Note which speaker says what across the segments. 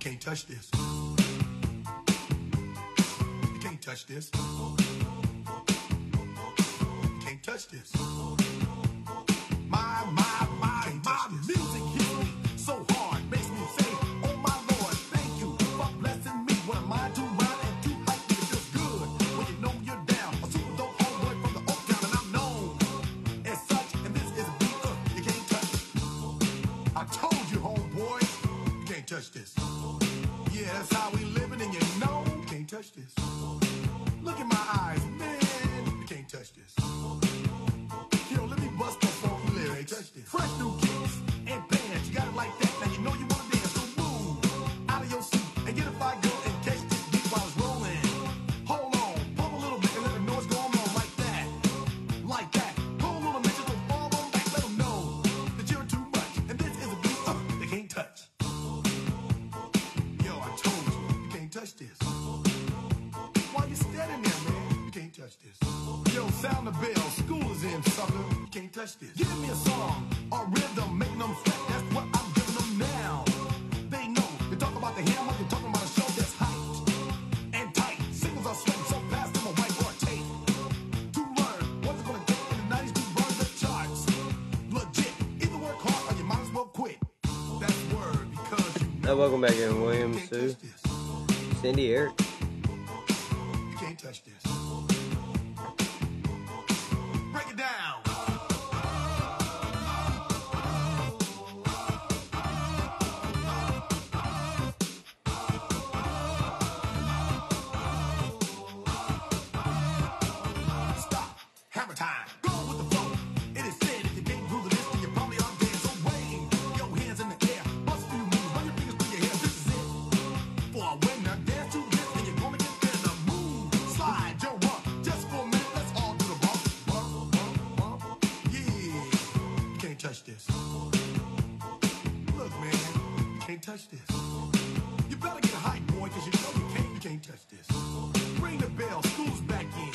Speaker 1: can't touch this. You can't touch this. You can't touch this. My, my, my, my music hits me so hard. Makes me say, oh my lord, thank you for blessing me. When I'm mind to mind and too hype, it feels good. When you know you're down, a super dope homeboy from the Oak Town, and I'm known as such. And this is a beat uh, you can't touch. I told you, homeboy, you can't touch this. Yeah, that's how we living, and you know, you can't touch this. Look in my eyes, man, you can't touch this. Yo, let me bust the funky lyrics. Fresh new kicks and bands. You got it like that. Now you know you wanna dance. So move out of your seat and get a fire girl and catch this beat while it's rolling. Hold on, pump a little bit and let them know what's going on like that, like that. Hold on a minute, just fall on back. Let them know that you're too much and this is a beat uh, they can't touch. Yo, I told you, you can't touch this. Why you standing there, man? You can't touch this. Yo, sound the bell. School is in, sucker. You can't touch this. Give me a song, a rhythm, making them sweat. That's what I'm giving them now. They know. You talk about the hammer, you're talking about a show that's hyped and tight. Singles are sweating so fast, I'm a whiteboard tape. To learn what's it gonna take in the 90s to run the charts. Legit. Either work hard or you might as well quit. That's word because you
Speaker 2: Now, welcome back in,
Speaker 1: you
Speaker 2: William,
Speaker 1: can't touch
Speaker 2: Sue,
Speaker 1: this.
Speaker 2: Cindy, Eric.
Speaker 1: You can't touch this. Break it down. Stop. Hammer time. Go with the flow. It is said if you can't groove to this, then you probably are dead. So wave your hands in the air. Bust a few moves. Run your fingers through your hair. This is it. For a winner, dance to this, and you're gonna get in the mood. Slide your rump. Just for a minute, let's all do the bump. Bump, bump, bump. Yeah. You can't touch this. Look, man. You can't touch this. You better get hype, boy, because you know you can't. You can't touch this. Ring the bell. School's back in.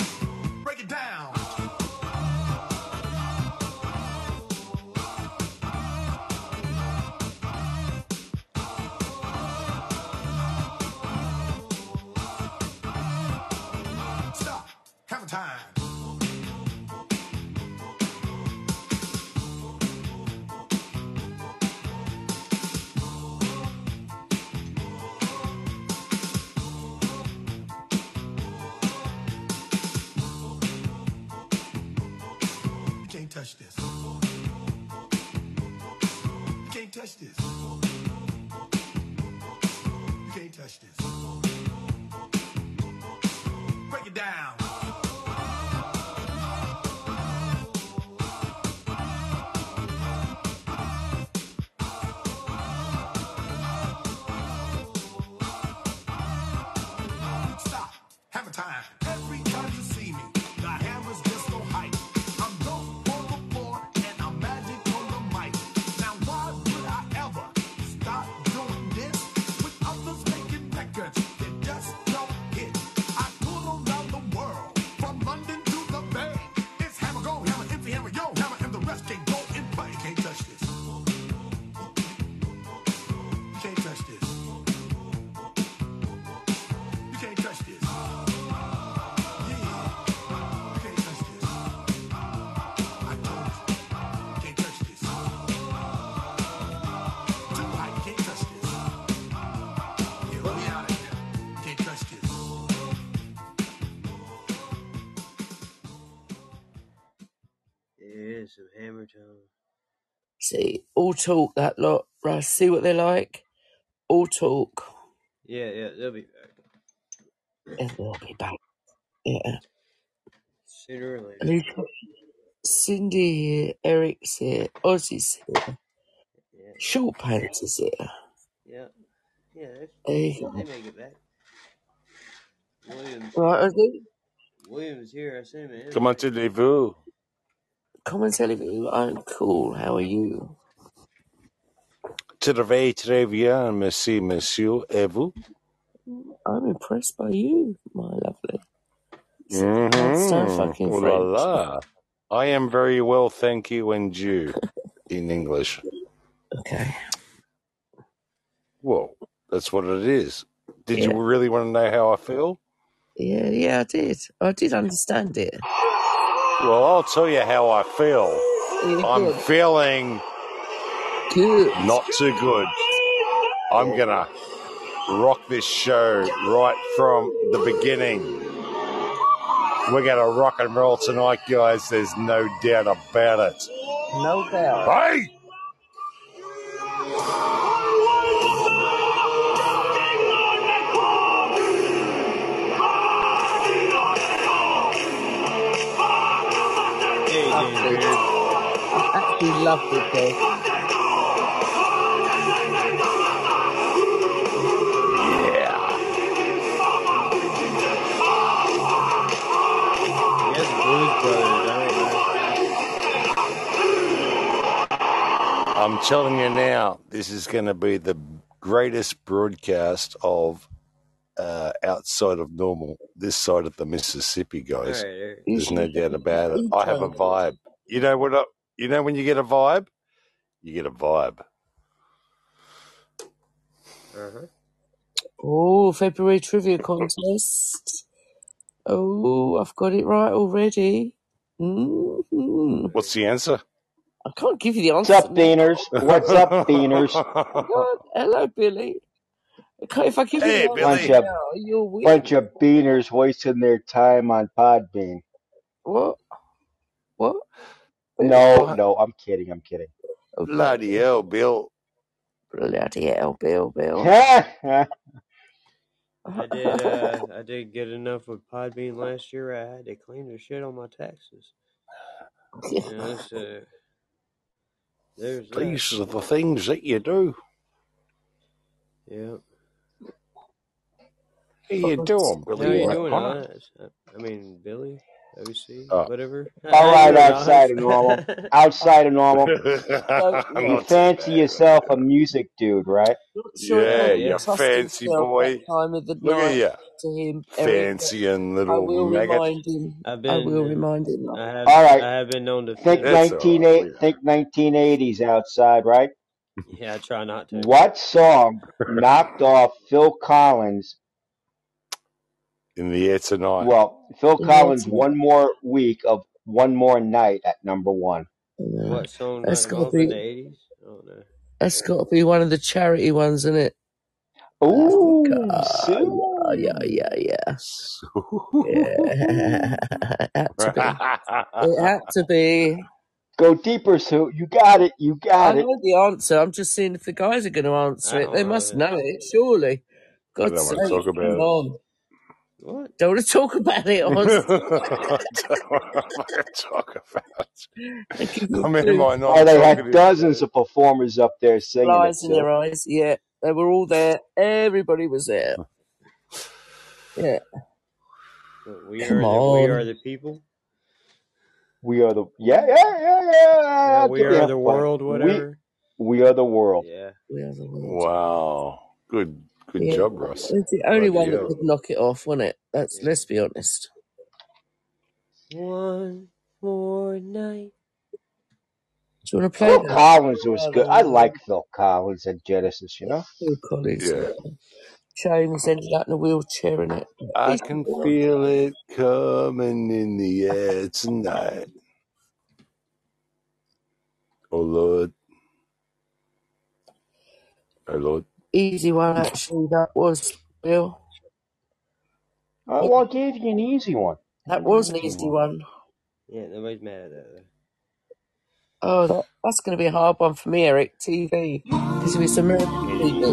Speaker 1: Break it down. Stop. Hammer time. You can't touch this. You can't touch this. You can't touch this. Break it down. Stop. Hammer time. Every time you see me, the hammer's just so hype. I'm dope on the floor and I'm magic on the mic. Now why would I ever stop doing this? With others making records that just don't hit. I pull around the world from London to the Bay. It's hammer go, hammer empty, hammer yo, hammer and the rest can go in play. You can't touch this. You can't touch this. You can't touch this. Yeah, you can't touch this. I told you. Can't touch this. Too high, you can't touch this. Yeah, we out of here. Can't touch this.
Speaker 2: Yeah, some hammer time.
Speaker 3: See, all talk that lot, right? See what they're like. All talk.
Speaker 2: Yeah, yeah, they'll be back
Speaker 3: Yeah, they'll be back. Yeah.
Speaker 2: sooner or
Speaker 3: At
Speaker 2: later.
Speaker 3: least Cindy here, Eric's here, Ozzy's here,
Speaker 2: Yeah,
Speaker 3: Short Pants is here.
Speaker 2: yeah, yeah. They
Speaker 3: There you
Speaker 2: they
Speaker 3: go.
Speaker 2: may get back. Williams,
Speaker 3: Right, Ozzy,
Speaker 2: Williams here. I sent him an
Speaker 4: Comment
Speaker 2: invite.
Speaker 4: tu les veux?
Speaker 3: come and tell me I'm cool. How are you?
Speaker 4: Tu travailles très bien, merci, monsieur. Et vous?
Speaker 3: I'm impressed by you, my lovely. That's so
Speaker 4: Mm-hmm.
Speaker 3: fucking
Speaker 4: Oh la
Speaker 3: French.
Speaker 4: la. I am very well, thank you, and you in English.
Speaker 3: Okay.
Speaker 4: Whoa. That's what it is. Did
Speaker 3: Yeah.
Speaker 4: you really want to know how I feel?
Speaker 3: Yeah, yeah, I did. I did understand it.
Speaker 4: Well, I'll tell you how I feel.
Speaker 3: Yeah,
Speaker 4: I'm
Speaker 3: good.
Speaker 4: feeling
Speaker 3: Good.
Speaker 4: not too good. I'm
Speaker 3: Yeah.
Speaker 4: going to rock this show right from the beginning. We're going to rock and roll tonight, guys. There's no doubt about it.
Speaker 3: No doubt.
Speaker 4: Hey!
Speaker 2: Hey,
Speaker 3: Loved
Speaker 2: David
Speaker 3: it.
Speaker 2: Beard.
Speaker 3: I actually loved it, Kev.
Speaker 4: Yeah.
Speaker 2: Yeah, the Blues Brothers. I remember.
Speaker 4: I'm telling you now, this is going to be the greatest broadcast of uh, outside of normal, this side of the Mississippi,
Speaker 2: All right,
Speaker 4: guys.
Speaker 2: all right.
Speaker 3: You
Speaker 4: There's
Speaker 3: should
Speaker 4: no
Speaker 3: have done
Speaker 4: doubt
Speaker 3: it that
Speaker 4: about it. I have a
Speaker 3: intro.
Speaker 4: vibe. You know what? I, you know when you get a vibe, you get a vibe.
Speaker 2: Uh-huh.
Speaker 3: Oh, February trivia contest. Oh, I've got it right already. hmm
Speaker 4: What's the answer?
Speaker 3: I can't give you the
Speaker 5: What's
Speaker 3: answer
Speaker 5: up,
Speaker 3: now.
Speaker 5: Beaners? What's up, Beaners?
Speaker 3: I can't. Hello, Billy. I can't, if I give you
Speaker 4: hey,
Speaker 3: the answer
Speaker 5: Bunch
Speaker 4: Billy.
Speaker 5: of
Speaker 3: now, you'll win.
Speaker 5: bunch of Beaners wasting their time on Podbean.
Speaker 3: What? What? Who?
Speaker 5: No,
Speaker 4: What?
Speaker 5: no, I'm kidding. I'm kidding.
Speaker 3: Oh,
Speaker 4: Bloody hell, Bill.
Speaker 3: bloody hell, Bill, Bill.
Speaker 5: yeah,
Speaker 2: I did uh I did good enough with Podbean last year. I had to claim the shit on my taxes. You know, so there's that.
Speaker 4: These are the things that you do.
Speaker 2: Yeah.
Speaker 4: How you doing,
Speaker 2: How
Speaker 4: Billy
Speaker 2: are you
Speaker 3: yeah.
Speaker 2: doing,
Speaker 4: McPie?
Speaker 2: Oz? I I mean, Billy, OC,
Speaker 4: Oh.
Speaker 2: whatever. How,
Speaker 5: Uh, all
Speaker 2: how you
Speaker 5: right,
Speaker 2: doing, Oz?
Speaker 5: outside of normal. Outside of normal.
Speaker 3: So, yeah.
Speaker 5: You
Speaker 4: Not too
Speaker 5: fancy
Speaker 4: bad,
Speaker 5: yourself
Speaker 4: mate.
Speaker 5: a music dude, right?
Speaker 3: Not sure if I
Speaker 4: Yeah,
Speaker 3: can
Speaker 4: you
Speaker 2: yeah.
Speaker 3: trust
Speaker 4: fancy
Speaker 3: himself that
Speaker 4: boy.
Speaker 3: time of the
Speaker 4: Look at
Speaker 3: night
Speaker 4: you,
Speaker 3: to him, Eric, but
Speaker 4: fancying
Speaker 3: I
Speaker 4: little
Speaker 3: will
Speaker 4: maggot.
Speaker 3: remind him.
Speaker 2: I've
Speaker 3: I will
Speaker 2: been
Speaker 3: remind him.
Speaker 2: I have
Speaker 5: All right.
Speaker 2: I have been known to
Speaker 5: Think
Speaker 2: finish.
Speaker 4: That's all
Speaker 5: nineteen
Speaker 4: right.
Speaker 5: eight
Speaker 4: We know.
Speaker 5: think nineteen eighties outside, right?
Speaker 2: Yeah, I try not to.
Speaker 5: What song knocked off Phil Collins
Speaker 4: In the air tonight.
Speaker 5: well, Phil
Speaker 3: In the air
Speaker 5: Collins
Speaker 3: tonight.
Speaker 5: one more week of one more night at number one.
Speaker 3: Yeah.
Speaker 2: What song
Speaker 3: That's
Speaker 2: knocked
Speaker 3: gotta
Speaker 2: off in
Speaker 3: be
Speaker 2: the eighties? Oh no.
Speaker 3: that's gotta be one of the charity ones, isn't it? Africa.
Speaker 5: Ooh,
Speaker 3: Yeah, yeah,
Speaker 5: Sue.
Speaker 3: yeah, yeah. Yeah. it had to be. It had to be.
Speaker 5: Go deeper, Sue. You got it. You
Speaker 3: I
Speaker 5: got it.
Speaker 3: know the answer. I'm just seeing if the guys are going to answer
Speaker 2: I
Speaker 3: it. They
Speaker 2: don't know
Speaker 3: must
Speaker 2: that.
Speaker 3: know it, surely.
Speaker 4: I
Speaker 3: God's
Speaker 4: don't want to
Speaker 3: sake,
Speaker 4: talk about
Speaker 3: come
Speaker 4: it.
Speaker 3: on.
Speaker 2: What?
Speaker 3: Don't want to talk about it,
Speaker 4: I
Speaker 3: Oz.
Speaker 4: don't want to talk about
Speaker 3: They give
Speaker 4: it.
Speaker 3: you
Speaker 4: I mean, am
Speaker 3: two
Speaker 4: I
Speaker 5: Oh,
Speaker 4: not
Speaker 5: they had
Speaker 4: talkative
Speaker 5: dozens
Speaker 4: today?
Speaker 5: of performers up there singing it,
Speaker 3: flies in
Speaker 5: Sue.
Speaker 3: their eyes. Yeah, they were all there. Everybody was there. Yeah,
Speaker 2: But we
Speaker 3: come
Speaker 2: are the we are
Speaker 3: on.
Speaker 2: the people.
Speaker 5: We are the yeah yeah yeah yeah.
Speaker 2: Yeah,
Speaker 5: I'll
Speaker 2: we
Speaker 5: give you
Speaker 2: are
Speaker 5: that
Speaker 2: the
Speaker 5: point.
Speaker 2: world,
Speaker 5: We
Speaker 2: whatever.
Speaker 5: we are the world.
Speaker 2: Yeah.
Speaker 3: We are the world.
Speaker 4: Wow. Good good
Speaker 3: Yeah,
Speaker 4: job, Russ.
Speaker 3: it's the only one
Speaker 4: Bloody
Speaker 3: that
Speaker 4: hell.
Speaker 3: could knock it off, wasn't it? That's
Speaker 2: Yeah.
Speaker 3: let's be honest.
Speaker 2: One more night.
Speaker 3: Do you want to play
Speaker 5: Phil
Speaker 3: that?
Speaker 5: Collins was good. I like
Speaker 3: Phil
Speaker 5: Phil Collins and Genesis. You know.
Speaker 3: Collins.
Speaker 4: Yeah.
Speaker 3: Yeah. Shame he's ended up in a wheelchair in it. But
Speaker 4: I
Speaker 3: he's
Speaker 4: can
Speaker 3: all right.
Speaker 4: feel it coming in the air tonight. Oh Lord, oh Lord.
Speaker 3: easy one actually. That was Bill.
Speaker 5: I
Speaker 3: Yeah,
Speaker 5: Uh, well, I gave you an easy one.
Speaker 3: that
Speaker 5: An
Speaker 3: was an
Speaker 5: easy
Speaker 3: easy
Speaker 5: one.
Speaker 3: one.
Speaker 2: Yeah, nobody's mad at that.
Speaker 3: Oh, that, that's going to be a hard one for me, Eric. TV because if it's American TV,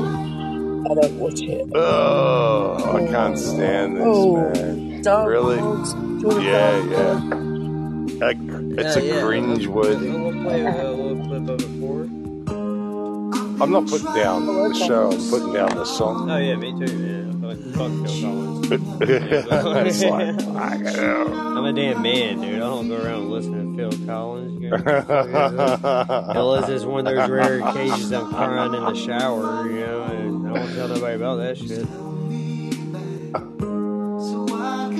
Speaker 3: I don't watch it.
Speaker 4: Oh, I can't
Speaker 3: Oh,
Speaker 4: stand this,
Speaker 3: oh,
Speaker 4: man.
Speaker 3: dark
Speaker 4: Really?
Speaker 3: clouds. Do you want to
Speaker 4: Yeah,
Speaker 3: dance,
Speaker 4: yeah.
Speaker 3: Oz?
Speaker 4: A gr- it's
Speaker 2: Yeah,
Speaker 4: a
Speaker 2: yeah. I,
Speaker 4: cringe
Speaker 2: I, I
Speaker 4: worthy.
Speaker 2: will play uh, a little clip of it for. her.
Speaker 4: I'm not putting down
Speaker 3: Oh,
Speaker 4: the
Speaker 3: okay.
Speaker 4: show. I'm putting down the song.
Speaker 2: Oh yeah, me too. Yeah, I fucking fuck Phil Collins. Yeah,
Speaker 4: it's like
Speaker 2: but
Speaker 4: fuck hell.
Speaker 2: I'm a damn man, dude. I don't go around listening to Phil Collins. You know, motherfuckers. Unless, unless it's one of those rare occasions I'm crying in the shower, you know, and I won't tell nobody about that shit.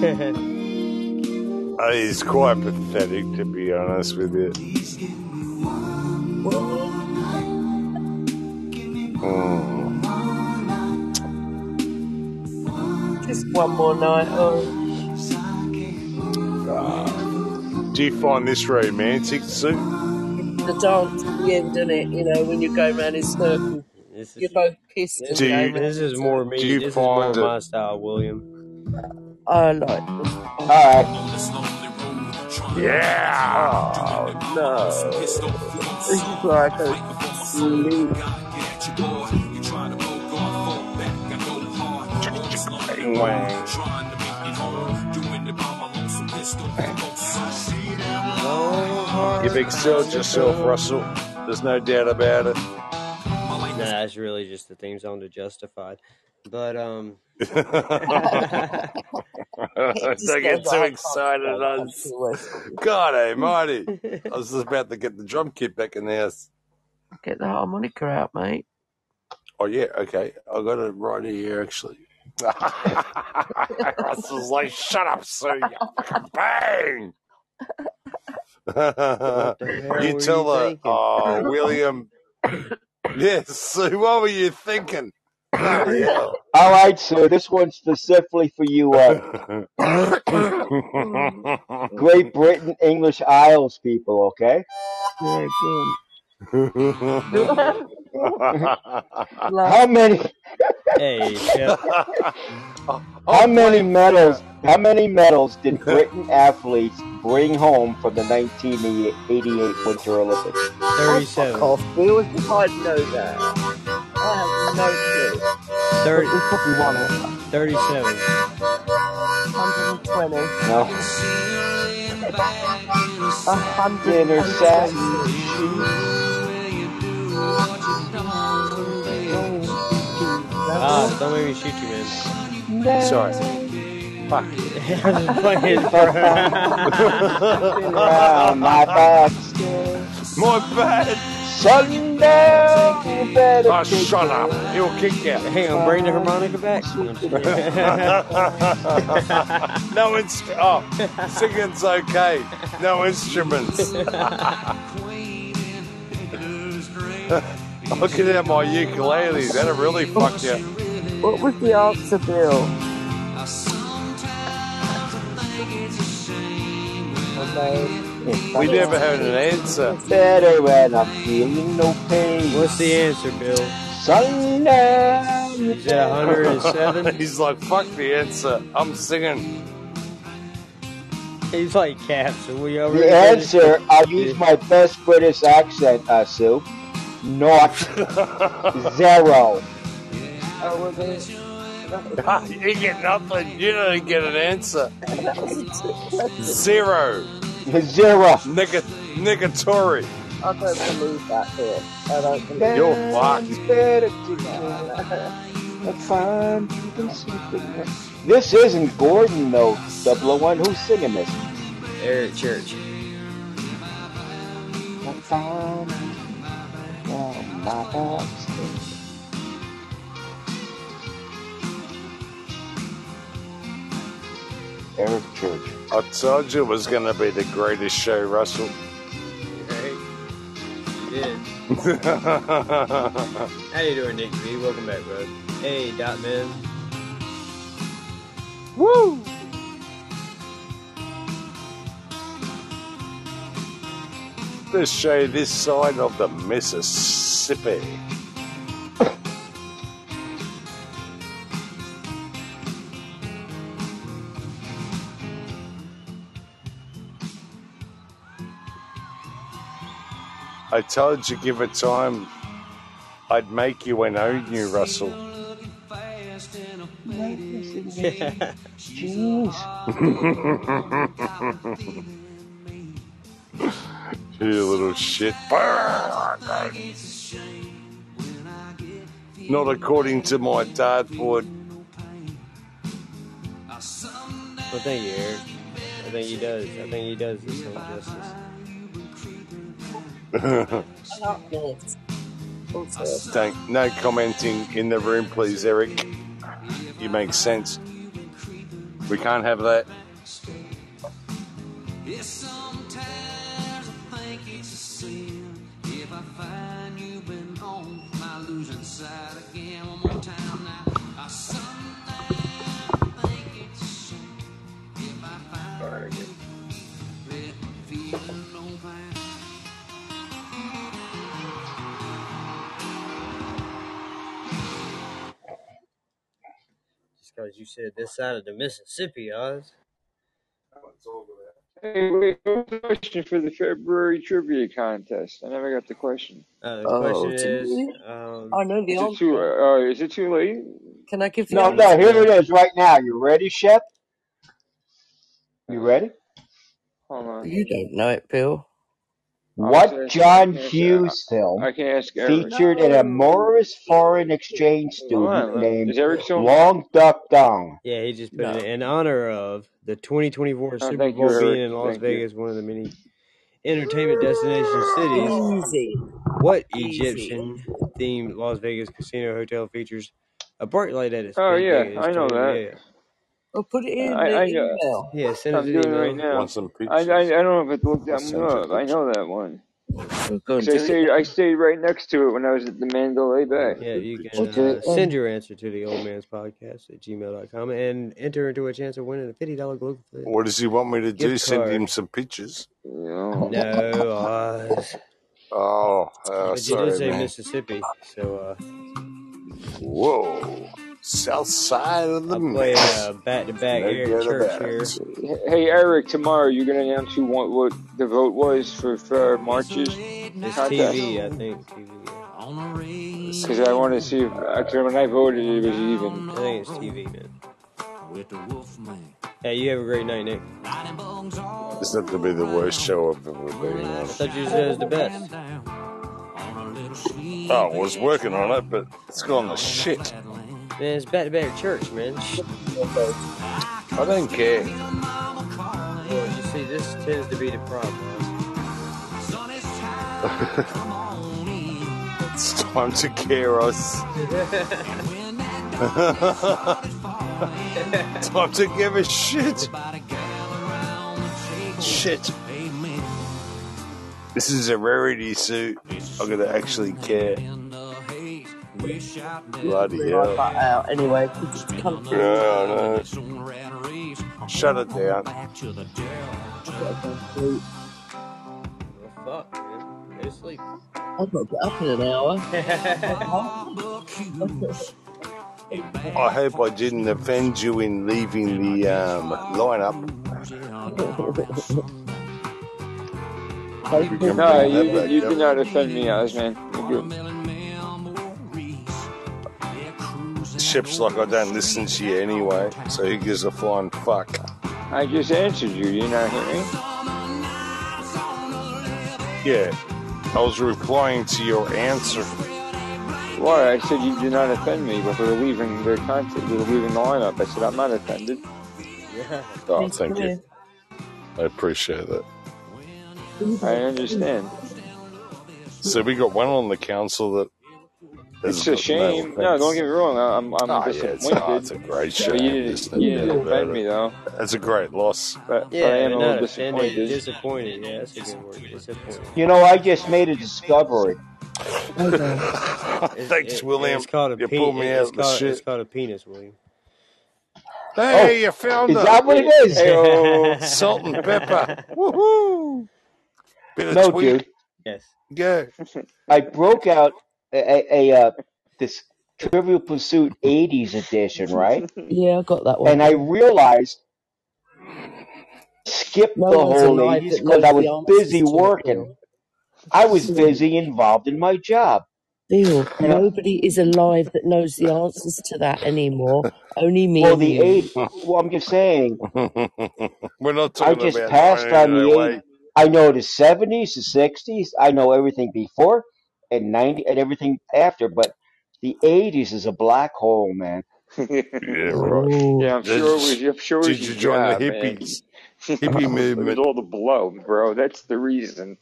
Speaker 4: it's quite pathetic, to be honest with you.
Speaker 3: Well,
Speaker 4: Mm.
Speaker 3: Just one more night. Oh,
Speaker 4: Ah. Do you find this romantic, Sue?
Speaker 3: it's the dance at the end, isn't it? You know, when you go round in circles,
Speaker 2: This is
Speaker 3: you're both pissed
Speaker 2: this
Speaker 3: and
Speaker 4: Do
Speaker 3: go
Speaker 4: you
Speaker 3: round
Speaker 2: this
Speaker 3: in
Speaker 2: is more
Speaker 4: do
Speaker 2: me.
Speaker 4: you
Speaker 2: This is more
Speaker 4: find it?
Speaker 2: my style, William.
Speaker 3: circles. I like this. Oh,
Speaker 5: All right.
Speaker 4: Yeah. No.
Speaker 3: Oh, this is where I go sleep.
Speaker 4: Bang wang. You've excelled yourself, Russell. There's no doubt about it.
Speaker 2: Nah, that's really just the theme song to Justified. But um,
Speaker 3: It just
Speaker 4: Don't
Speaker 3: goes
Speaker 4: get too
Speaker 3: like, I can't
Speaker 4: excited.
Speaker 3: stand
Speaker 4: I
Speaker 3: country
Speaker 4: was...
Speaker 3: western.
Speaker 4: God almighty. I was just about to get the drum kit back in the house.
Speaker 3: Get the harmonica out, mate.
Speaker 4: Oh, yeah, okay. I got it right here, actually. Russell's like, shut up, Sue. You fucking bang.
Speaker 2: what the hell
Speaker 4: Uh, you
Speaker 2: were you
Speaker 4: tell her,
Speaker 2: thinking?
Speaker 4: oh, William. Yes, Sue, what were you thinking? Bloody hell.
Speaker 5: All right, so this one's specifically for you, uh, Great
Speaker 4: oh,
Speaker 5: Britain, English Isles people, okay?
Speaker 3: Yeah, go on.
Speaker 5: How
Speaker 3: Love.
Speaker 5: many,
Speaker 2: Hey, Shep.
Speaker 5: how
Speaker 4: I'll
Speaker 5: many
Speaker 4: play
Speaker 5: medals,
Speaker 4: fair.
Speaker 5: how many medals did Britain athletes bring home from the 1988 Winter Olympics?
Speaker 3: Oh, fuck
Speaker 2: 37.
Speaker 3: off, Bill, as if I'd know that. I have no clue. But
Speaker 2: 30,
Speaker 3: we probably won it.
Speaker 2: 37.
Speaker 3: 120.
Speaker 5: No, intersect.
Speaker 3: 122. Oh, you
Speaker 2: Ah,
Speaker 3: lover.
Speaker 2: don't make me shoot you, man.
Speaker 4: Sorry. Fuck.
Speaker 2: I'm just playing,
Speaker 5: Bouncing
Speaker 2: bro.
Speaker 5: round my basket.
Speaker 4: My bad.
Speaker 5: Sundown, you better
Speaker 4: Oh,
Speaker 5: take
Speaker 4: shut up.
Speaker 5: your
Speaker 4: He'll kick you.
Speaker 2: Hang on, bring the harmonica back. No, I'm just kidding.
Speaker 4: no instruments. Oh, singing's okay. No instruments. I'll get out my ukulele. That'll really
Speaker 3: Oh,
Speaker 4: fuck you.
Speaker 3: What was the answer, Bill? Oh, no. It's
Speaker 4: We
Speaker 3: funny.
Speaker 4: never had an answer.
Speaker 5: It's better when I'm feeling no pain.
Speaker 2: What's the answer, Bill?
Speaker 5: Sundown, you
Speaker 2: Is it
Speaker 5: better.
Speaker 2: 107?
Speaker 4: He's like, fuck the answer. I'm singing.
Speaker 2: He's like caps. Are we
Speaker 5: The
Speaker 2: already finished?
Speaker 5: answer, I'll use
Speaker 2: Yeah.
Speaker 5: my best British accent, uh, Sue. Not zero.
Speaker 3: Oh, was it? That was a,
Speaker 4: you get nothing. You don't get an answer.
Speaker 3: that was a trick question.
Speaker 4: Zero.
Speaker 5: Zero.
Speaker 4: Nigga, negatory.
Speaker 3: I don't believe that, Bill. I don't believe
Speaker 4: You're
Speaker 3: that.
Speaker 5: Down,
Speaker 4: fucked.
Speaker 5: you better take your and find them sleeping. now. This isn't Gordon, though, 001. Who's singing this?
Speaker 2: Eric Church.
Speaker 5: I found them, my basket. Eric Church.
Speaker 4: I told you it was going to be the greatest show, Russell.
Speaker 2: Right? You did.
Speaker 4: How
Speaker 2: How you doing, Nick B? Welcome back, bro. Hey, Dot Man.
Speaker 5: Woo!
Speaker 4: to show this side of the Mississippi. I told you, give it time. I'd make you and own you, Russell.
Speaker 5: Madness in the
Speaker 2: Yeah.
Speaker 5: jeans.
Speaker 4: you little shit. Not according to my dartboard.
Speaker 2: Well, thank you, Eric. I think he does. I think he does this song justice.
Speaker 3: Darkness. Also,
Speaker 4: Don't, no commenting in the room, please, Eric. You make sense. We can't have that.
Speaker 2: because you said this side of the Mississippi, Oz.
Speaker 6: Hey, wait, one question for the February trivia contest. I never got the question.
Speaker 2: Uh, the
Speaker 3: Oh,
Speaker 2: question
Speaker 3: do
Speaker 2: is,
Speaker 3: you?
Speaker 2: um,
Speaker 3: I know the
Speaker 6: Is it too?
Speaker 3: answer.
Speaker 6: Uh, is it too late?
Speaker 3: Can I give the
Speaker 6: No,
Speaker 3: answer?
Speaker 6: no. Here
Speaker 2: yeah,
Speaker 6: it is, right now. You ready, Shep? You
Speaker 2: uh,
Speaker 6: ready? Hold on.
Speaker 3: You don't know it, Bill.
Speaker 6: I was
Speaker 5: What
Speaker 6: asking. I
Speaker 5: John
Speaker 6: can ask. Uh,
Speaker 5: Hughes film
Speaker 6: I can ask Eric.
Speaker 5: featured an
Speaker 3: No.
Speaker 5: amorous foreign exchange
Speaker 6: Hold
Speaker 5: student
Speaker 6: on. Let,
Speaker 5: named
Speaker 6: is Eric still?
Speaker 5: Long Duck Dong?
Speaker 2: yeah, he just put it
Speaker 3: No.
Speaker 2: in honor of the 2024
Speaker 6: Oh,
Speaker 2: Super
Speaker 6: thank you,
Speaker 2: Bowl
Speaker 6: Eric.
Speaker 2: being in Las
Speaker 6: Thank you.
Speaker 2: Vegas, one of the many entertainment destination cities.
Speaker 3: Easy.
Speaker 2: What
Speaker 3: Easy.
Speaker 2: Egyptian themed Las Vegas casino hotel features a bright light at its
Speaker 6: Oh
Speaker 2: peak
Speaker 6: yeah,
Speaker 2: at its
Speaker 6: I know
Speaker 2: total
Speaker 6: that.
Speaker 2: yield?
Speaker 3: I'll put it in
Speaker 6: I
Speaker 3: the
Speaker 6: I know.
Speaker 3: email.
Speaker 2: Yeah, send us
Speaker 6: I'm
Speaker 2: an
Speaker 6: doing it
Speaker 2: email.
Speaker 6: right now.
Speaker 4: Want some
Speaker 6: I I, I
Speaker 4: pictures?
Speaker 6: don't know if it looked
Speaker 4: I
Speaker 6: that one
Speaker 4: sent you
Speaker 6: up. I
Speaker 4: pictures.
Speaker 6: know that one
Speaker 3: Well, go and
Speaker 6: because I
Speaker 3: do it
Speaker 6: stayed I
Speaker 3: then.
Speaker 6: stayed right next to it when I was at the Mandalay Bay.
Speaker 2: Yeah,
Speaker 4: Good
Speaker 2: you can
Speaker 3: We'll do
Speaker 2: uh,
Speaker 3: it
Speaker 4: pictures.
Speaker 2: send
Speaker 3: then.
Speaker 2: your answer to the old man's podcast at gmail.com and enter into a chance of winning a $50 Global Fit
Speaker 4: What does he want me to do?
Speaker 2: gift
Speaker 4: Send him
Speaker 2: card.
Speaker 4: some pictures?
Speaker 6: You know.
Speaker 2: No, Oz.
Speaker 4: Oh, uh,
Speaker 2: But you did
Speaker 4: sorry,
Speaker 2: say
Speaker 4: man.
Speaker 2: Mississippi, so uh,
Speaker 4: Whoa. South side of the
Speaker 2: I'll
Speaker 6: Mm.
Speaker 2: play
Speaker 4: mix.
Speaker 2: uh, back-to-back
Speaker 4: No
Speaker 2: Eric
Speaker 4: doubt
Speaker 2: Church
Speaker 4: about
Speaker 2: here.
Speaker 4: it.
Speaker 6: Hey Eric, tomorrow you're gonna announce who won, what the vote was for, for March's
Speaker 2: It's
Speaker 6: contest
Speaker 2: TV, I think. TV, yeah.
Speaker 4: Let's
Speaker 6: because
Speaker 4: see.
Speaker 6: I want to see if
Speaker 4: Uh,
Speaker 6: because when I voted it was even.
Speaker 2: I think it's TV, man. Hey, you have a great night, Nick.
Speaker 4: it's not going to be the worst show I've ever been on.
Speaker 2: I thought you said it was the best.
Speaker 4: Oh, I was working on it, but it's gone to shit.
Speaker 2: Man, it's back-to-back Church, man. Shh.
Speaker 4: I don't care.
Speaker 2: Well, you see, this tends to be the problem.
Speaker 4: It's time to care us. time to give a shit. Shit. This is a rarity suit. I'm going to actually care.
Speaker 3: You can
Speaker 4: Bloody
Speaker 3: bring my
Speaker 4: hell.
Speaker 3: butt out anyway. Could you come
Speaker 4: Yeah,
Speaker 3: through?
Speaker 4: I know. Shut it down.
Speaker 3: I've got to go and sleep.
Speaker 2: Well, fuck, man. Go to sleep.
Speaker 3: I've got to get up in an hour. Huh?
Speaker 4: I hope I didn't offend you in leaving the um, lineup.
Speaker 3: Hey,
Speaker 4: Hope you
Speaker 3: Paul,
Speaker 4: can bring
Speaker 6: No, you
Speaker 4: that
Speaker 6: did
Speaker 4: back
Speaker 6: you
Speaker 4: up.
Speaker 6: did not offend me, Oz man. You're good.
Speaker 4: Ship's like I don't listen to you anyway, so who gives a flying fuck?
Speaker 6: I just answered you. You're not hearing.
Speaker 4: Yeah, I was replying to your answer.
Speaker 6: Laura, I said you did not offend me, but we were leaving the contest. We were leaving the lineup. I said I'm not offended.
Speaker 2: Yeah.
Speaker 4: Oh,
Speaker 3: please
Speaker 4: thank
Speaker 3: come
Speaker 4: you.
Speaker 3: here.
Speaker 4: I appreciate that.
Speaker 3: Please,
Speaker 6: I
Speaker 3: I'll come
Speaker 6: understand.
Speaker 4: So we got one on the council that has
Speaker 6: It's a
Speaker 4: got no
Speaker 6: shame. No, don't
Speaker 4: offence.
Speaker 6: get me wrong. I- I'm I'm
Speaker 4: Oh yeah, it's oh,
Speaker 6: disappointed,
Speaker 4: it's a great
Speaker 6: but you
Speaker 4: shame.
Speaker 6: didn't
Speaker 4: There's no
Speaker 6: you
Speaker 4: doubt
Speaker 6: didn't offend
Speaker 4: about it.
Speaker 6: me though.
Speaker 4: That's a great loss.
Speaker 6: But but I
Speaker 2: Yeah, but
Speaker 6: am a little
Speaker 2: not offended,
Speaker 6: disappointed.
Speaker 2: disappointed. Yeah, that's a good word. Disappointed.
Speaker 5: You know, I just made a discovery.
Speaker 3: here. Okay.
Speaker 2: It,
Speaker 4: Thanks,
Speaker 2: it, it's
Speaker 4: William.
Speaker 2: called a
Speaker 4: You
Speaker 2: pe-
Speaker 4: pulled
Speaker 2: it,
Speaker 4: me
Speaker 2: It's
Speaker 4: out of the
Speaker 2: called it's
Speaker 4: shit.
Speaker 2: called a penis, William.
Speaker 4: Hey,
Speaker 5: Oh,
Speaker 4: you found
Speaker 5: is
Speaker 4: it.
Speaker 5: that what it is?
Speaker 6: Hey, oh,
Speaker 4: Salt and pepper. Woohoo! Bit of
Speaker 5: No,
Speaker 4: tweak.
Speaker 5: dude.
Speaker 2: yes.
Speaker 4: Go.
Speaker 5: I broke out a, a, a uh, this Trivial Pursuit 80s edition, right?
Speaker 3: Yeah, I got that one.
Speaker 5: And I realized skip
Speaker 3: No
Speaker 5: the
Speaker 3: one's
Speaker 5: whole
Speaker 3: alive
Speaker 5: 80s
Speaker 3: that
Speaker 5: because I
Speaker 3: knows
Speaker 5: was
Speaker 3: the answers
Speaker 5: busy
Speaker 3: to it,
Speaker 5: working.
Speaker 3: Bill.
Speaker 5: I was
Speaker 3: Bill,
Speaker 5: busy involved in my job.
Speaker 3: Bill,
Speaker 5: And I,
Speaker 3: nobody is alive that knows the answers to that anymore. Only me
Speaker 5: well,
Speaker 3: and
Speaker 5: the
Speaker 3: you.
Speaker 5: 80, well, I'm just saying,
Speaker 4: We're not
Speaker 5: I
Speaker 4: talking
Speaker 5: just
Speaker 4: about
Speaker 5: passed on the
Speaker 4: 1908.
Speaker 5: 80s. I know the 70s, the 60s. I know everything before and 90 and everything after, but the 80s is a black hole, man.
Speaker 4: Yeah, right.
Speaker 3: Oh,
Speaker 6: yeah, I'm
Speaker 4: Did
Speaker 6: sure it was.
Speaker 4: you,
Speaker 6: I'm sure it was
Speaker 4: did
Speaker 6: your
Speaker 4: you join the
Speaker 6: job, man.
Speaker 4: hippies? Hippie
Speaker 6: it was
Speaker 4: movement.
Speaker 6: all the blow, bro. That's the reason.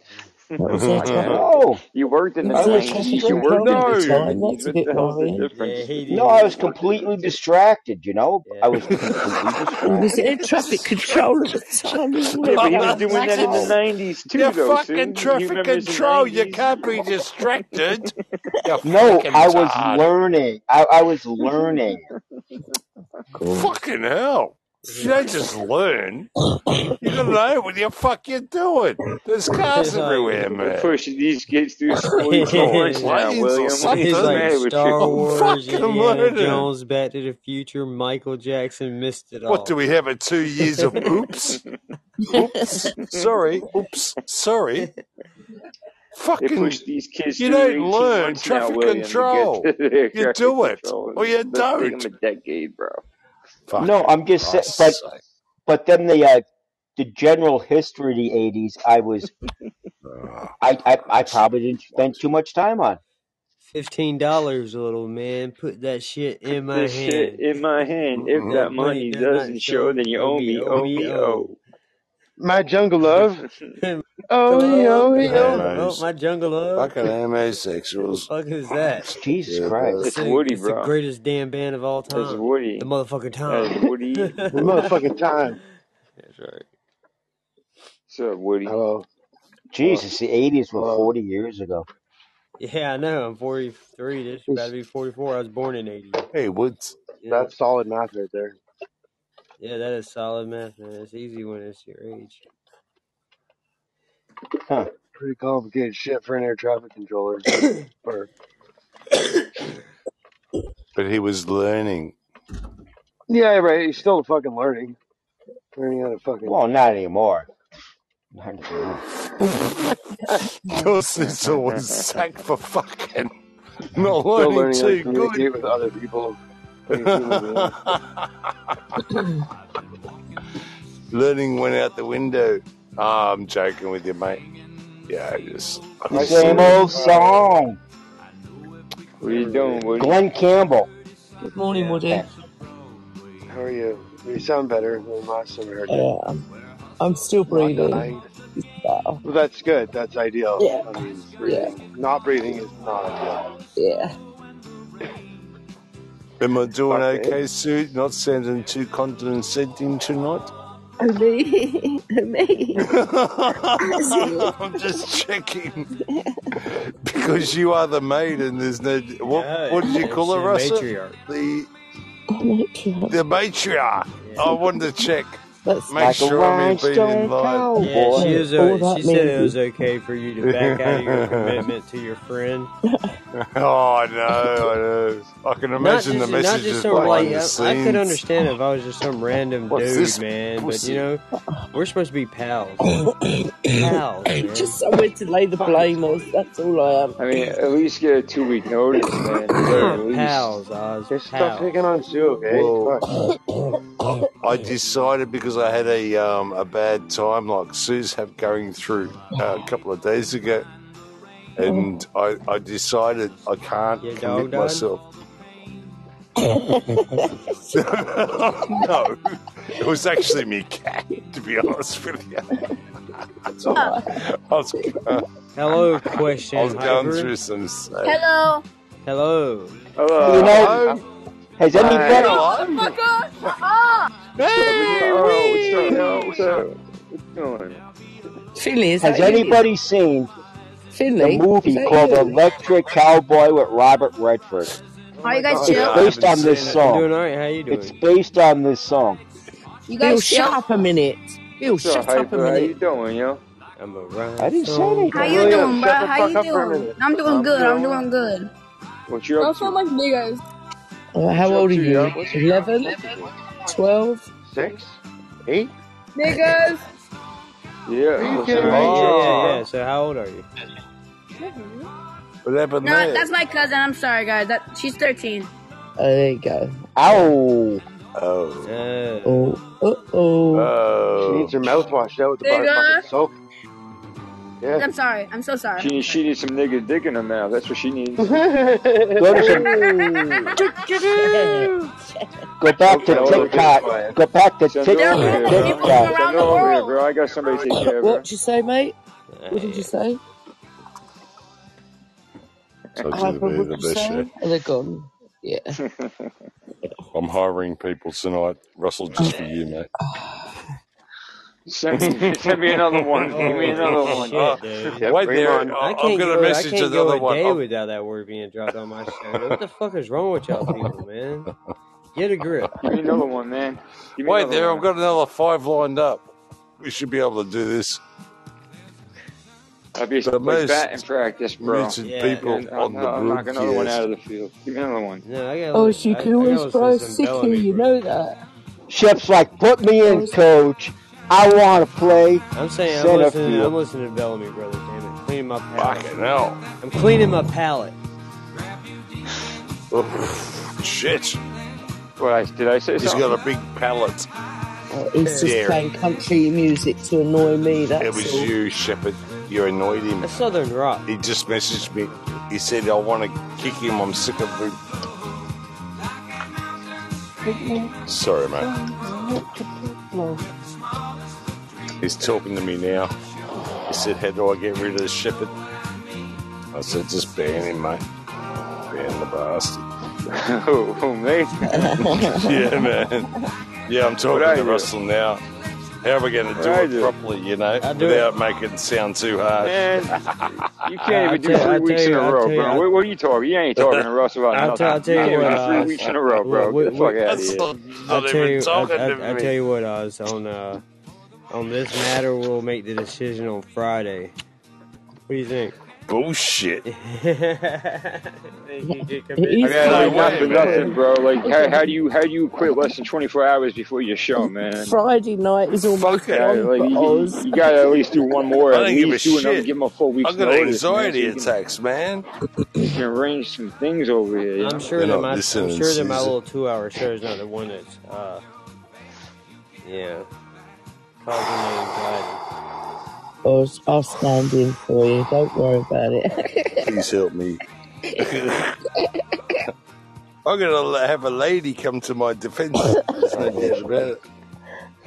Speaker 3: that was our
Speaker 5: I don't
Speaker 3: time.
Speaker 5: know.
Speaker 6: you worked in
Speaker 3: You
Speaker 6: the
Speaker 5: I
Speaker 3: said it
Speaker 5: '90s. You
Speaker 3: wasn't
Speaker 6: You
Speaker 3: your
Speaker 6: worked
Speaker 3: job
Speaker 6: in
Speaker 3: at the time.
Speaker 4: no!
Speaker 6: the '70s.
Speaker 3: That's a
Speaker 6: What
Speaker 3: bit
Speaker 6: the hell's the
Speaker 3: worrying.
Speaker 2: Yeah,
Speaker 6: difference
Speaker 2: he
Speaker 5: No,
Speaker 6: between
Speaker 5: I
Speaker 2: did.
Speaker 5: was completely distracted, you know? I
Speaker 2: Yeah.
Speaker 5: was completely
Speaker 3: He was
Speaker 5: distracted.
Speaker 3: air traffic control at the time. He
Speaker 6: Yeah,
Speaker 3: worked
Speaker 6: but he
Speaker 3: out
Speaker 6: was
Speaker 3: the
Speaker 6: doing that in the
Speaker 3: answers.
Speaker 4: Oh,
Speaker 6: '90s
Speaker 4: you
Speaker 6: too, though.
Speaker 4: fucking
Speaker 6: Sue, he
Speaker 4: traffic
Speaker 6: remembers the
Speaker 4: control. You
Speaker 6: '90s.
Speaker 4: can't be distracted. You
Speaker 5: No,
Speaker 4: fucking
Speaker 5: I was
Speaker 4: tard.
Speaker 5: learning. I, I was learning.
Speaker 3: Of course.
Speaker 4: Fucking hell. You don't just learn. You don't know what the fuck you're doing. There's cars
Speaker 2: Like-
Speaker 4: everywhere, man.
Speaker 6: Pushing these kids through school
Speaker 4: Fucking
Speaker 6: is
Speaker 4: George
Speaker 6: worse now,
Speaker 4: Lanes or
Speaker 6: William. What's
Speaker 2: He's
Speaker 6: the
Speaker 4: something.
Speaker 2: like
Speaker 6: matter with you?
Speaker 2: Star
Speaker 4: I'm
Speaker 2: Wars,
Speaker 4: fucking
Speaker 2: Indiana
Speaker 4: learning.
Speaker 2: Jones, Back to the Future, Michael Jackson missed it
Speaker 4: What do
Speaker 2: all.
Speaker 4: we have? A two years of oops, oops, sorry, oops, sorry.
Speaker 6: they
Speaker 4: Fucking,
Speaker 6: push these kids
Speaker 4: you
Speaker 6: through
Speaker 4: don't
Speaker 6: 18
Speaker 4: learn
Speaker 6: months now,
Speaker 4: traffic
Speaker 6: William, to get
Speaker 4: control.
Speaker 6: to their
Speaker 4: You
Speaker 6: traffic
Speaker 4: do it,
Speaker 6: control.
Speaker 4: or you
Speaker 6: Let's take them
Speaker 4: don't.
Speaker 6: a decade, bro.
Speaker 4: Fuck
Speaker 5: No,
Speaker 4: it,
Speaker 5: I'm just saying, but
Speaker 4: Christ's sake.
Speaker 5: but then the uh, the general history of the '80s, I was
Speaker 4: Oh,
Speaker 5: I, I I
Speaker 4: Christ.
Speaker 5: probably didn't spend too much time on.
Speaker 2: Fifteen dollars, little man. Put that shit in my
Speaker 6: This shit
Speaker 2: hand.
Speaker 6: in my hand.
Speaker 7: Mm-hmm.
Speaker 6: If
Speaker 2: That
Speaker 6: that
Speaker 4: Mhm.
Speaker 2: money
Speaker 6: money
Speaker 2: does not
Speaker 6: doesn't show,
Speaker 2: show.
Speaker 6: then you
Speaker 2: It'll
Speaker 6: owe
Speaker 2: be
Speaker 6: me oh.
Speaker 2: O B O.
Speaker 6: OBO.
Speaker 7: My jungle love. Oh,
Speaker 2: Hello,
Speaker 7: yo, yo.
Speaker 2: hello,
Speaker 4: Homos,
Speaker 2: my jungle love.
Speaker 4: fucking
Speaker 2: the
Speaker 4: homosexuals.
Speaker 2: fuck is that?
Speaker 5: Christ, Jesus
Speaker 4: Yeah,
Speaker 5: Christ!
Speaker 6: That's
Speaker 2: It's the
Speaker 6: Woody,
Speaker 2: it's the
Speaker 6: bro.
Speaker 2: greatest damn band of all
Speaker 6: That's
Speaker 2: time. The
Speaker 6: Woody.
Speaker 2: motherfucking
Speaker 6: That is
Speaker 2: Tom.
Speaker 6: Woody.
Speaker 7: The motherfucking time.
Speaker 2: That's right.
Speaker 6: What's up, Woody?
Speaker 7: Hello, hello,
Speaker 5: Jesus, the '80s were
Speaker 7: hello.
Speaker 5: 40 years ago.
Speaker 2: Yeah, I know. I'm 43. This about to
Speaker 7: This,
Speaker 2: be 44. I was born in 80.
Speaker 4: Hey, Woods.
Speaker 2: Yeah.
Speaker 7: that's solid math right there.
Speaker 2: Yeah, that is solid math, man. It's easy when it's your age.
Speaker 5: Huh?
Speaker 7: Pretty complicated shit for an air traffic controller. Or
Speaker 4: But he was learning.
Speaker 7: yeah, right. He's still fucking learning, learning how to fucking.
Speaker 5: Well, not anymore. Not anymore.
Speaker 4: Dorset's always sacked for fucking not
Speaker 7: Still
Speaker 4: learning
Speaker 7: learning how to
Speaker 4: too good.
Speaker 7: communicate with other people, like a human being.
Speaker 4: learning went out the window. Ah, I'm joking with you, mate. Yeah, I just, I'm
Speaker 5: The
Speaker 7: I
Speaker 4: just
Speaker 5: same
Speaker 7: swear to
Speaker 4: learning.
Speaker 5: old
Speaker 7: God,
Speaker 5: song.
Speaker 6: What are you doing, Woody?
Speaker 5: Glenn Campbell.
Speaker 3: Good morning,
Speaker 2: Yeah.
Speaker 5: Yeah.
Speaker 3: Woody.
Speaker 7: how are you? You sound better than last time I heard you.
Speaker 3: Yeah, I'm, I'm still
Speaker 7: Not
Speaker 3: breathing.
Speaker 7: dying.
Speaker 3: It's better.
Speaker 7: Well, that's good. That's ideal.
Speaker 3: Yeah,
Speaker 7: I mean,
Speaker 3: yeah,
Speaker 7: breathing, not breathing is not ideal.
Speaker 3: yeah.
Speaker 4: Am I doing
Speaker 7: Fuck it.
Speaker 4: okay, Sue? Not sounding too condescending tonight?
Speaker 3: Oh me, oh me. That's it.
Speaker 4: I'm just checking because you are the maid, and there's no what.
Speaker 2: No,
Speaker 4: What did you
Speaker 2: it's
Speaker 4: call her,
Speaker 2: the
Speaker 4: Russell?
Speaker 2: matriarch.
Speaker 4: The
Speaker 3: Matriarch.
Speaker 4: the matriarch.
Speaker 2: Yeah.
Speaker 4: I wanted to check,
Speaker 3: That's
Speaker 4: make
Speaker 5: Like a
Speaker 4: sure I'm in being in
Speaker 5: rhinestone
Speaker 4: line.
Speaker 2: Yeah,
Speaker 5: cowboy.
Speaker 2: she
Speaker 3: so.
Speaker 2: was.
Speaker 3: All
Speaker 2: Uh,
Speaker 3: that
Speaker 2: she said
Speaker 3: means
Speaker 2: it was okay for you to back out of your commitment to your friend.
Speaker 4: oh I know, I know. I can
Speaker 2: Not
Speaker 4: imagine the
Speaker 2: just, not just
Speaker 4: messages
Speaker 2: some like.
Speaker 4: behind
Speaker 2: I,
Speaker 4: the
Speaker 2: I could
Speaker 4: scenes.
Speaker 2: understand if I was just some random
Speaker 4: What's
Speaker 2: dude,
Speaker 4: this
Speaker 2: man. But you
Speaker 4: pussy?
Speaker 2: know, we're supposed to be pals, pals,
Speaker 3: is
Speaker 2: man.
Speaker 3: just somewhere to lay the blame off. That's all I am.
Speaker 6: I mean, at least get a two week notice, man. At least.
Speaker 2: pals, Oz,
Speaker 7: Okay, stop picking
Speaker 2: pals.
Speaker 7: on Sue, okay?
Speaker 4: Well,
Speaker 7: Fuck.
Speaker 4: I I decided because I had a um a bad time like Sue's have going through uh, a couple of days ago, and I I decided I can't
Speaker 2: Your
Speaker 4: commit
Speaker 2: dog died.
Speaker 4: myself. no, it was actually me cat. To be honest with you,
Speaker 3: It's all right.
Speaker 4: I was go-
Speaker 2: Hello,
Speaker 4: I
Speaker 2: question
Speaker 4: was going
Speaker 2: hyper.
Speaker 4: through some stuff.
Speaker 8: Hello.
Speaker 2: Hello.
Speaker 5: You
Speaker 6: Hello.
Speaker 5: know,
Speaker 4: Hello,
Speaker 5: has
Speaker 6: Hi.
Speaker 5: anybody?
Speaker 8: Oh,
Speaker 4: hello.
Speaker 8: fucker. Shut up.
Speaker 6: What's up with you?
Speaker 4: Hey,
Speaker 6: Oh, what's up?
Speaker 4: wee.
Speaker 6: What's up? What's going?
Speaker 3: Finley, is
Speaker 5: Has
Speaker 3: that you?
Speaker 5: anybody seen the
Speaker 3: Finley, is
Speaker 5: movie
Speaker 3: that
Speaker 5: called
Speaker 3: you?
Speaker 5: Electric Cowboy with Robert Redford?
Speaker 7: Oh
Speaker 8: Are
Speaker 7: my
Speaker 8: you
Speaker 7: god,
Speaker 4: No,
Speaker 5: It's
Speaker 8: guys chill?
Speaker 4: I
Speaker 5: based
Speaker 4: haven't
Speaker 5: on this
Speaker 4: seen it.
Speaker 2: I'm
Speaker 5: song.
Speaker 2: doing all right. How you
Speaker 5: It's
Speaker 2: doing?
Speaker 5: based on this song.
Speaker 8: You
Speaker 3: Bill,
Speaker 8: guys
Speaker 3: shut
Speaker 8: chill?
Speaker 3: up a minute. Bill,
Speaker 6: What's up,
Speaker 3: shut up a
Speaker 6: Hyper? How
Speaker 3: minute.
Speaker 6: you doing, yo?
Speaker 2: I'm a
Speaker 5: I didn't
Speaker 2: rhinestone
Speaker 5: say
Speaker 8: How
Speaker 5: anything.
Speaker 8: you
Speaker 7: William,
Speaker 2: cowboy.
Speaker 8: doing,
Speaker 7: shut
Speaker 8: bruh?
Speaker 7: the
Speaker 8: How
Speaker 7: fuck
Speaker 8: you
Speaker 7: up for a
Speaker 8: doing?
Speaker 7: minute.
Speaker 8: I'm doing
Speaker 7: I'm
Speaker 8: good. I'm
Speaker 7: doing.
Speaker 8: doing good.
Speaker 6: What you up
Speaker 8: Don't sound
Speaker 6: to?
Speaker 8: like niggas.
Speaker 3: Uh,
Speaker 7: What
Speaker 3: how
Speaker 7: you up
Speaker 3: old are
Speaker 7: to, yo?
Speaker 3: you? 11?
Speaker 7: What you doing?
Speaker 3: 12?
Speaker 7: Six? Eight?
Speaker 8: Niggas.
Speaker 6: Yeah,
Speaker 7: Are you
Speaker 6: don't
Speaker 7: kidding
Speaker 6: sound like
Speaker 7: me?
Speaker 6: you up to,
Speaker 2: Oh
Speaker 6: bro.
Speaker 2: yeah.
Speaker 4: Oh,
Speaker 2: So how old are you?
Speaker 8: Niggas.
Speaker 4: what happened
Speaker 8: No,
Speaker 4: there?
Speaker 8: that's my cousin. I'm sorry, guys. That she's 13.
Speaker 3: Oh, there you go.
Speaker 2: Yeah.
Speaker 5: Ow!
Speaker 4: Oh,
Speaker 2: Oh.
Speaker 3: Oh, uh oh.
Speaker 7: She needs
Speaker 4: oh.
Speaker 7: her mouth washed out with the bar- bucket
Speaker 8: Nigga.
Speaker 7: of soap. Yeah.
Speaker 8: I'm sorry. I'm so
Speaker 2: Oh.
Speaker 8: sorry.
Speaker 6: She needs, she needs some nigga dick in her mouth. That's what she needs.
Speaker 5: Go to some.
Speaker 3: Oh, shit,
Speaker 4: Tick-a-doo.
Speaker 3: shit.
Speaker 5: Go back
Speaker 6: Nope,
Speaker 5: to
Speaker 6: that was okay. It's
Speaker 5: TikTok.
Speaker 7: Quiet.
Speaker 5: Go back to
Speaker 6: Send her
Speaker 8: there are
Speaker 5: TikTok.
Speaker 6: over here,
Speaker 8: homeless people
Speaker 6: bro.
Speaker 5: TikTok.
Speaker 8: from
Speaker 6: Send
Speaker 8: around
Speaker 6: her
Speaker 8: the
Speaker 6: over here,
Speaker 8: world.
Speaker 6: bro. I got somebody to take care of
Speaker 3: What'd
Speaker 6: her.
Speaker 3: you say, mate? What did
Speaker 2: Yeah.
Speaker 3: you say?
Speaker 4: Such a
Speaker 3: Harper,
Speaker 4: bit
Speaker 3: what'd
Speaker 4: of the
Speaker 3: you
Speaker 4: best show.
Speaker 3: say? Oh, they're gone. Yeah.
Speaker 4: I'm hiring people tonight, Russell, just for you, mate.
Speaker 6: send, send me another one. Give me
Speaker 2: Holy
Speaker 6: another one.
Speaker 4: Oh,
Speaker 2: shit, dude.
Speaker 7: Yep,
Speaker 4: wait
Speaker 7: bring him
Speaker 4: there.
Speaker 7: on.
Speaker 2: I
Speaker 4: I- I've
Speaker 2: can't
Speaker 4: got a
Speaker 2: go. I
Speaker 4: message to
Speaker 2: can't
Speaker 4: the
Speaker 2: go a
Speaker 4: other one.
Speaker 2: day
Speaker 4: I've...
Speaker 2: without that word being dropped on my show. What the fuck is wrong with y'all people, man? Get a grip.
Speaker 6: Give me another one, man. Give me
Speaker 4: Wait
Speaker 6: another
Speaker 4: there, I've
Speaker 6: one.
Speaker 4: got another five lined up. We should be able to do this.
Speaker 6: I'll be
Speaker 4: The
Speaker 6: like batting
Speaker 4: most
Speaker 6: practice, bro.
Speaker 4: muted
Speaker 2: Yeah.
Speaker 4: people
Speaker 6: And I'll,
Speaker 4: on the
Speaker 6: I'll knock another one
Speaker 4: broadcast.
Speaker 6: out of the field. Give me another one.
Speaker 2: No, I gotta,
Speaker 3: Oh,
Speaker 2: li-
Speaker 3: she
Speaker 2: I,
Speaker 3: can
Speaker 2: I gotta
Speaker 3: always
Speaker 2: listen to
Speaker 3: throw
Speaker 2: some
Speaker 3: sick you,
Speaker 2: Bellamy
Speaker 3: you
Speaker 2: for a
Speaker 3: know
Speaker 2: minute.
Speaker 3: that.
Speaker 9: Shep's like, put me in,
Speaker 3: Always.
Speaker 9: coach. I want to play
Speaker 2: I'm saying I'm
Speaker 9: center
Speaker 2: listening. I'm
Speaker 9: field.
Speaker 2: listening to Bellamy Brothers. Damn it, cleaning my palate.
Speaker 4: Fucking hell.
Speaker 2: I'm cleaning my palate.
Speaker 4: Oof, shit.
Speaker 6: What I, did I say
Speaker 4: He's got
Speaker 6: something?
Speaker 4: a big palate.
Speaker 3: Oh, he's just
Speaker 4: Dare it.
Speaker 3: playing country music to annoy me,
Speaker 4: It
Speaker 3: that's
Speaker 4: was
Speaker 3: all.
Speaker 4: you, Shepard. You annoyed him.
Speaker 2: That's Southern rock.
Speaker 4: He just messaged me. He said, I want to kick him. I'm sick of him. Sorry, mate. He's talking to me now. He said, How do I get rid of Shepard? I said, Just ban him, mate. Ban the bastard.
Speaker 6: oh, me?
Speaker 4: yeah, man. Yeah, I'm
Speaker 6: What
Speaker 4: talking
Speaker 6: I
Speaker 4: to
Speaker 6: do?
Speaker 4: Russell now. How are we going to
Speaker 6: What
Speaker 4: do
Speaker 6: I
Speaker 4: it
Speaker 6: do?
Speaker 4: properly, you know,
Speaker 2: I do it.
Speaker 4: without making it sound too harsh?
Speaker 6: Man, you can't
Speaker 2: I, I
Speaker 6: even do
Speaker 2: tell,
Speaker 6: three
Speaker 2: I tell
Speaker 6: weeks in
Speaker 2: you,
Speaker 6: a
Speaker 2: I
Speaker 6: row,
Speaker 2: tell you,
Speaker 6: bro.
Speaker 2: I,
Speaker 6: What, what are you talking? You ain't talking to Russ about
Speaker 2: I tell, I
Speaker 6: nothing.
Speaker 2: tell
Speaker 6: You
Speaker 2: you
Speaker 6: can't even
Speaker 2: what, uh,
Speaker 6: do three
Speaker 2: Oz.
Speaker 6: weeks in a row,
Speaker 2: Look,
Speaker 6: bro. Get
Speaker 2: we,
Speaker 6: the fuck
Speaker 2: we,
Speaker 6: out of here.
Speaker 4: Russell's
Speaker 2: I tell
Speaker 4: not even
Speaker 2: you, I,
Speaker 4: talking to
Speaker 2: I, I
Speaker 4: me.
Speaker 2: tell you what, Oz. On, uh, on this matter, we'll make the decision on Friday. What do you think?
Speaker 4: Bullshit.
Speaker 2: think you could
Speaker 6: I
Speaker 2: convince
Speaker 3: He's
Speaker 6: mean,
Speaker 4: No
Speaker 6: like
Speaker 3: playing
Speaker 6: not
Speaker 4: way,
Speaker 6: for
Speaker 4: man.
Speaker 6: nothing,
Speaker 3: country.
Speaker 6: bro. Like, how, how do you how do you quit less than 24 hours before your show, man?
Speaker 3: Friday night is almost
Speaker 4: Fuck it.
Speaker 6: Yeah,
Speaker 3: gone
Speaker 6: like
Speaker 3: for
Speaker 6: you, you
Speaker 3: Oz.
Speaker 6: you gotta at least do one more,
Speaker 4: I
Speaker 6: at
Speaker 4: don't give a
Speaker 6: least do another,
Speaker 4: shit.
Speaker 6: give him a full
Speaker 4: I
Speaker 6: week's
Speaker 4: got
Speaker 6: notice, man, so
Speaker 4: anxiety
Speaker 6: you can
Speaker 4: attacks, man.
Speaker 6: you can arrange some things over here, you
Speaker 2: I'm
Speaker 6: know.
Speaker 2: sure
Speaker 4: They're
Speaker 2: that
Speaker 4: not
Speaker 2: my I'm
Speaker 4: listening,
Speaker 2: sure that my
Speaker 4: Susan.
Speaker 2: little two hour show is not the one that's uh yeah causing the anxiety.
Speaker 3: Oz, I'll stand in for you. Don't worry about it.
Speaker 4: Please help me. I'm going to have a lady come to my defense. There's no doubt about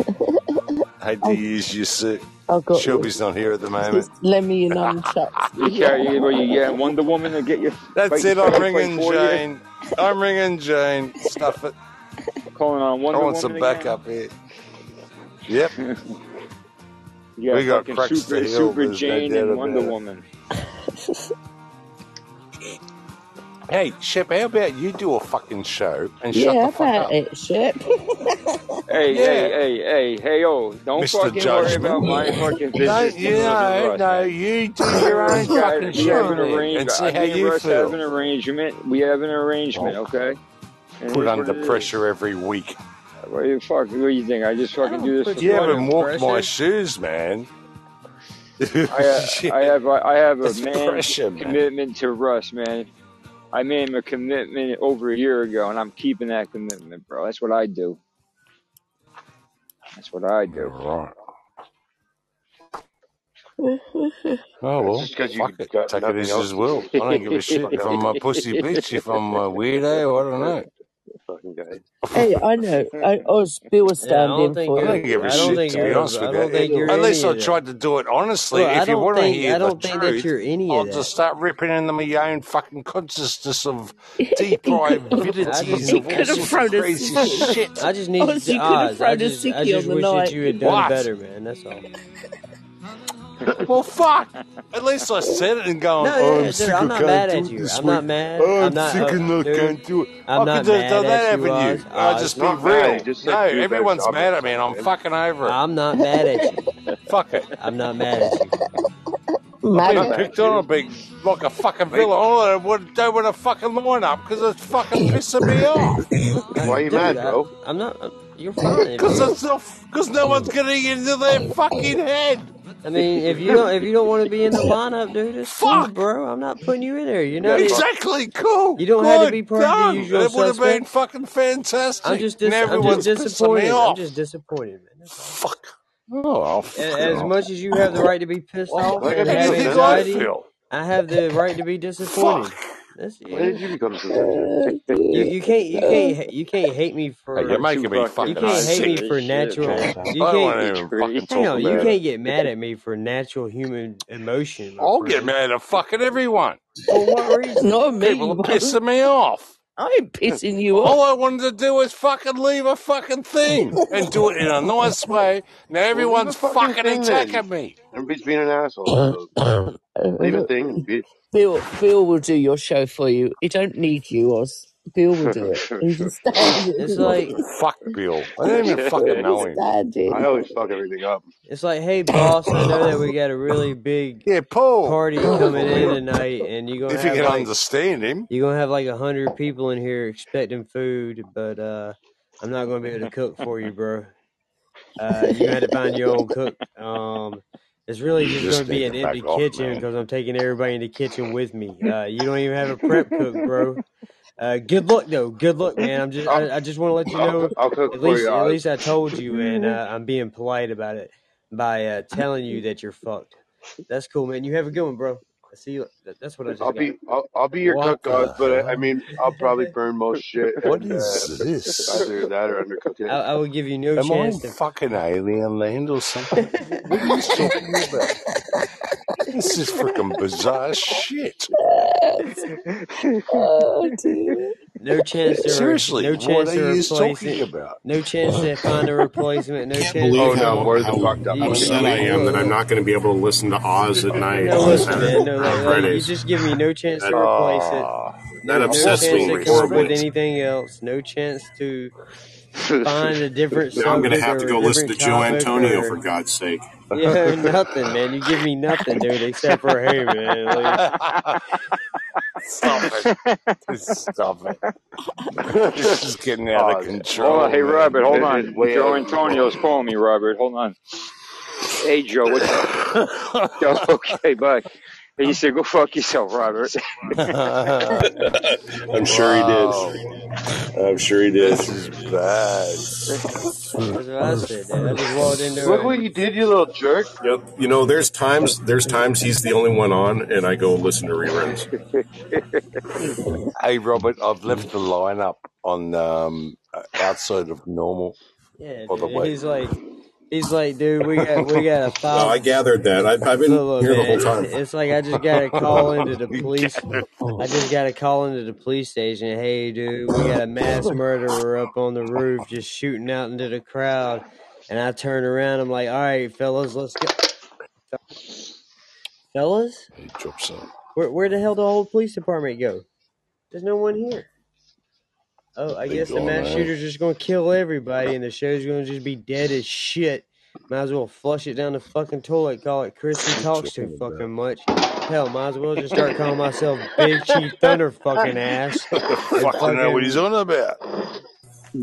Speaker 4: it. I hate to
Speaker 3: I've,
Speaker 4: use you, sir.
Speaker 3: I've got you.
Speaker 4: Shelby's not here at the moment.
Speaker 3: Just Lemmy and nunchucks
Speaker 6: You
Speaker 3: me.
Speaker 6: got you, well, you yeah, Wonder Woman to get you
Speaker 4: That's
Speaker 6: fight you
Speaker 4: it. I'm
Speaker 6: fight fight
Speaker 4: ringing
Speaker 6: for you.
Speaker 4: Jane. I'm ringing Jane. Stuff it.
Speaker 6: Calling on
Speaker 4: I
Speaker 6: Wonder
Speaker 4: want
Speaker 6: Woman
Speaker 4: some
Speaker 6: again.
Speaker 4: backup here. Yep.
Speaker 6: you got
Speaker 4: We got
Speaker 6: fucking
Speaker 4: cracks to
Speaker 6: super
Speaker 4: heal.
Speaker 6: super
Speaker 4: There's no
Speaker 6: Jane
Speaker 4: doubt
Speaker 6: and Wonder
Speaker 4: about it.
Speaker 6: Woman.
Speaker 4: Hey, Shep, how about you do a fucking show and shut
Speaker 3: yeah,
Speaker 4: the fuck
Speaker 3: about
Speaker 4: up?
Speaker 3: it, Ship.
Speaker 6: Hey, hey,
Speaker 4: Yeah,
Speaker 6: hey, hey, hey, yo, don't
Speaker 4: Mr.
Speaker 6: fucking worry
Speaker 4: Judgment.
Speaker 6: about my fucking
Speaker 4: Don't
Speaker 6: business
Speaker 4: you
Speaker 6: dealings with
Speaker 4: know?
Speaker 6: Russ,
Speaker 4: No,
Speaker 6: man.
Speaker 4: you do your
Speaker 6: We
Speaker 4: own
Speaker 6: we got
Speaker 4: fucking
Speaker 6: we have
Speaker 4: show
Speaker 6: an
Speaker 4: then
Speaker 6: arrangement.
Speaker 4: and see how
Speaker 6: Me and
Speaker 4: you
Speaker 6: Russ have
Speaker 4: feel.
Speaker 6: an arrangement. We have an arrangement,
Speaker 4: Oh,
Speaker 6: okay? And it
Speaker 4: put
Speaker 6: is what
Speaker 4: under
Speaker 6: it is.
Speaker 4: pressure every week.
Speaker 6: What the fuck? What do you think? I just
Speaker 2: I
Speaker 6: fucking
Speaker 2: don't
Speaker 6: do this
Speaker 2: put
Speaker 6: for
Speaker 4: You
Speaker 2: you
Speaker 6: fun?
Speaker 2: under
Speaker 4: haven't walked my
Speaker 2: pressure.
Speaker 4: shoes, man.
Speaker 6: I uh, I
Speaker 4: Shit,
Speaker 6: have a- I have a
Speaker 4: that's
Speaker 6: man's
Speaker 4: pressure, man.
Speaker 6: commitment to Russ, man. I made him a commitment over a year ago, and I'm keeping that commitment, bro. That's what I do. That's what I do.
Speaker 4: Right. Oh
Speaker 10: That's
Speaker 4: well,
Speaker 10: just because
Speaker 4: fuck
Speaker 10: you
Speaker 4: it.
Speaker 10: got
Speaker 4: Take it
Speaker 10: nothing
Speaker 4: as
Speaker 10: else
Speaker 4: as
Speaker 10: to
Speaker 4: well.
Speaker 10: do.
Speaker 4: I don't give a shit if
Speaker 10: Fucking
Speaker 4: I'm
Speaker 10: hell.
Speaker 4: a pussy bitch, if I'm a
Speaker 10: Yeah,
Speaker 4: weirdo. I
Speaker 10: fucking guys.
Speaker 4: don't know.
Speaker 10: Fucking guys.
Speaker 3: hey, I know. I, Oz, Bill
Speaker 2: Yeah, I
Speaker 3: will stand
Speaker 2: don't
Speaker 3: in
Speaker 2: think
Speaker 3: for
Speaker 2: you're
Speaker 4: I
Speaker 3: you.
Speaker 4: don't give a
Speaker 2: I don't
Speaker 4: shit
Speaker 2: think
Speaker 4: to be
Speaker 2: you're
Speaker 4: honest
Speaker 2: I
Speaker 4: with
Speaker 2: don't
Speaker 4: you.
Speaker 2: think
Speaker 10: Anyway,
Speaker 2: you're
Speaker 4: Unless
Speaker 2: any
Speaker 4: I
Speaker 2: of that.
Speaker 4: tried to do it honestly.
Speaker 2: Look, I
Speaker 4: If you
Speaker 2: don't
Speaker 4: want to
Speaker 2: think
Speaker 4: hear
Speaker 2: I
Speaker 4: the
Speaker 2: don't think that
Speaker 4: truth,
Speaker 2: you're any
Speaker 4: I'll
Speaker 2: of that.
Speaker 4: just start ripping into my own fucking consciousness of
Speaker 3: he could have.
Speaker 2: I just
Speaker 4: deprivities
Speaker 3: He
Speaker 4: of all
Speaker 3: could have
Speaker 4: sorts of
Speaker 3: thrown a
Speaker 4: crazy
Speaker 3: sickie.
Speaker 4: shit.
Speaker 2: I just need you
Speaker 3: Oz,
Speaker 2: to
Speaker 3: Oh, you could have
Speaker 2: Oz. I
Speaker 3: thrown a
Speaker 2: just I
Speaker 3: sickie
Speaker 2: just
Speaker 3: on the
Speaker 2: wish that
Speaker 3: night.
Speaker 2: you had done
Speaker 4: What?
Speaker 2: better, man. That's all.
Speaker 4: Well, fuck. At least I said it and going,
Speaker 2: No,
Speaker 4: oh, I'm
Speaker 2: yeah, dude,
Speaker 4: sick,
Speaker 2: I'm
Speaker 4: I
Speaker 2: not
Speaker 4: can't
Speaker 2: mad
Speaker 4: do
Speaker 2: at
Speaker 4: it
Speaker 2: you.
Speaker 4: this
Speaker 2: I'm not
Speaker 4: week.
Speaker 2: mad.
Speaker 4: Oh,
Speaker 2: I'm
Speaker 4: I'm
Speaker 2: not,
Speaker 4: sick
Speaker 2: uh,
Speaker 4: and I
Speaker 2: dude.
Speaker 4: can't do it.
Speaker 2: I'm
Speaker 4: I
Speaker 2: not
Speaker 4: could have
Speaker 2: mad
Speaker 4: done
Speaker 2: at
Speaker 4: that,
Speaker 2: you,
Speaker 4: haven't
Speaker 2: Oz.
Speaker 4: you? I'll
Speaker 2: Oz,
Speaker 4: just be
Speaker 10: not mad. He
Speaker 4: real.
Speaker 10: just
Speaker 4: No,
Speaker 10: said you was like,
Speaker 4: everyone's
Speaker 10: I'm
Speaker 4: mad at
Speaker 10: upset,
Speaker 4: me and I'm
Speaker 10: man.
Speaker 4: fucking over it.
Speaker 2: I'm not mad at you.
Speaker 4: Fuck it.
Speaker 2: I'm not mad at you.
Speaker 4: I've
Speaker 10: I'm
Speaker 3: Mad
Speaker 10: not
Speaker 4: been
Speaker 3: at
Speaker 10: mad
Speaker 4: picked
Speaker 10: at
Speaker 4: on.
Speaker 10: you.
Speaker 4: I've been like a fucking
Speaker 10: Why,
Speaker 4: villain. All I want- don't want to fucking line up because it's fucking pissing me off.
Speaker 10: why
Speaker 2: Uh,
Speaker 10: you
Speaker 2: dude,
Speaker 10: mad,
Speaker 2: I,
Speaker 10: bro?
Speaker 2: I'm not. uh you're fine if
Speaker 4: Because
Speaker 2: you.
Speaker 4: it's not. Because no one's gonna get into their fucking head.
Speaker 2: I mean, if you don't, if you don't want to be in the lineup, dude, it's cool,
Speaker 4: Fuck.
Speaker 2: bro. I'm not putting you in there. You're
Speaker 10: Yeah,
Speaker 2: not. A,
Speaker 10: fuck.
Speaker 4: Exactly. Cool.
Speaker 2: you don't have to
Speaker 4: Good.
Speaker 2: be part of the
Speaker 4: Done.
Speaker 2: usual
Speaker 4: It would have been
Speaker 2: suspects.
Speaker 4: fucking
Speaker 2: I'm
Speaker 4: fantastic.
Speaker 2: just
Speaker 4: And
Speaker 2: dis. I'm just
Speaker 4: everyone's pissing me
Speaker 2: disappointed. I'm just
Speaker 4: off.
Speaker 2: disappointed, man. That's all.
Speaker 4: Fuck. Oh, I'll
Speaker 2: A-
Speaker 4: fucking
Speaker 2: As
Speaker 4: off.
Speaker 2: much as you have the right to be pissed off
Speaker 10: Why have
Speaker 2: and
Speaker 10: you
Speaker 2: have
Speaker 10: become
Speaker 4: Anything I
Speaker 10: sensitive?
Speaker 2: anxiety,
Speaker 4: feel.
Speaker 2: I have the right to be
Speaker 4: Fuck.
Speaker 2: disappointed. That's
Speaker 10: Why did
Speaker 2: you.
Speaker 10: you become sensitive?
Speaker 3: Oh,
Speaker 2: You
Speaker 3: dear.
Speaker 2: you can't you
Speaker 3: Oh.
Speaker 2: can't ha- you can't hate me
Speaker 4: Hey, you're
Speaker 2: for
Speaker 6: We're too
Speaker 4: making me
Speaker 2: you
Speaker 6: fucking
Speaker 4: fucking
Speaker 2: can't hate
Speaker 6: sensitive
Speaker 2: me
Speaker 6: for
Speaker 4: sick.
Speaker 6: this
Speaker 2: for
Speaker 6: shit,
Speaker 2: natural.
Speaker 6: man.
Speaker 10: Jameson.
Speaker 2: You
Speaker 4: I don't
Speaker 2: can't
Speaker 4: want to
Speaker 6: It's
Speaker 4: even fucking
Speaker 6: crazy.
Speaker 2: hang
Speaker 4: talk
Speaker 2: on. You
Speaker 4: about it.
Speaker 2: can't get mad at me for natural human emotion, my
Speaker 4: I'll get
Speaker 2: friend.
Speaker 4: mad at fucking everyone.
Speaker 2: For what reason?
Speaker 3: Not me,
Speaker 4: People are
Speaker 3: Oz.
Speaker 4: pissing me off.
Speaker 3: I ain't pissing you off.
Speaker 4: All I wanted to do was fucking leave a fucking thing and do it in a nice way. Now
Speaker 10: Well, leave a
Speaker 4: everyone's
Speaker 10: fucking
Speaker 4: fucking
Speaker 10: thing then.
Speaker 4: attacking me.
Speaker 10: Everybody's being an asshole, so leave a
Speaker 3: Bill,
Speaker 10: thing and be
Speaker 3: Bill will do your show for you. He don't need you, Oz. Bill will do it. He can stand it.
Speaker 2: It's like
Speaker 4: Fuck Bill. I don't even fucking
Speaker 3: He can
Speaker 4: know him.
Speaker 3: stand it.
Speaker 10: I always fuck everything up.
Speaker 2: it's like, hey boss, I know that we got a really big
Speaker 4: Yeah, Paul.
Speaker 2: party
Speaker 4: Paul,
Speaker 2: coming
Speaker 4: but
Speaker 2: in
Speaker 4: we,
Speaker 2: tonight, and you're gonna
Speaker 4: if you
Speaker 2: have
Speaker 4: can
Speaker 2: like
Speaker 4: understand him,
Speaker 2: you're gonna have like a hundred people in here expecting food, but uh, I'm not gonna be able to cook for you, bro. Uh, you had to find your own cook. Um, it's really
Speaker 4: you
Speaker 2: just
Speaker 4: just
Speaker 2: gonna be
Speaker 4: need
Speaker 2: an
Speaker 4: to back
Speaker 2: empty
Speaker 4: off,
Speaker 2: kitchen
Speaker 4: man.
Speaker 2: because I'm taking everybody in the kitchen with me. Uh, you don't even have a prep cook, bro. Uh, good luck though. Good luck, man. I'm just
Speaker 10: I'll,
Speaker 2: I, I just want to let you
Speaker 10: I'll,
Speaker 2: know
Speaker 10: I'll cook
Speaker 2: at
Speaker 10: for
Speaker 2: least
Speaker 10: you,
Speaker 2: at
Speaker 10: Oz.
Speaker 2: least I told you, and uh, I'm being polite about it by uh, telling you that you're fucked. That's cool, man. You have a good one, bro. I see you. That, that's what I
Speaker 10: I'll
Speaker 2: just got.
Speaker 10: be I'll, I'll be your
Speaker 2: What
Speaker 10: cook,
Speaker 2: the
Speaker 10: Oz. But I, I
Speaker 2: fuck?
Speaker 10: mean, I'll probably burn most shit
Speaker 4: What
Speaker 10: and uh,
Speaker 4: is this?
Speaker 10: either that or undercook
Speaker 2: I,
Speaker 10: it.
Speaker 2: I will give you no
Speaker 4: Am I in
Speaker 2: chance to.
Speaker 4: fucking alien land or something? Wh- What are you talking about? This is freaking bizarre shit.
Speaker 3: oh dear.
Speaker 2: no chance to re-
Speaker 4: Seriously,
Speaker 2: no
Speaker 4: what
Speaker 2: chance
Speaker 4: are
Speaker 2: to
Speaker 4: you
Speaker 2: replace
Speaker 4: talking
Speaker 2: it,
Speaker 4: about?
Speaker 2: no chance to find a replacement, no
Speaker 11: Can't
Speaker 2: chance.
Speaker 11: believe
Speaker 10: oh no,
Speaker 11: how
Speaker 10: we're the
Speaker 11: how
Speaker 10: fucked up
Speaker 2: You,
Speaker 10: ones,
Speaker 2: you,
Speaker 11: upset
Speaker 10: Oz.
Speaker 11: I
Speaker 2: you
Speaker 11: am
Speaker 2: look,
Speaker 11: that I'm
Speaker 2: look,
Speaker 11: not going to be able to listen to Oz at night
Speaker 2: no,
Speaker 11: on
Speaker 2: listen, man,
Speaker 11: Saturday
Speaker 2: no,
Speaker 11: on
Speaker 2: like, like you
Speaker 11: Fridays.
Speaker 2: just give me no chance
Speaker 11: That
Speaker 2: to replace it,
Speaker 4: Ah,
Speaker 11: that
Speaker 2: no
Speaker 11: upsets
Speaker 2: chance
Speaker 11: me
Speaker 2: to
Speaker 11: re-
Speaker 2: come up with
Speaker 11: horribly.
Speaker 2: anything else, no chance to find a different
Speaker 11: Now I'm going to
Speaker 2: subject
Speaker 11: have to
Speaker 2: or a
Speaker 11: go listen
Speaker 2: different
Speaker 11: to Joe
Speaker 2: topic
Speaker 11: Antonio
Speaker 2: or
Speaker 11: for God's sake.
Speaker 2: you know nothing, man. You give me nothing, dude, except for hey, man, like
Speaker 4: stop it. Stop it. Oh, This is getting out of
Speaker 10: Oz,
Speaker 6: Hold on.
Speaker 4: control,
Speaker 6: Oh, Hey, Robert,
Speaker 4: man.
Speaker 6: hold
Speaker 10: it is
Speaker 6: on.
Speaker 10: way out
Speaker 6: Joe
Speaker 10: of control.
Speaker 6: Antonio's calling me, Robert. Hold on. Hey, Joe, what's up? Joe, okay, bye. And you said, go fuck yourself, Robert.
Speaker 11: I'm sure he did.
Speaker 4: wow.
Speaker 11: I'm sure he did.
Speaker 4: Oh, This is bad.
Speaker 2: that's what I said, dude. I just walked into
Speaker 10: Look
Speaker 2: a
Speaker 10: what you did, you little jerk.
Speaker 11: Yep. You know, there's times there's times he's the only one on, and I go listen to reruns.
Speaker 4: Hey, Robert, I've left the line up on um, outside of normal,
Speaker 2: yeah,
Speaker 4: by the
Speaker 2: dude.
Speaker 4: way.
Speaker 2: He's like, he's like, dude, we got we got a
Speaker 11: No, I
Speaker 2: five
Speaker 11: gathered that. I, I've been
Speaker 2: Look, look,
Speaker 11: here the whole
Speaker 2: man.
Speaker 11: time.
Speaker 2: It's like I just got to call into the
Speaker 4: You
Speaker 2: police.
Speaker 4: got it.
Speaker 2: I just got to call into the police station. Hey, dude, we got a mass murderer up on the roof just shooting out into the crowd. And I turn around. I'm like, all right, fellas, let's go. Fellas?
Speaker 4: He drops out.
Speaker 2: Where, where the hell the whole police department go? There's no one here. Oh, I
Speaker 4: They
Speaker 2: guess the
Speaker 4: gone,
Speaker 2: mass
Speaker 4: eh?
Speaker 2: shooter's just going to kill everybody and the show's going to just be dead as shit. Might as well flush it down the fucking toilet, call it Christy
Speaker 4: What are you
Speaker 2: Talks Too
Speaker 4: talking about?
Speaker 2: fucking much. Hell, might as well just start calling myself Big Chief Thunder fucking ass
Speaker 4: I don't
Speaker 2: and
Speaker 4: fucking know what he's
Speaker 2: fucking.
Speaker 4: on about. I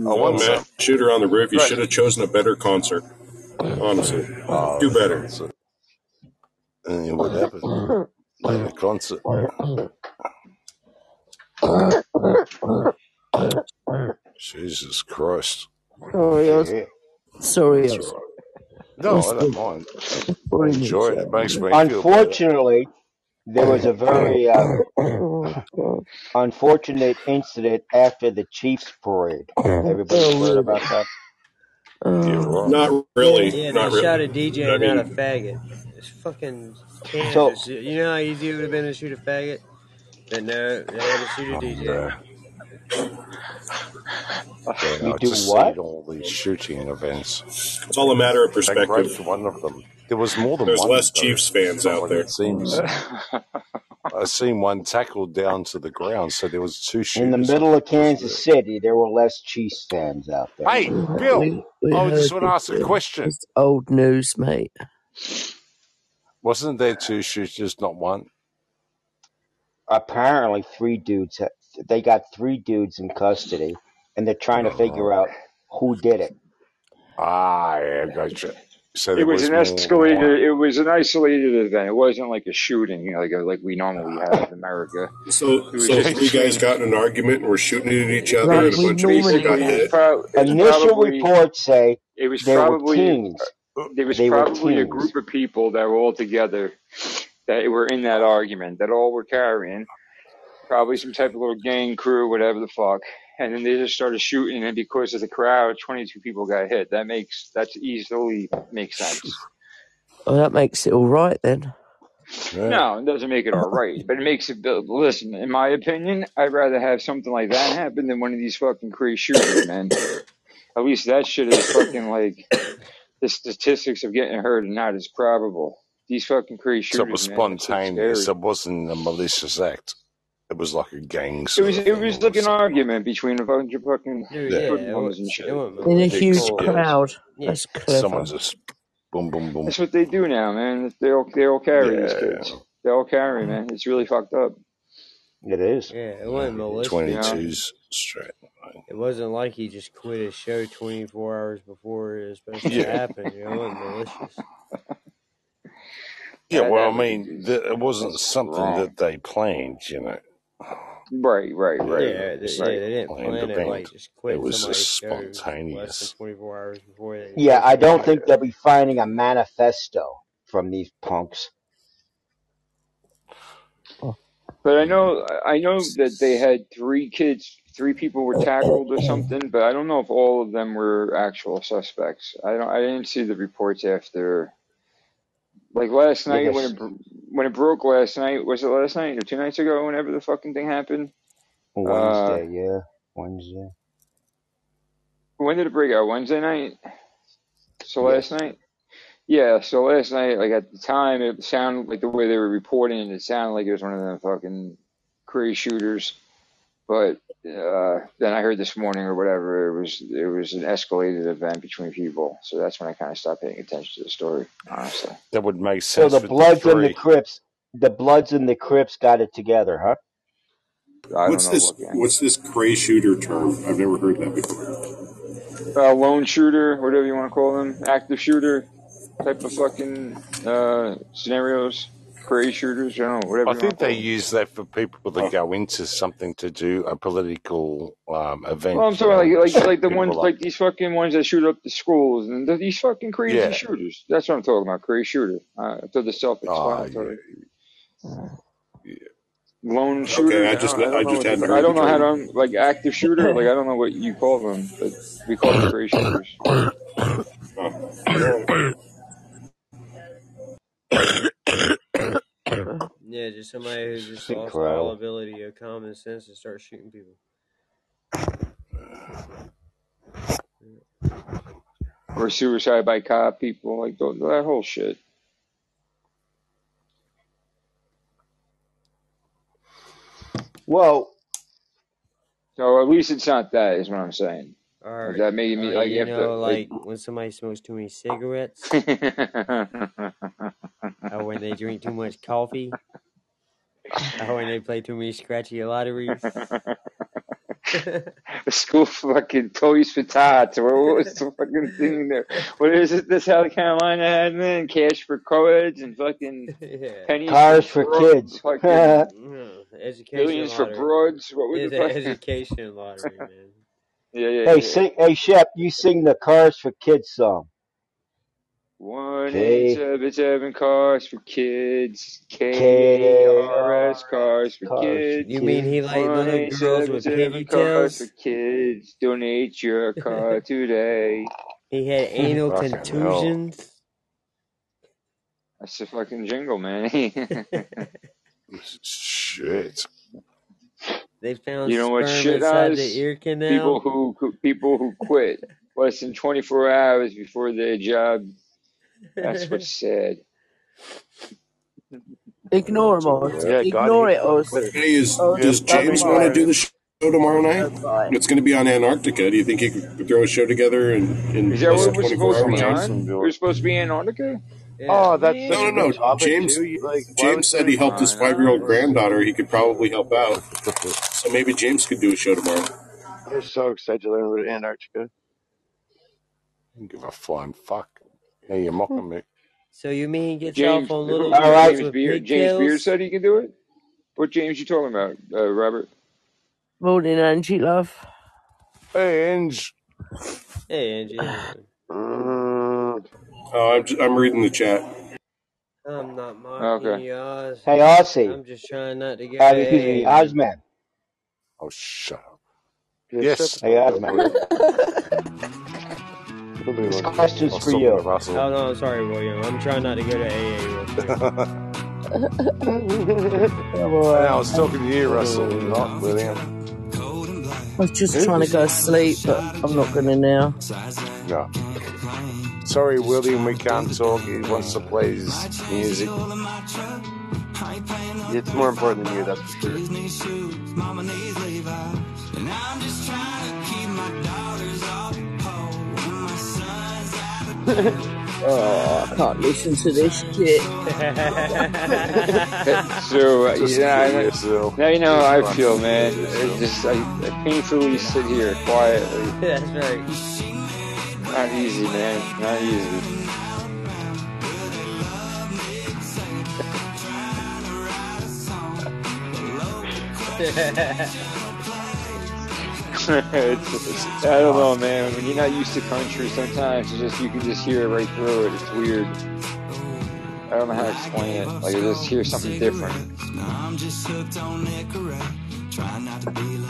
Speaker 11: Oh,
Speaker 4: want
Speaker 11: man,
Speaker 4: some.
Speaker 11: shooter on the roof. You
Speaker 10: Right.
Speaker 11: should have chosen a better concert. Honestly,
Speaker 4: Oh,
Speaker 11: do
Speaker 4: the
Speaker 11: better.
Speaker 4: concert. And what happened? Play the concert. Jesus Christ.
Speaker 3: Sorry, Oz.
Speaker 10: Yeah.
Speaker 3: Sorry,
Speaker 4: That's
Speaker 3: Oz.
Speaker 4: all right.
Speaker 3: That's
Speaker 4: No, I don't mind. I
Speaker 3: boring me,
Speaker 4: enjoy it. It makes me feel better.
Speaker 9: Unfortunately, there was a very uh,
Speaker 3: Oh God.
Speaker 9: unfortunate incident after the Chiefs parade. Everybody's
Speaker 3: Oh,
Speaker 9: heard
Speaker 3: really?
Speaker 9: about that?
Speaker 4: You're
Speaker 3: Oh,
Speaker 4: right.
Speaker 11: Not really.
Speaker 2: Yeah, they
Speaker 11: Not really.
Speaker 2: shot a DJ,
Speaker 11: I
Speaker 2: not a
Speaker 11: mean,
Speaker 2: faggot. It's fucking
Speaker 9: So,
Speaker 2: Kansas. You know how easy it would have been to shoot a faggot? But no, they had to shoot a
Speaker 4: Oh,
Speaker 2: DJ.
Speaker 4: no. Yeah,
Speaker 9: you
Speaker 4: I
Speaker 9: do
Speaker 4: just hate
Speaker 9: what?
Speaker 4: all these shooting events.
Speaker 11: it's all a matter of
Speaker 4: They
Speaker 11: perspective.
Speaker 4: grazed one of them. There was more than
Speaker 11: There's
Speaker 4: one,
Speaker 11: less
Speaker 4: though,
Speaker 11: Chiefs fans
Speaker 4: from
Speaker 11: out
Speaker 4: what
Speaker 11: there.
Speaker 4: it seems. I seen one tackled down to the ground, so there was two
Speaker 9: In the
Speaker 4: shooters. I
Speaker 9: middle of
Speaker 4: think was
Speaker 9: Kansas
Speaker 4: there.
Speaker 9: City, there were less Chiefs fans out there.
Speaker 4: Hey,
Speaker 3: we
Speaker 4: Bill,
Speaker 3: we, we
Speaker 4: Oh, I just
Speaker 3: heard
Speaker 4: want to
Speaker 3: this,
Speaker 4: ask a
Speaker 3: Bill.
Speaker 4: question.
Speaker 3: It's old news, mate.
Speaker 4: Wasn't there two shooters, not one?
Speaker 9: Apparently, three dudes, ha- they got three dudes in custody, and they're trying to
Speaker 4: Oh.
Speaker 9: figure out who did it.
Speaker 4: Ah, yeah, gotcha. So
Speaker 6: It
Speaker 4: there
Speaker 6: was
Speaker 4: was
Speaker 6: an
Speaker 4: more than one.
Speaker 6: escalated. It was an isolated event. It wasn't like a shooting, you know, like like we normally have in America.
Speaker 11: So,
Speaker 6: It was
Speaker 11: so
Speaker 6: just
Speaker 11: three guys
Speaker 4: Gee,
Speaker 11: got in an argument and were shooting at each other,
Speaker 3: Like
Speaker 11: and a
Speaker 3: we
Speaker 11: bunch of
Speaker 6: basi-
Speaker 11: people
Speaker 3: normally
Speaker 11: got
Speaker 6: It was
Speaker 3: have.
Speaker 11: hit.
Speaker 6: probably. It was
Speaker 9: Initial
Speaker 6: probably.
Speaker 9: reports say
Speaker 6: It was
Speaker 9: there were
Speaker 6: probably.
Speaker 9: teams.
Speaker 6: There was
Speaker 9: They were
Speaker 6: probably a
Speaker 9: teams.
Speaker 6: group of people that were all together that were in that argument that all were carrying probably some type of little gang crew, whatever the fuck. And then they just started shooting, and because of the crowd, 22 people got hit. That makes that's easily makes sense.
Speaker 3: Oh, that makes it all right then.
Speaker 4: yeah.
Speaker 6: No, it doesn't make it all right, but it makes it. Listen, in my opinion, I'd rather have something like that happen than one of these fucking crazy shootings, man. At least that shit is fucking like the statistics of getting hurt and not as probable. These fucking crazy
Speaker 4: So it
Speaker 6: shooters,
Speaker 4: was
Speaker 6: man, that shit's
Speaker 4: spontaneous.
Speaker 6: scary.
Speaker 4: It wasn't a malicious act. It was like a gang.
Speaker 6: It
Speaker 4: sort
Speaker 6: was
Speaker 4: of
Speaker 6: it
Speaker 4: thing
Speaker 6: was
Speaker 4: or
Speaker 6: like an argument between a bunch of fucking
Speaker 2: Dude, yeah,
Speaker 6: hoodlums
Speaker 2: it was,
Speaker 6: and
Speaker 2: it
Speaker 6: shit.
Speaker 2: was
Speaker 3: In a
Speaker 4: something.
Speaker 3: huge
Speaker 4: It's- yeah,
Speaker 3: crowd.
Speaker 2: yeah.
Speaker 3: That's clever.
Speaker 4: someone just boom, boom, boom.
Speaker 6: That's what they do now, man. They all they all carry these
Speaker 4: Yeah,
Speaker 6: kids. They all carry, man. It's really fucked up.
Speaker 9: It is.
Speaker 2: Yeah, it wasn't
Speaker 6: You
Speaker 2: malicious.
Speaker 6: know,
Speaker 4: 22s straight.
Speaker 2: It wasn't like he just quit his show 24 hours before it was supposed to
Speaker 4: Yeah,
Speaker 2: happen. You know, it wasn't malicious.
Speaker 4: yeah. Well,
Speaker 6: that that
Speaker 4: I
Speaker 6: would be
Speaker 4: mean, th- it wasn't
Speaker 6: that's
Speaker 4: something
Speaker 6: wrong.
Speaker 4: that they planned, you know.
Speaker 6: Right, right, right,
Speaker 4: Yeah,
Speaker 2: Yeah,
Speaker 4: it
Speaker 2: they,
Speaker 4: was
Speaker 2: yeah,
Speaker 4: like
Speaker 6: right.
Speaker 2: they didn't
Speaker 4: planned
Speaker 2: plan it like
Speaker 4: event.
Speaker 2: just
Speaker 4: It
Speaker 2: quit
Speaker 4: was just
Speaker 2: somebody's show less than
Speaker 4: spontaneous.
Speaker 2: 24 hours before they were
Speaker 9: Yeah,
Speaker 2: supposed
Speaker 9: I
Speaker 2: to go.
Speaker 9: don't think
Speaker 4: Yeah.
Speaker 9: they'll be finding a manifesto from these punks.
Speaker 6: But I know I know that they had three kids, three people were tackled or something. But I don't know if all of them were actual suspects. I don't. I didn't see the reports after. Like last night when
Speaker 9: Yes.
Speaker 6: it br- when it broke last night was it last night or two nights ago? Whenever the fucking thing happened. Uh,
Speaker 9: Wednesday, yeah. Wednesday.
Speaker 6: when did it break out? Wednesday night. So last
Speaker 9: Yes.
Speaker 6: night. Yeah, so last night, like at the time, it sounded like the way they were reporting it, it sounded like it was one of them fucking crazy shooters. But uh, then I heard this morning or whatever, it was it was an escalated event between people. So that's when I kind of stopped paying attention to the story, honestly.
Speaker 4: That would make
Speaker 9: So the
Speaker 4: sense with the
Speaker 9: Bloods and the
Speaker 4: three.
Speaker 9: Crips, the Bloods and the Crips got it together, huh?
Speaker 6: I don't
Speaker 11: What's
Speaker 6: know
Speaker 11: this?
Speaker 6: what gang.
Speaker 11: What's this cray shooter term? I've never heard that before.
Speaker 6: Uh, lone shooter, whatever you want to call them, active shooter type of fucking uh, scenarios, crazy shooters, I don't know, whatever
Speaker 4: I
Speaker 6: you want
Speaker 4: think
Speaker 6: to call
Speaker 4: they
Speaker 6: them.
Speaker 4: use that for people that go into something to do a political um,
Speaker 6: Well, I'm
Speaker 4: event, you
Speaker 6: talking
Speaker 4: know,
Speaker 6: like
Speaker 4: and they
Speaker 6: like
Speaker 4: shoot
Speaker 6: like the ones
Speaker 4: people up.
Speaker 6: like these fucking ones that shoot up the schools and th- these fucking crazy
Speaker 4: Yeah.
Speaker 6: shooters. That's what I'm talking about, crazy shooter. Uh, I thought the
Speaker 11: Ah,
Speaker 4: Oh, yeah.
Speaker 6: self-explanatory
Speaker 4: yeah.
Speaker 6: lone
Speaker 11: Okay,
Speaker 6: shooters.
Speaker 11: I
Speaker 6: I
Speaker 11: just
Speaker 6: don't, I
Speaker 11: I
Speaker 6: don't know
Speaker 11: just
Speaker 6: what the,
Speaker 11: hadn't
Speaker 6: I
Speaker 11: heard the
Speaker 6: don't know how to
Speaker 11: term.
Speaker 6: un- like active shooter. Like I don't know what you call them, but we call them crazy shooters.
Speaker 2: Yeah, just somebody who just
Speaker 9: Sick
Speaker 2: lost all
Speaker 9: crowd.
Speaker 2: ability of common sense and starts shooting people. Yeah.
Speaker 6: Or suicide by cop people, like tho- that whole shit.
Speaker 9: Well,
Speaker 6: So at least it's not that, is what I'm saying. Like
Speaker 2: Or,
Speaker 6: that made
Speaker 2: or
Speaker 6: me like
Speaker 2: Uh, you
Speaker 6: after
Speaker 2: know,
Speaker 6: like.
Speaker 2: like when somebody smokes too many cigarettes, or when they drink too much coffee, or when they play too many scratchy lotteries.
Speaker 6: The school fucking toys for tots. What what was the fucking thing there? What is it? This South Carolina had man cash for co-eds and fucking
Speaker 2: yeah.
Speaker 6: pennies for
Speaker 9: cars for
Speaker 6: bro-
Speaker 9: kids.
Speaker 6: fucking
Speaker 9: yeah,
Speaker 2: Mm, Education
Speaker 6: billions for
Speaker 2: lottery.
Speaker 6: broads. What was
Speaker 2: It
Speaker 6: the
Speaker 2: is an
Speaker 6: fucking?
Speaker 2: education lottery, man.
Speaker 6: Yeah, yeah,
Speaker 9: Hey,
Speaker 6: yeah.
Speaker 9: sing, hey, Shep, you sing the Cars for Kids song.
Speaker 6: One
Speaker 9: K,
Speaker 6: eight seven seven cars for kids. K A
Speaker 9: K,
Speaker 6: R
Speaker 9: R, S,
Speaker 6: S cars for
Speaker 9: Cars for
Speaker 6: kids.
Speaker 2: You mean
Speaker 9: Kids.
Speaker 2: he like
Speaker 6: One
Speaker 2: little
Speaker 6: eight
Speaker 2: girls
Speaker 6: seven
Speaker 2: with
Speaker 6: seven cars for
Speaker 2: pigtails?
Speaker 6: kids. Donate your car today.
Speaker 2: He had anal
Speaker 4: Fucking hell.
Speaker 2: contusions.
Speaker 6: That's the fucking jingle, man.
Speaker 4: Shit.
Speaker 2: they found
Speaker 6: You know what
Speaker 2: sperm
Speaker 6: shit
Speaker 2: inside the
Speaker 6: does?
Speaker 2: ear
Speaker 6: People
Speaker 2: canal.
Speaker 6: who who- people who quit less than 24 hours before their job. That's what's sad.
Speaker 3: Ignore him all.
Speaker 4: Yeah, I got
Speaker 3: Ignore
Speaker 4: it.
Speaker 3: it
Speaker 4: I
Speaker 3: or, s-
Speaker 4: quit it.
Speaker 11: Hey, is
Speaker 3: or
Speaker 4: Yeah,
Speaker 11: does
Speaker 3: stop
Speaker 11: James
Speaker 4: bloody
Speaker 11: want to
Speaker 3: buying.
Speaker 11: do
Speaker 4: hell.
Speaker 11: the show tomorrow night?
Speaker 3: Don't buy it.
Speaker 11: It's going to be on Antarctica. Do you think you could throw a show together in, in
Speaker 6: Is that
Speaker 11: less
Speaker 6: what
Speaker 11: than
Speaker 6: we're
Speaker 11: 24
Speaker 6: supposed to
Speaker 4: Bloody
Speaker 6: be
Speaker 11: hours, James?
Speaker 6: on?
Speaker 4: Jason
Speaker 6: We're
Speaker 4: Bill.
Speaker 6: supposed to be in Antarctica?
Speaker 2: Yeah,
Speaker 4: Oh, that's such
Speaker 6: Yeah.
Speaker 11: No,
Speaker 4: a
Speaker 11: no,
Speaker 4: good
Speaker 11: no.
Speaker 4: topic
Speaker 11: James
Speaker 4: too. You, like, why
Speaker 11: James
Speaker 4: was
Speaker 11: said he
Speaker 4: that
Speaker 11: helped
Speaker 4: not
Speaker 6: I
Speaker 11: his five year
Speaker 6: know.
Speaker 11: old
Speaker 4: mentioned?
Speaker 11: granddaughter. He could probably help out. So maybe James could do a show tomorrow.
Speaker 10: I'm so excited to learn about Antarctica.
Speaker 4: don't give a flying fuck. Now you're mocking me.
Speaker 2: So you mean he gets off
Speaker 6: James,
Speaker 2: on little
Speaker 6: who,
Speaker 9: All
Speaker 2: girls
Speaker 9: right,
Speaker 6: James
Speaker 2: with
Speaker 6: Beard. James Beard
Speaker 2: pigtails?
Speaker 6: said he can do it. What James you talking about, uh, Robert?
Speaker 3: Morning, Angie, love.
Speaker 4: Hey, Ange.
Speaker 2: Hey Angie, how you doing?
Speaker 10: Mm,
Speaker 11: Oh, I'm, I'm reading the chat.
Speaker 2: I'm not mocking
Speaker 6: Okay.
Speaker 2: you, Oz.
Speaker 9: hey, Aussie.
Speaker 2: I'm just trying not to go
Speaker 9: Uh,
Speaker 2: to
Speaker 9: excuse me,
Speaker 2: AA.
Speaker 9: Ozman.
Speaker 4: Oh, shut up.
Speaker 10: yeah, shut the
Speaker 9: Hey,
Speaker 4: Yes,
Speaker 10: fuck up,
Speaker 9: Ozman.
Speaker 10: William.
Speaker 4: Good
Speaker 9: This
Speaker 4: evening. I
Speaker 9: question's
Speaker 4: was
Speaker 9: for
Speaker 4: talking to
Speaker 9: you.
Speaker 4: Russell.
Speaker 2: Oh no, I'm sorry, William. I'm trying not to go to AA real quick.
Speaker 3: All
Speaker 4: I know, I
Speaker 3: right.
Speaker 4: was talking to you, Russell,
Speaker 3: I
Speaker 4: not William.
Speaker 3: was just
Speaker 4: Who?
Speaker 3: trying to go to sleep, but I'm not going to now.
Speaker 4: No. Sorry, William, we can't talk. He wants to play his music.
Speaker 10: It's more important than you, that's for sure.
Speaker 3: Oh, I can't listen to this shit.
Speaker 6: So uh,
Speaker 4: Just
Speaker 6: yeah,
Speaker 4: kill
Speaker 6: I,
Speaker 11: uh,
Speaker 4: yourself.
Speaker 6: now you know
Speaker 4: Just
Speaker 6: how I
Speaker 4: fucking
Speaker 6: feel,
Speaker 4: kill
Speaker 6: man.
Speaker 4: yourself.
Speaker 6: It's just I, I painfully sit here quietly.
Speaker 2: That's right.
Speaker 6: Not easy, man. Not easy. it's,
Speaker 4: This is
Speaker 6: I don't know,
Speaker 4: rough.
Speaker 6: man. When you're not used to country, sometimes it's just you can just hear it right through it. It's weird. I don't know how to explain it. Like I just hear something different.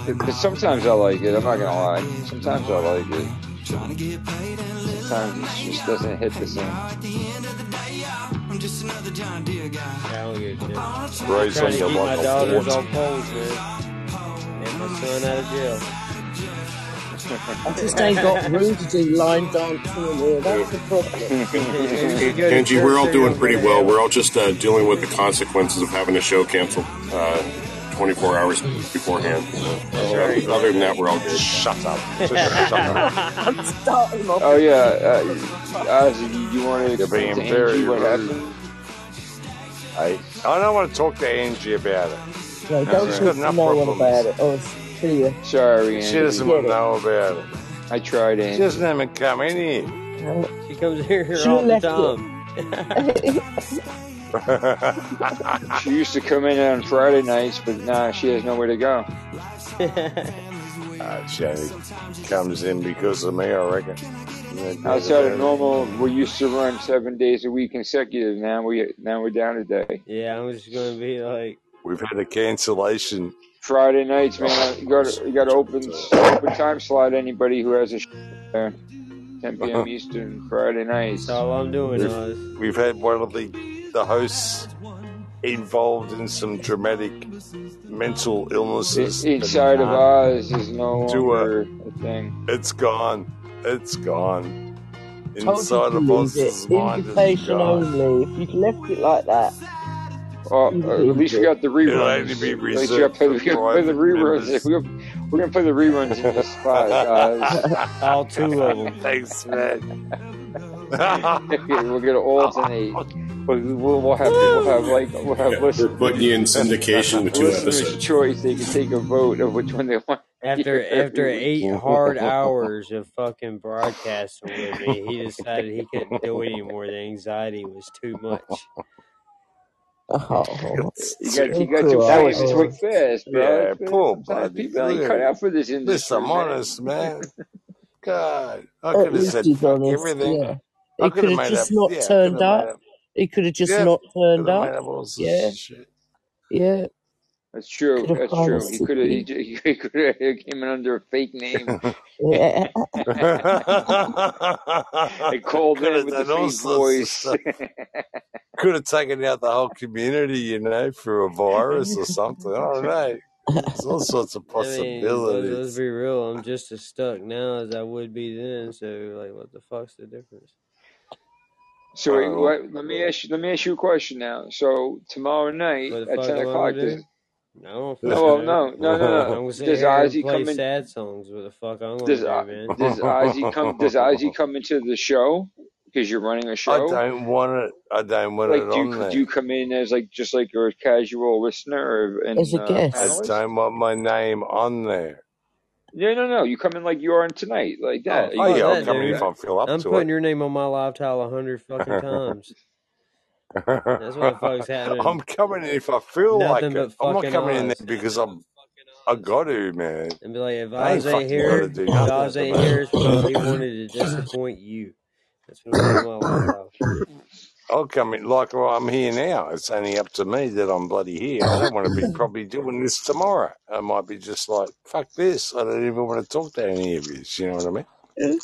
Speaker 6: Because sometimes I like it. I'm not gonna lie. Sometimes I like it. Sometimes it just doesn't hit the same.
Speaker 2: Yeah, I don't give a shit. I'm
Speaker 4: Ray's
Speaker 2: trying
Speaker 4: like
Speaker 2: to
Speaker 4: a
Speaker 2: keep my
Speaker 4: like a
Speaker 2: daughters
Speaker 4: fort.
Speaker 2: on poles, man, and my son out of jail.
Speaker 3: I just ain't got room to do line dancing in here. That's the problem.
Speaker 2: if you go to
Speaker 11: Angie, we're
Speaker 2: church,
Speaker 11: all
Speaker 2: they're
Speaker 11: doing
Speaker 2: gonna go
Speaker 11: pretty
Speaker 2: to
Speaker 11: well. We're
Speaker 2: hell.
Speaker 11: all just uh, dealing with the consequences of having a show canceled uh, 24 hours beforehand. So,
Speaker 2: That's
Speaker 11: other,
Speaker 2: right.
Speaker 11: other than that, we're all good.
Speaker 4: Shut up. Just shut up.
Speaker 3: I'm starting off
Speaker 6: Oh
Speaker 3: with
Speaker 6: yeah,
Speaker 3: this.
Speaker 6: uh, Ozzy, you, you want to
Speaker 4: You're
Speaker 6: explain
Speaker 4: being
Speaker 6: to Angie
Speaker 4: very
Speaker 6: what
Speaker 4: rude.
Speaker 6: happened?
Speaker 4: I I don't want to talk to Angie about it.
Speaker 3: No,
Speaker 6: All
Speaker 3: don't talk
Speaker 4: She's
Speaker 6: right.
Speaker 4: got
Speaker 3: to
Speaker 4: enough
Speaker 3: no one about
Speaker 4: problems.
Speaker 3: it. I'll see you.
Speaker 6: Sorry,
Speaker 4: She
Speaker 6: Angie.
Speaker 4: doesn't
Speaker 3: Forget
Speaker 4: want
Speaker 3: it.
Speaker 4: to know about it.
Speaker 6: I tried,
Speaker 4: She doesn't
Speaker 6: Angie.
Speaker 4: even come in here.
Speaker 3: No.
Speaker 2: She comes here
Speaker 3: She
Speaker 2: all the
Speaker 3: left it.
Speaker 2: time.
Speaker 6: She used to come in on Friday nights, but now she has nowhere to go.
Speaker 4: Uh, she only comes in because of me, I reckon. Uh, No
Speaker 3: Oh,
Speaker 4: doubt
Speaker 6: Outside of
Speaker 4: about it.
Speaker 6: normal, we used to run seven days a week consecutive. Now we now we're down a day.
Speaker 2: yeah, I'm just gonna be like,
Speaker 4: We've had a cancellation.
Speaker 6: Friday nights,
Speaker 4: Oh,
Speaker 6: man. You
Speaker 4: I'm
Speaker 6: got
Speaker 4: sorry.
Speaker 6: you got to open open time slot. Anybody who has a sh- there, 10 p.m. Eastern Friday
Speaker 2: that's
Speaker 6: nights.
Speaker 2: all I'm doing,
Speaker 4: We've
Speaker 2: Oz.
Speaker 4: we've had one of the the hosts involved in some dramatic mental
Speaker 6: I-
Speaker 4: illnesses, but it
Speaker 6: Inside of
Speaker 4: can't
Speaker 6: Oz is no
Speaker 4: do a.
Speaker 6: longer a thing.
Speaker 4: It's gone. It's gone.
Speaker 3: Told you
Speaker 4: Inside
Speaker 3: to
Speaker 4: of
Speaker 3: leave it.
Speaker 4: Oz's mind is
Speaker 3: Invitation
Speaker 4: gone.
Speaker 3: only. If you'd left it like that,
Speaker 6: Well,
Speaker 3: you'd have
Speaker 6: uh, at least we
Speaker 3: ended.
Speaker 6: got the
Speaker 4: It'll only
Speaker 6: reruns.
Speaker 4: be
Speaker 6: At least we got
Speaker 4: reserved
Speaker 6: play,
Speaker 4: for
Speaker 6: we got play the
Speaker 4: private
Speaker 6: reruns. If
Speaker 4: members.
Speaker 6: we we're gonna play the reruns in this class, Oz.
Speaker 2: All two of them.
Speaker 4: Thanks, man.
Speaker 6: Okay, we're gonna alternate. We'll, we'll we'll have we'll have like we'll have
Speaker 11: Yeah, we're putting
Speaker 6: listeners
Speaker 11: you in syndication with two
Speaker 6: listeners'
Speaker 11: episodes.
Speaker 6: choice. They can take a vote of which one they want to
Speaker 2: After
Speaker 6: hear every
Speaker 2: after
Speaker 6: week.
Speaker 2: eight hard hours of fucking broadcasting with me, he decided he couldn't do it anymore. The anxiety was too much.
Speaker 3: Oh,
Speaker 6: You
Speaker 4: it's
Speaker 6: got
Speaker 4: too
Speaker 6: you
Speaker 3: you're
Speaker 6: got
Speaker 4: much.
Speaker 6: to
Speaker 3: cool, aren't
Speaker 5: That
Speaker 6: cut out
Speaker 5: was
Speaker 6: so
Speaker 3: you?
Speaker 6: fast, bro.
Speaker 4: Yeah,
Speaker 6: It's been
Speaker 4: poor
Speaker 6: sometimes
Speaker 4: buddy.
Speaker 6: people ain't cut
Speaker 4: Look at
Speaker 6: out for this
Speaker 4: Listen,
Speaker 6: industry,
Speaker 4: I'm
Speaker 6: man.
Speaker 4: honest, man. God, I
Speaker 3: At
Speaker 4: could have
Speaker 3: least
Speaker 4: said
Speaker 3: he's
Speaker 4: fuck
Speaker 3: honest.
Speaker 4: everything.
Speaker 3: Yeah,
Speaker 4: I
Speaker 3: he
Speaker 4: could
Speaker 3: could
Speaker 4: have
Speaker 3: have
Speaker 4: made
Speaker 3: just
Speaker 4: up.
Speaker 3: not
Speaker 4: Yeah, I could
Speaker 3: turned
Speaker 4: have made
Speaker 3: up.
Speaker 4: up.
Speaker 3: He could have just
Speaker 4: Yep,
Speaker 3: not
Speaker 4: could
Speaker 3: turned
Speaker 4: have
Speaker 3: up.
Speaker 4: made up all sorts
Speaker 3: Yeah,
Speaker 4: of shit.
Speaker 3: yeah.
Speaker 6: That's
Speaker 3: Could
Speaker 6: true.
Speaker 3: have
Speaker 6: That's true. He
Speaker 3: promised
Speaker 6: could have he,
Speaker 3: you.
Speaker 6: j- he could have came in under a fake name
Speaker 3: Yeah.
Speaker 6: and called
Speaker 4: could
Speaker 6: in
Speaker 4: have
Speaker 6: with the
Speaker 4: done all
Speaker 6: same
Speaker 4: sorts of
Speaker 6: voice.
Speaker 4: stuff. Could have taken out the whole community, you know, for a virus or something. I don't know. There's all sorts of
Speaker 2: I mean, let's, let's
Speaker 4: possibilities.
Speaker 2: be real. I'm just as stuck now as I would be then. So, like, what the fuck's the difference?
Speaker 6: So wait,
Speaker 4: Oh,
Speaker 6: what, let me ask you, let me ask you a question now. So tomorrow night
Speaker 2: What the
Speaker 6: at
Speaker 2: fuck
Speaker 6: ten
Speaker 2: am I gonna
Speaker 6: o'clock, does
Speaker 2: do? I don't
Speaker 6: no,
Speaker 2: fucking
Speaker 6: well,
Speaker 2: know.
Speaker 6: no, no, no, no.
Speaker 2: I'm gonna sit
Speaker 6: Does
Speaker 2: here and
Speaker 6: Ozzy
Speaker 2: play
Speaker 6: come in?
Speaker 2: sad songs. What the fuck I'm gonna
Speaker 6: Does
Speaker 2: do,
Speaker 6: O-
Speaker 2: man?
Speaker 6: does Ozzy come? Does Ozzy come into the show because you're running a
Speaker 4: I
Speaker 6: show?
Speaker 4: don't want it. I don't want
Speaker 6: Like,
Speaker 4: it
Speaker 6: do you
Speaker 4: on
Speaker 6: do
Speaker 4: there.
Speaker 6: you come in as like just like you're a casual listener or
Speaker 3: As
Speaker 6: and
Speaker 3: a
Speaker 6: uh,
Speaker 4: I
Speaker 3: guest.
Speaker 6: panelist?
Speaker 4: don't want my name on there.
Speaker 6: No, no, no. You come in like you are in tonight, like
Speaker 4: Oh,
Speaker 6: that. Are
Speaker 4: oh
Speaker 6: Uh, you
Speaker 2: Fuck
Speaker 4: yeah, I'll
Speaker 2: that, dude.
Speaker 4: come in if I feel up
Speaker 6: coming in like that?
Speaker 2: I'm
Speaker 4: to it.
Speaker 2: putting your name on my live tile a hundred fucking times. That's what the fuck's happening.
Speaker 4: I'm coming in if I feel
Speaker 2: Nothing
Speaker 4: like it.
Speaker 2: but
Speaker 4: I'm not
Speaker 2: fucking
Speaker 4: coming in there
Speaker 2: Oz.
Speaker 4: because I'm I got to, man.
Speaker 2: And be like, if
Speaker 4: I
Speaker 2: Oz ain't
Speaker 4: ain't fucking got to
Speaker 2: here,
Speaker 4: do
Speaker 2: if
Speaker 4: nothing at
Speaker 2: Oz
Speaker 4: the
Speaker 2: ain't here, it's
Speaker 4: moment.
Speaker 2: because he wanted to disappoint you. That's what I'm putting on my live tile.
Speaker 4: I'll come in like well, I'm here now. It's only up to me that I'm bloody here. I don't want to be probably doing this tomorrow. I might be just like fuck this. I don't even want to talk to any of you. You know what I mean?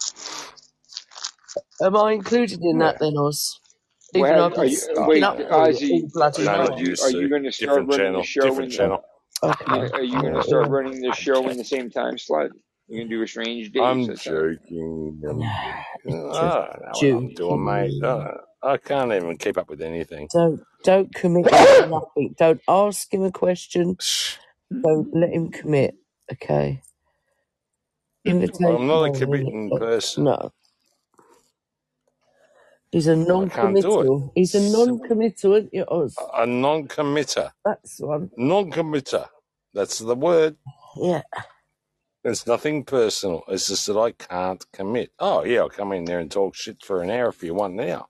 Speaker 3: Am I included in that
Speaker 4: Yeah.
Speaker 3: then, Oz?
Speaker 6: Well,
Speaker 3: Even though I've
Speaker 6: have, are
Speaker 3: been
Speaker 6: you
Speaker 3: sticking
Speaker 6: wait,
Speaker 3: up
Speaker 4: No,
Speaker 3: for you all
Speaker 6: Ozzy?
Speaker 3: bloody
Speaker 4: no,
Speaker 6: Are
Speaker 4: not
Speaker 3: night.
Speaker 6: you
Speaker 4: you,
Speaker 6: are you
Speaker 4: Sue.
Speaker 6: going to start
Speaker 4: Different
Speaker 6: running the
Speaker 4: channel.
Speaker 6: show
Speaker 4: Different
Speaker 6: in?
Speaker 4: channel.
Speaker 3: Okay.
Speaker 6: You, are you going to
Speaker 3: Alright,
Speaker 6: start
Speaker 3: yeah.
Speaker 6: running the
Speaker 4: I'm
Speaker 6: show in the
Speaker 4: joking.
Speaker 6: same time slot? You're going to do a strange dates
Speaker 4: I'm
Speaker 6: at ten.
Speaker 4: joking. I'm
Speaker 3: Nah,
Speaker 4: joking. I
Speaker 3: it's
Speaker 4: don't
Speaker 3: just
Speaker 4: know what I'm doing, mate. I don't
Speaker 3: joking.
Speaker 4: know. I can't even keep up with anything.
Speaker 3: Don't don't commit to nothing. Don't ask him a question. Don't let him commit. Okay.
Speaker 4: I'm
Speaker 3: Invitation
Speaker 4: not a
Speaker 3: only.
Speaker 4: committing person.
Speaker 3: No, he's a
Speaker 4: I can't do it.
Speaker 3: non-committal. He's a non-committal. Isn't he, Oz?
Speaker 4: A non-committer.
Speaker 3: That's the one.
Speaker 4: Non-committer. That's the word.
Speaker 3: Yeah.
Speaker 4: It's nothing personal. It's just that I can't commit. Oh yeah, I'll come in there and talk shit for an hour if you want now.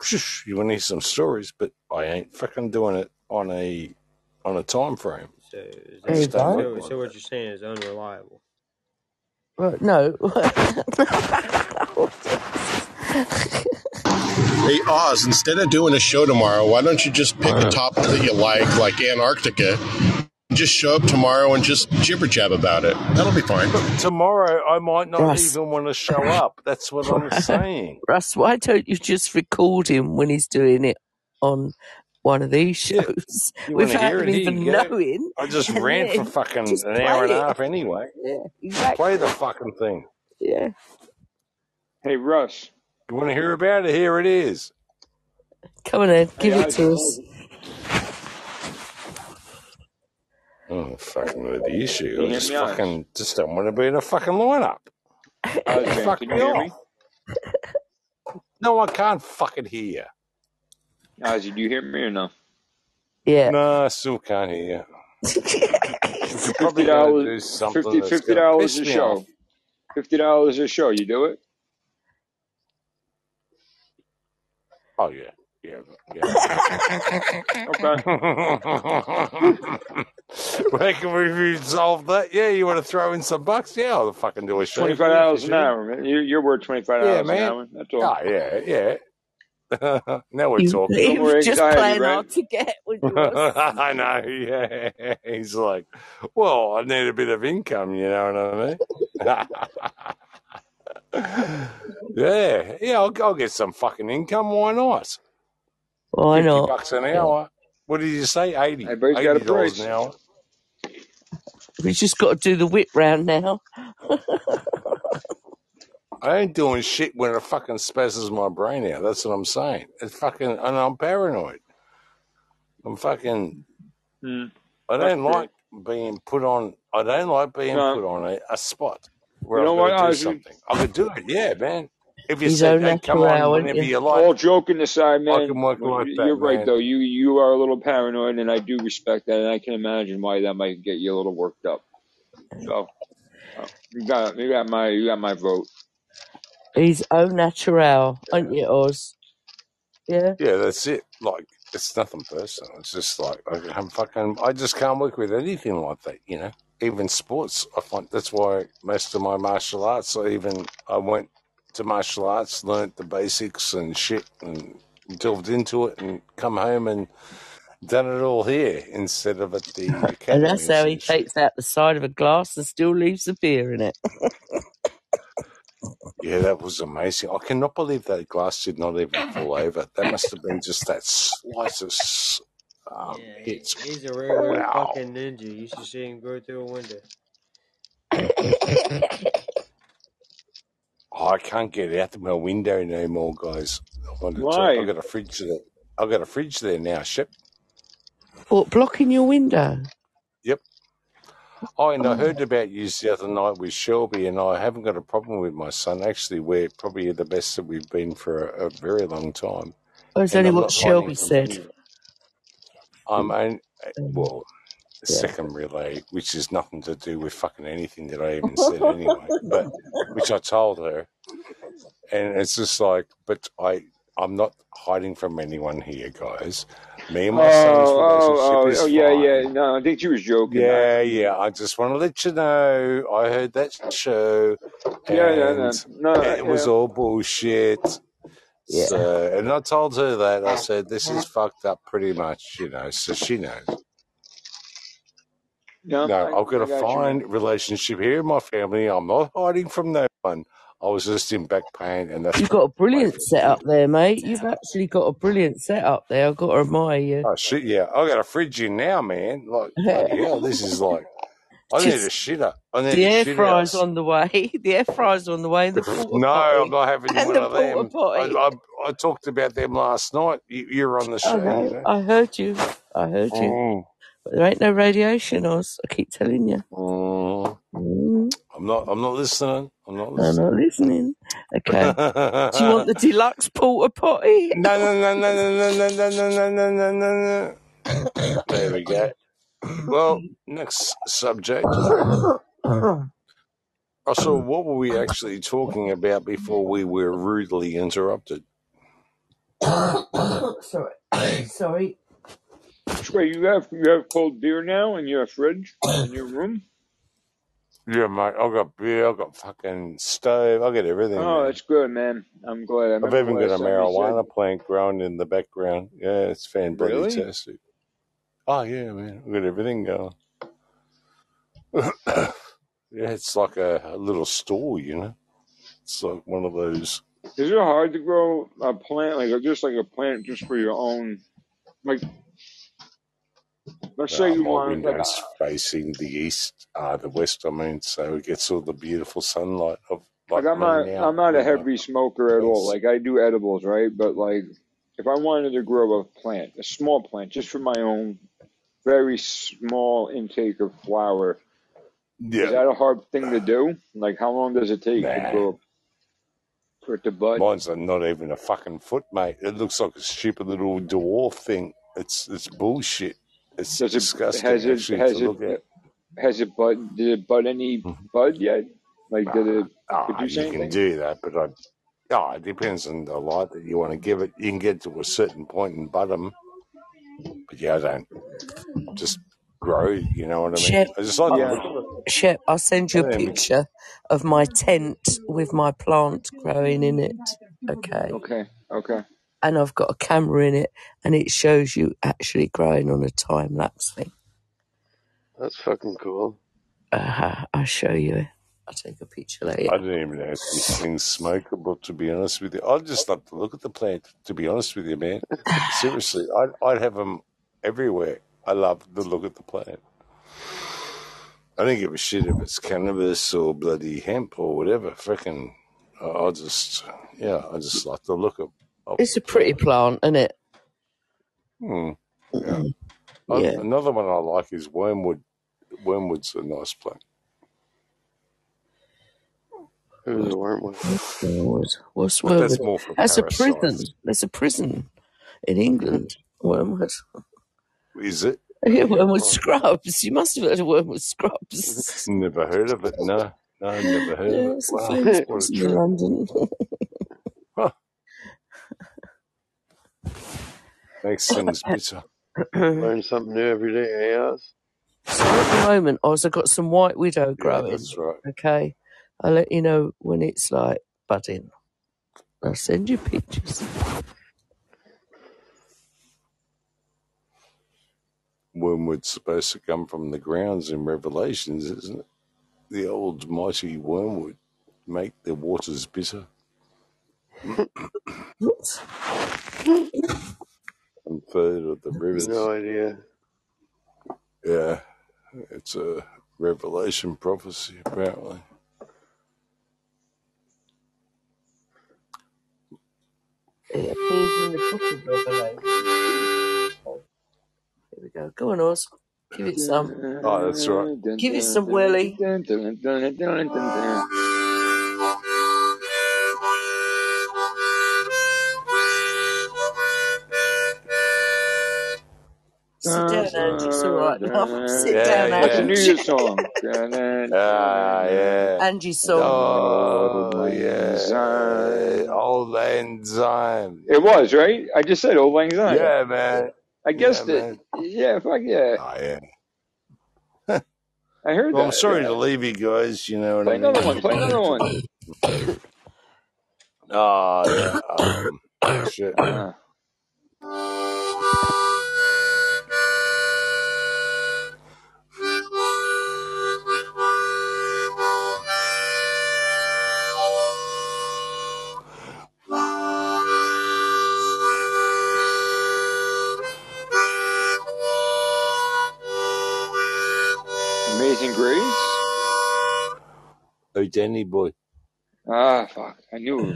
Speaker 4: Psh, You want to hear some stories, but I ain't fucking doing it on a on a time frame.
Speaker 2: So, is
Speaker 4: I just
Speaker 3: There
Speaker 2: that,
Speaker 3: you
Speaker 4: don't
Speaker 3: go.
Speaker 2: so,
Speaker 4: work like
Speaker 2: so what
Speaker 4: that.
Speaker 2: you're saying is unreliable.
Speaker 3: Right, no.
Speaker 11: Hey Oz, instead of doing a show tomorrow, why don't you just pick a topic that you like, like Antarctica? Just show up tomorrow and just jibber jab about it. That'll be fine.
Speaker 4: But tomorrow I might not
Speaker 3: Russ.
Speaker 4: even want to show up. That's what I'm saying.
Speaker 3: Russ, why don't you just record him when he's doing it on one of these
Speaker 4: Yeah.
Speaker 3: shows
Speaker 4: You want to
Speaker 3: without
Speaker 4: hear
Speaker 3: him
Speaker 4: it? Here you
Speaker 3: even
Speaker 4: go.
Speaker 3: knowing,
Speaker 4: I just
Speaker 3: and
Speaker 4: ran for
Speaker 3: then
Speaker 4: fucking
Speaker 3: just
Speaker 4: an
Speaker 3: play
Speaker 4: hour and a
Speaker 3: it?
Speaker 4: half anyway.
Speaker 3: Yeah,
Speaker 4: Play the
Speaker 3: exactly.
Speaker 4: fucking thing.
Speaker 3: Yeah.
Speaker 6: Hey Russ.
Speaker 4: You want to hear about it? Here it is.
Speaker 3: Come on, Ed,
Speaker 6: Hey
Speaker 3: give it
Speaker 6: Oz.
Speaker 3: to us.
Speaker 4: Oh, fucking with the
Speaker 6: Can
Speaker 4: issue.
Speaker 6: you
Speaker 4: I
Speaker 6: hear
Speaker 4: just
Speaker 6: me, Oz?
Speaker 4: fucking just don't want to be in a fucking lineup.
Speaker 6: Oz
Speaker 4: They
Speaker 6: man,
Speaker 4: fuck
Speaker 6: can you
Speaker 4: me
Speaker 6: hear
Speaker 4: off.
Speaker 6: me?
Speaker 4: No, I can't fucking hear you.
Speaker 6: Ozzy, do you hear me or no?
Speaker 3: Yeah.
Speaker 4: No, I still can't hear you. You're
Speaker 6: Fifty
Speaker 4: probably going to
Speaker 6: dollars
Speaker 4: do something
Speaker 6: fifty
Speaker 4: that's
Speaker 6: fifty
Speaker 4: going to piss
Speaker 6: dollars a
Speaker 4: me off.
Speaker 6: show. Fifty dollars a show, you do it?
Speaker 4: Oh, yeah. Yeah, yeah.
Speaker 6: Okay.
Speaker 4: Reckon we resolve that? Yeah, you want to throw in some bucks? Yeah, I'll fucking do a show
Speaker 6: Twenty
Speaker 4: for
Speaker 6: five
Speaker 4: you if you
Speaker 6: dollars an
Speaker 4: do.
Speaker 6: hour, man. You you're worth twenty five
Speaker 4: Yeah,
Speaker 6: dollars an
Speaker 4: man.
Speaker 6: hour. That's all.
Speaker 4: Oh, yeah, yeah. now we're
Speaker 3: You,
Speaker 4: talking.
Speaker 6: No
Speaker 3: he was
Speaker 6: more
Speaker 3: just
Speaker 6: anxiety,
Speaker 3: playing
Speaker 6: right?
Speaker 3: hard to get, weren't you, Russ?
Speaker 4: I know, yeah. He's like, well, I need a bit of income, you know what I mean? yeah, yeah, I'll, I'll get some fucking income. Why not?
Speaker 3: Why
Speaker 4: 50
Speaker 3: not?
Speaker 4: bucks an
Speaker 3: Yeah.
Speaker 4: hour. What did you say? 80
Speaker 6: Everybody's got a
Speaker 4: $80 an
Speaker 6: price.
Speaker 4: hour.
Speaker 3: We've just got to do the whip round now.
Speaker 4: I ain't doing shit when it fucking spazzes my brain out. That's what I'm saying. It's fucking, and I'm paranoid. I'm fucking,
Speaker 6: Hmm.
Speaker 4: I
Speaker 6: That's
Speaker 4: don't
Speaker 6: true.
Speaker 4: like being put on. I don't like being
Speaker 6: No.
Speaker 4: put on a, a spot
Speaker 6: You
Speaker 4: where
Speaker 6: know
Speaker 4: I've got
Speaker 6: what,
Speaker 4: to do
Speaker 6: Ozzy?
Speaker 4: something. I could do it, yeah, man. If you
Speaker 3: He's
Speaker 4: said,
Speaker 3: au
Speaker 4: "Hey, come
Speaker 3: natural,
Speaker 4: on,
Speaker 3: weren't
Speaker 4: whenever
Speaker 3: you?
Speaker 4: you like,"
Speaker 6: All joking aside,
Speaker 4: I
Speaker 6: man,
Speaker 4: can work
Speaker 6: when
Speaker 4: like
Speaker 6: you- you're
Speaker 4: that,
Speaker 6: right
Speaker 4: man.
Speaker 6: though. You you are a little paranoid, and I do respect that, and I can imagine why that might get you a little worked up. So uh, you got you got my you got my vote.
Speaker 3: He's au natural,
Speaker 4: Yeah,
Speaker 3: aren't you, Oz? Yeah.
Speaker 4: yeah, that's it. Like, it's nothing personal. It's just like I- I'm fucking. I just can't work with anything like that, you know. Even sports, I find that's why most of my martial arts. I even I went to martial arts, learnt the basics and shit, and delved into it, and come home and done it all here instead of at the
Speaker 3: And that's
Speaker 4: academies
Speaker 3: how he
Speaker 4: and shit.
Speaker 3: takes out the side of a glass and still leaves the beer in it.
Speaker 4: Yeah, that was amazing. I cannot believe that glass did not even fall over. That must have been just that slightest um,
Speaker 2: Yeah, he,
Speaker 4: hit.
Speaker 2: he's a regular
Speaker 4: Wow.
Speaker 2: fucking ninja. You should see him go through a window.
Speaker 4: Oh, I can't get out of my window no more, guys. I wanted to. I
Speaker 6: Why?
Speaker 4: got a fridge there. I got a fridge there now, Shep.
Speaker 3: What, blocking your window?
Speaker 4: Yep. Oh, and I
Speaker 3: Oh.
Speaker 4: heard about you the other night with Shelby, and I haven't got a problem with my son. Actually, we're probably the best that we've been for a, a very long time,
Speaker 3: That's
Speaker 4: and
Speaker 3: only
Speaker 4: I'm
Speaker 3: what
Speaker 4: not finding
Speaker 3: Shelby said.
Speaker 4: confusion. I'm only,
Speaker 3: Um,
Speaker 4: well,
Speaker 3: yeah.
Speaker 4: second relay, which is nothing to do with fucking anything that I even said anyway, but which I told her. And it's just like, but I, I'm not hiding from anyone here, guys. Me and
Speaker 6: Oh
Speaker 4: my son's relationship
Speaker 6: oh oh
Speaker 4: is
Speaker 6: oh yeah yeah.
Speaker 4: fine.
Speaker 6: No, I think you was joking. I
Speaker 4: Yeah, yeah. I just want to let you know I heard that show
Speaker 6: yeah yeah
Speaker 4: and
Speaker 6: no no
Speaker 4: it was
Speaker 6: yeah.
Speaker 4: all bullshit.
Speaker 3: Uh, Yeah.
Speaker 4: So, and I told her that I said, this is fucked up pretty much, you know, so she knows.
Speaker 6: No,
Speaker 4: No,
Speaker 6: I
Speaker 4: I've got
Speaker 6: I
Speaker 4: a
Speaker 6: got you, man.
Speaker 4: fine relationship here in my family. I'm not hiding from no one. I was just in back pain, and that's
Speaker 3: You've
Speaker 4: what
Speaker 3: got a
Speaker 4: my
Speaker 3: brilliant
Speaker 4: fridge
Speaker 3: setup
Speaker 4: is.
Speaker 3: there, mate. You've actually got a brilliant setup there. I've got to admire you.
Speaker 4: Oh shit! Yeah, I got a fridge in now, man. Like bloody hell, this is like. I need a
Speaker 3: Just-
Speaker 4: shitter. I need
Speaker 3: the
Speaker 4: a
Speaker 3: air
Speaker 4: shitter.
Speaker 3: fryer's on the way. The air fryer's on the way, and the porta
Speaker 4: No, I'm
Speaker 3: potty.
Speaker 4: not having
Speaker 3: And
Speaker 4: one
Speaker 3: the
Speaker 4: of
Speaker 3: porta
Speaker 4: them. I,
Speaker 3: potty. Oh,
Speaker 4: I, I talked about them last night. You, you were on the
Speaker 3: I
Speaker 4: show, you
Speaker 3: know.
Speaker 4: know.
Speaker 3: I heard you. I heard you.
Speaker 4: Mm,
Speaker 3: But there ain't no radiation, Oz. I keep telling you.
Speaker 4: mm.
Speaker 3: Mm,
Speaker 4: I'm not. I'm not listening. I'm not
Speaker 3: I'm not
Speaker 4: listening.
Speaker 3: listening. Okay. Do you want the
Speaker 4: no,
Speaker 3: deluxe porta potty?
Speaker 4: no, no, no, no, no, no, no, no, no, no, no, no. There we go. Well, next subject. Russell, what were we actually talking about before we were rudely interrupted?
Speaker 3: Sorry. Sorry.
Speaker 6: Wait, you have you have cold beer now in your fridge in your room?
Speaker 4: Yeah, mate. I got beer. I got fucking stove. I got everything
Speaker 6: Oh,
Speaker 4: now.
Speaker 6: that's good, man. I'm glad. I
Speaker 4: I've
Speaker 6: remember
Speaker 4: even got a
Speaker 6: last time you said,
Speaker 4: marijuana plant growing in the background. Yeah, it's fan bloody
Speaker 6: "Really?
Speaker 4: tastic. Oh yeah, man, we got everything going. yeah, it's like a, a little store, you know. It's like one of those.
Speaker 6: Is it hard to grow a plant like just like a plant just for your own? Like, let's say
Speaker 4: Uh,
Speaker 6: you
Speaker 4: my
Speaker 6: wanted like a
Speaker 4: windows facing the east, uh, the west. I mean, so it gets all the beautiful sunlight of
Speaker 6: like
Speaker 4: like
Speaker 6: I'm
Speaker 4: me
Speaker 6: not
Speaker 4: now
Speaker 6: I'm not a
Speaker 4: in my
Speaker 6: heavy smoker at all.
Speaker 4: place.
Speaker 6: Like I do edibles, right? But like if I wanted to grow a plant, a small plant, just for my own very small intake of flower, is
Speaker 4: Yeah,
Speaker 6: that a hard thing to do? Like how long does it take to
Speaker 4: nah.
Speaker 6: grow for it to bud?
Speaker 4: Mine's a- not even a fucking foot, mate. It looks like a stupid little dwarf thing. It's it's bullshit. It's
Speaker 6: Does it
Speaker 4: disgusting
Speaker 6: has it
Speaker 4: actually to
Speaker 6: has it
Speaker 4: look at. Mm-hmm.
Speaker 6: has it bud did it bud any bud yet? Like did it
Speaker 4: Ah,
Speaker 6: produce
Speaker 4: you can
Speaker 6: anything?
Speaker 4: do that, but I. Oh, it depends on the light that you want to give it. You can get to a certain point and bud 'em, but yeah, I don't just grow. You know what I mean?
Speaker 3: Shep,
Speaker 4: I just like the
Speaker 6: Yeah.
Speaker 4: look of it.
Speaker 3: Shep, I'll send
Speaker 4: I
Speaker 3: you a
Speaker 4: don't even.
Speaker 3: picture of my tent with my plant growing in it. Okay.
Speaker 6: Okay. Okay.
Speaker 3: And I've got a camera in it and it shows you actually growing on a time lapse thing.
Speaker 10: That's fucking cool.
Speaker 3: Uh, I'll show you it. I'll take a picture later.
Speaker 4: I don't even know if this thing's smokable. To be honest with you, I just love to look at the plant. To be honest with you, man, seriously, I'd, I'd have them everywhere. I love the look at the plant. I don't give a shit if it's cannabis or bloody hemp or whatever. Freaking, I I just, yeah, I just like the look of, of
Speaker 3: It's
Speaker 4: the
Speaker 3: a pretty
Speaker 4: plant.
Speaker 3: plant, isn't it?
Speaker 4: Hmm. Yeah. An-
Speaker 3: Yeah.
Speaker 4: Another one I like is wormwood. Wormwood's a nice plant.
Speaker 10: Who's a wormwood?
Speaker 3: Wormwood. What's
Speaker 4: But
Speaker 3: Wormwood?
Speaker 4: that's more for
Speaker 3: That's a prison.
Speaker 4: parasites. Mm.
Speaker 3: That's a prison in England. Wormwood.
Speaker 4: Is it?
Speaker 3: Yeah,
Speaker 4: Okay.
Speaker 3: Wormwood
Speaker 4: Well,
Speaker 3: Scrubs. You must have heard of Wormwood Scrubs.
Speaker 4: never heard of it. No, no, never heard of
Speaker 3: Yeah,
Speaker 4: it.
Speaker 3: it's a
Speaker 4: Wow,
Speaker 3: famous
Speaker 4: what a
Speaker 3: prison in
Speaker 4: trip.
Speaker 3: London.
Speaker 4: Huh. Makes things bitter.
Speaker 10: Learn something new every day, eh, Oz?
Speaker 3: so at the moment, Oz, I've got some White Widow
Speaker 4: Yeah,
Speaker 3: growing.
Speaker 4: that's right.
Speaker 3: Okay, I'll let you know when it's like budding. I'll send you pictures.
Speaker 4: Wormwood's supposed to come from the grounds in Revelations, isn't it? The old mighty wormwood make the waters bitter. One third of the rivers.
Speaker 10: No idea.
Speaker 4: Yeah, it's a Revelation prophecy, apparently.
Speaker 3: It appears in the book of Revelation. Here we go. Go on, Oz. Give it some.
Speaker 4: Oh, that's right.
Speaker 3: Give it some, Willie. Sit down, Angie. It's all right, love. Sit
Speaker 4: Yeah,
Speaker 3: down,
Speaker 6: That's a
Speaker 4: yeah.
Speaker 6: New
Speaker 3: Angie.
Speaker 6: Year's song.
Speaker 4: Ah, yeah.
Speaker 3: Angie's song.
Speaker 6: Old
Speaker 4: Oh,
Speaker 6: Lang
Speaker 4: yeah.
Speaker 6: Syne.
Speaker 4: Old enzyme.
Speaker 6: It
Speaker 4: Yeah,
Speaker 6: was, right? I just said Old Lang Syne.
Speaker 4: yeah, man.
Speaker 6: I
Speaker 4: Yeah,
Speaker 6: guess that,
Speaker 4: man.
Speaker 6: yeah, fuck yeah.
Speaker 4: Oh, yeah.
Speaker 6: I heard
Speaker 4: Well, I'm
Speaker 6: that,
Speaker 4: sorry
Speaker 6: yeah.
Speaker 4: to leave you guys. You know what I
Speaker 6: Play another
Speaker 4: mean.
Speaker 6: one, play another one.
Speaker 4: Oh, yeah. Um, shit.
Speaker 6: Uh, Amazing Grace?
Speaker 4: Who Danny boy?
Speaker 6: Ah, fuck. I knew.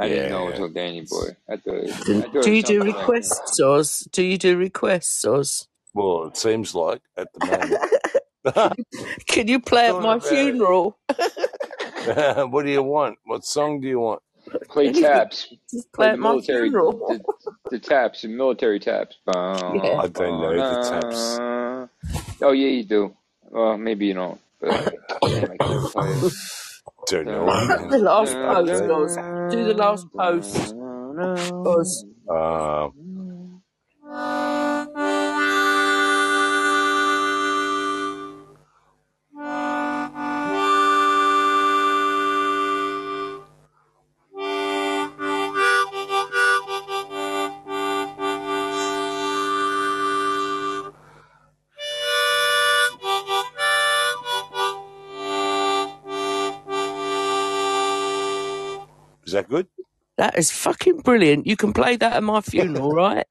Speaker 6: I didn't know
Speaker 4: Yeah.
Speaker 6: until Danny Boy. I thought, it- I thought
Speaker 3: Do
Speaker 6: it
Speaker 3: you do
Speaker 6: sounded like him.
Speaker 3: requests, Oz? Do you do requests, Oz?
Speaker 4: Well, it seems like at the moment.
Speaker 3: Can you play at
Speaker 4: Thought
Speaker 3: my
Speaker 4: about it.
Speaker 3: funeral?
Speaker 4: what do you want? What song do you want?
Speaker 6: Play
Speaker 3: Anything.
Speaker 6: taps.
Speaker 3: Just play
Speaker 6: Play
Speaker 3: at my
Speaker 6: military.
Speaker 3: funeral.
Speaker 6: The, the taps, the military taps. Ba,
Speaker 3: Yeah.
Speaker 4: I don't
Speaker 6: ba,
Speaker 4: know the taps.
Speaker 6: na. Oh, yeah, you do. Well, maybe you don't, but damn, I can't play it.
Speaker 4: Don't know it,
Speaker 6: Dun,
Speaker 4: man.
Speaker 3: the last
Speaker 4: I
Speaker 6: dun,
Speaker 3: post,
Speaker 4: don't.
Speaker 3: Oz. Do the last
Speaker 6: dun,
Speaker 3: post, Oz.
Speaker 4: Uh,
Speaker 6: dun, dun.
Speaker 4: is that good?
Speaker 3: That is fucking brilliant. You can play that at my funeral, right?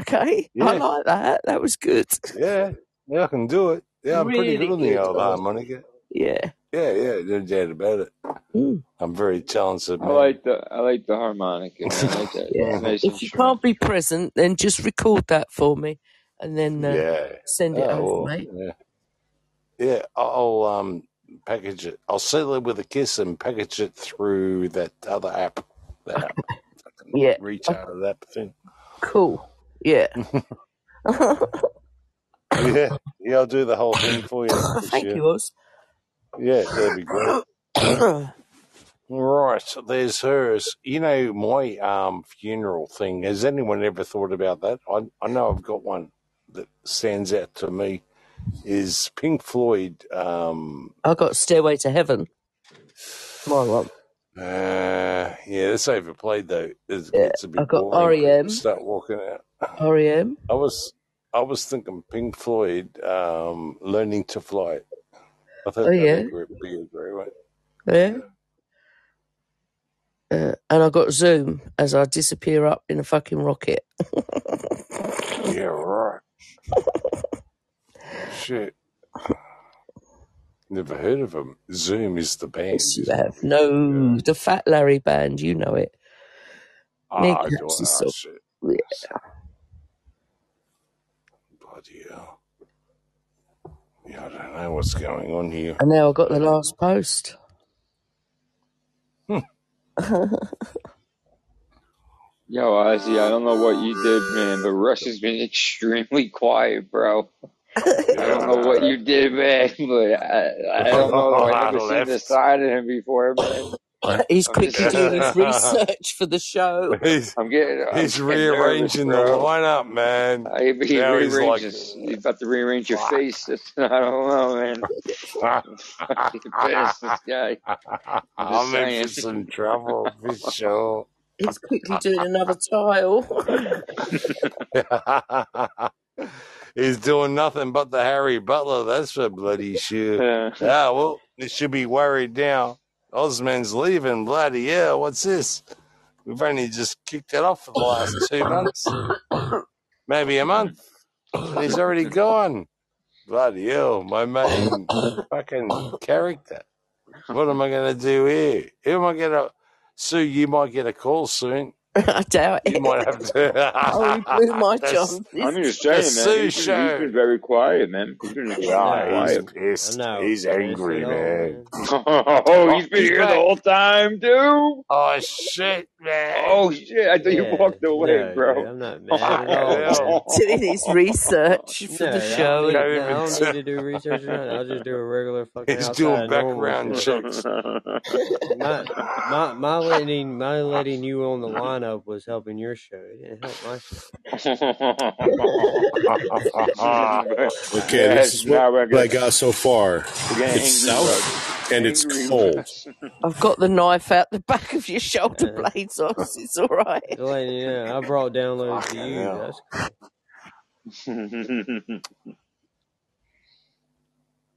Speaker 3: Okay. I
Speaker 4: Yeah,
Speaker 3: like that. That was good.
Speaker 4: yeah, yeah. I can do it. Yeah, I'm pretty good
Speaker 3: Really
Speaker 4: on the
Speaker 3: good,
Speaker 4: old
Speaker 3: Oz.
Speaker 4: harmonica.
Speaker 3: Yeah.
Speaker 4: Yeah, yeah, no doubt about it.
Speaker 3: Mm.
Speaker 4: I'm a very talented
Speaker 6: I
Speaker 4: man.
Speaker 6: like the I like the harmonica, man. I like that. It's
Speaker 3: Yeah.
Speaker 6: a nice
Speaker 3: If you
Speaker 6: instrument.
Speaker 3: can't be present, then just record that for me and then uh,
Speaker 4: yeah.
Speaker 3: send it over,
Speaker 4: Oh, well,
Speaker 3: mate.
Speaker 4: yeah. Yeah, I'll um package it. I'll settle it with a kiss and package it through that other app, that app, fucking
Speaker 3: Yeah.
Speaker 4: retarded app thing.
Speaker 3: Cool. Yeah.
Speaker 4: yeah, yeah, I'll do the whole thing for you this
Speaker 3: Thank
Speaker 4: year.
Speaker 3: you, Oz.
Speaker 4: Yeah, that'd be great. Right, there's hers. You know my um funeral thing. Has anyone ever thought about that? I I know I've got one that stands out to me is Pink Floyd. Um,
Speaker 3: I got Stairway to Heaven. My one.
Speaker 4: uh, yeah, that's overplayed though. It
Speaker 3: Yeah.
Speaker 4: gets a
Speaker 3: I
Speaker 4: bit
Speaker 3: got E
Speaker 4: boring. People
Speaker 3: REM.
Speaker 4: start walking out.
Speaker 3: REM.
Speaker 4: I was I was thinking Pink Floyd, um, Learning to Fly. I
Speaker 3: Oh,
Speaker 4: thought that'd
Speaker 3: yeah.
Speaker 4: be great. Be a great one.
Speaker 3: Yeah. Uh, and I got Zoom as I disappear up in a fucking rocket.
Speaker 4: Yeah, right. Shit, never heard of them. Zoom is the band,
Speaker 3: Yes, you
Speaker 4: isn't
Speaker 3: have.
Speaker 4: it? Yeah.
Speaker 3: No, the Fat Larry Band, you know it. Nick
Speaker 4: Ah, do
Speaker 3: Caps is
Speaker 4: I? Ah,
Speaker 3: so.
Speaker 4: shit.
Speaker 3: Yeah.
Speaker 4: Bloody hell. Yeah, I don't know what's going on here.
Speaker 3: And now I got the
Speaker 4: Uh,
Speaker 3: last post.
Speaker 4: hmm.
Speaker 6: Yo, Ozzy, I don't know what you did, man, but Russ has been extremely quiet, bro. I
Speaker 4: Yeah,
Speaker 6: don't
Speaker 4: I
Speaker 6: know what
Speaker 4: know.
Speaker 6: you did, man, but I, I don't know. I
Speaker 4: I
Speaker 6: never seen this
Speaker 4: left.
Speaker 6: side of him before, man.
Speaker 3: He's
Speaker 6: I'm just
Speaker 3: quickly doing his research for the show.
Speaker 4: he's,
Speaker 6: I'm getting I'm
Speaker 4: he's
Speaker 6: getting nervous,
Speaker 4: rearranging the
Speaker 6: bro.
Speaker 4: lineup, man.
Speaker 6: I, he
Speaker 4: Now he's like,
Speaker 6: rearranges. He's about to rearrange your
Speaker 4: fuck.
Speaker 6: face. That's, I don't know, man. I'm fucking pissed, this guy. I'm
Speaker 4: I'm
Speaker 6: just
Speaker 4: in for
Speaker 6: saying.
Speaker 4: some trouble for sure.
Speaker 3: He's quickly doing another tile.
Speaker 4: He's doing nothing but the Harry Butler. That's for bloody sure.
Speaker 6: Uh,
Speaker 4: Ah, well, you should be worried now. Osman's leaving. Bloody hell, what's this? We've only just kicked it off for the last two months, maybe a month, and he's already gone. Bloody hell, my main fucking character. What am I going to do here? Who am I going to sue? You might get a call soon.
Speaker 3: I doubt
Speaker 4: You
Speaker 3: it.
Speaker 4: might have
Speaker 3: Oh, he blew
Speaker 4: to.
Speaker 3: my
Speaker 4: That's
Speaker 3: chances.
Speaker 6: I'm just
Speaker 4: the
Speaker 6: saying, man.
Speaker 4: Sue
Speaker 6: He's been he's
Speaker 4: show.
Speaker 6: been very quiet, man. He's been extremely
Speaker 4: Yeah,
Speaker 2: No,
Speaker 4: Oh, he's
Speaker 6: quiet.
Speaker 2: I
Speaker 4: pissed.
Speaker 2: know.
Speaker 4: He's
Speaker 2: Piss it
Speaker 4: angry,
Speaker 2: all,
Speaker 4: man.
Speaker 2: man.
Speaker 6: Oh,
Speaker 4: Oh,
Speaker 6: he's been
Speaker 4: he's
Speaker 6: here the
Speaker 4: back.
Speaker 6: whole time, dude.
Speaker 4: Oh, shit, man.
Speaker 6: Oh shit! I thought you
Speaker 2: Yeah,
Speaker 6: walked away,
Speaker 2: no, dude,
Speaker 6: bro. Oh.
Speaker 2: I'm not mad at
Speaker 4: Fucking
Speaker 2: all, man.
Speaker 4: hell.
Speaker 3: Doing his research for the
Speaker 2: No, I don't
Speaker 3: show.
Speaker 2: need.
Speaker 3: And
Speaker 2: No, I don't need to do research
Speaker 4: Can't even tell.
Speaker 2: or nothing. I'll just do a regular fucking
Speaker 4: He's doing
Speaker 2: outside normal
Speaker 4: background
Speaker 2: shit.
Speaker 4: checks.
Speaker 2: My, my, my letting, my letting you on the lineup was helping your show. It didn't help my show.
Speaker 6: Ah,
Speaker 11: Okay, this
Speaker 6: yes,
Speaker 11: is what
Speaker 6: now we're
Speaker 11: I
Speaker 6: getting
Speaker 11: got so far.
Speaker 6: we're getting
Speaker 11: It's
Speaker 6: angry,
Speaker 11: south
Speaker 6: Russ.
Speaker 11: and it's
Speaker 6: Angry
Speaker 11: cold.
Speaker 6: Russ.
Speaker 3: I've got the knife out the back of your shoulder
Speaker 2: Uh,
Speaker 3: blades, Oz. It's all right.
Speaker 2: just letting you know, I brought downloads to
Speaker 4: Fucking
Speaker 2: you.
Speaker 4: hell.
Speaker 2: That's cool.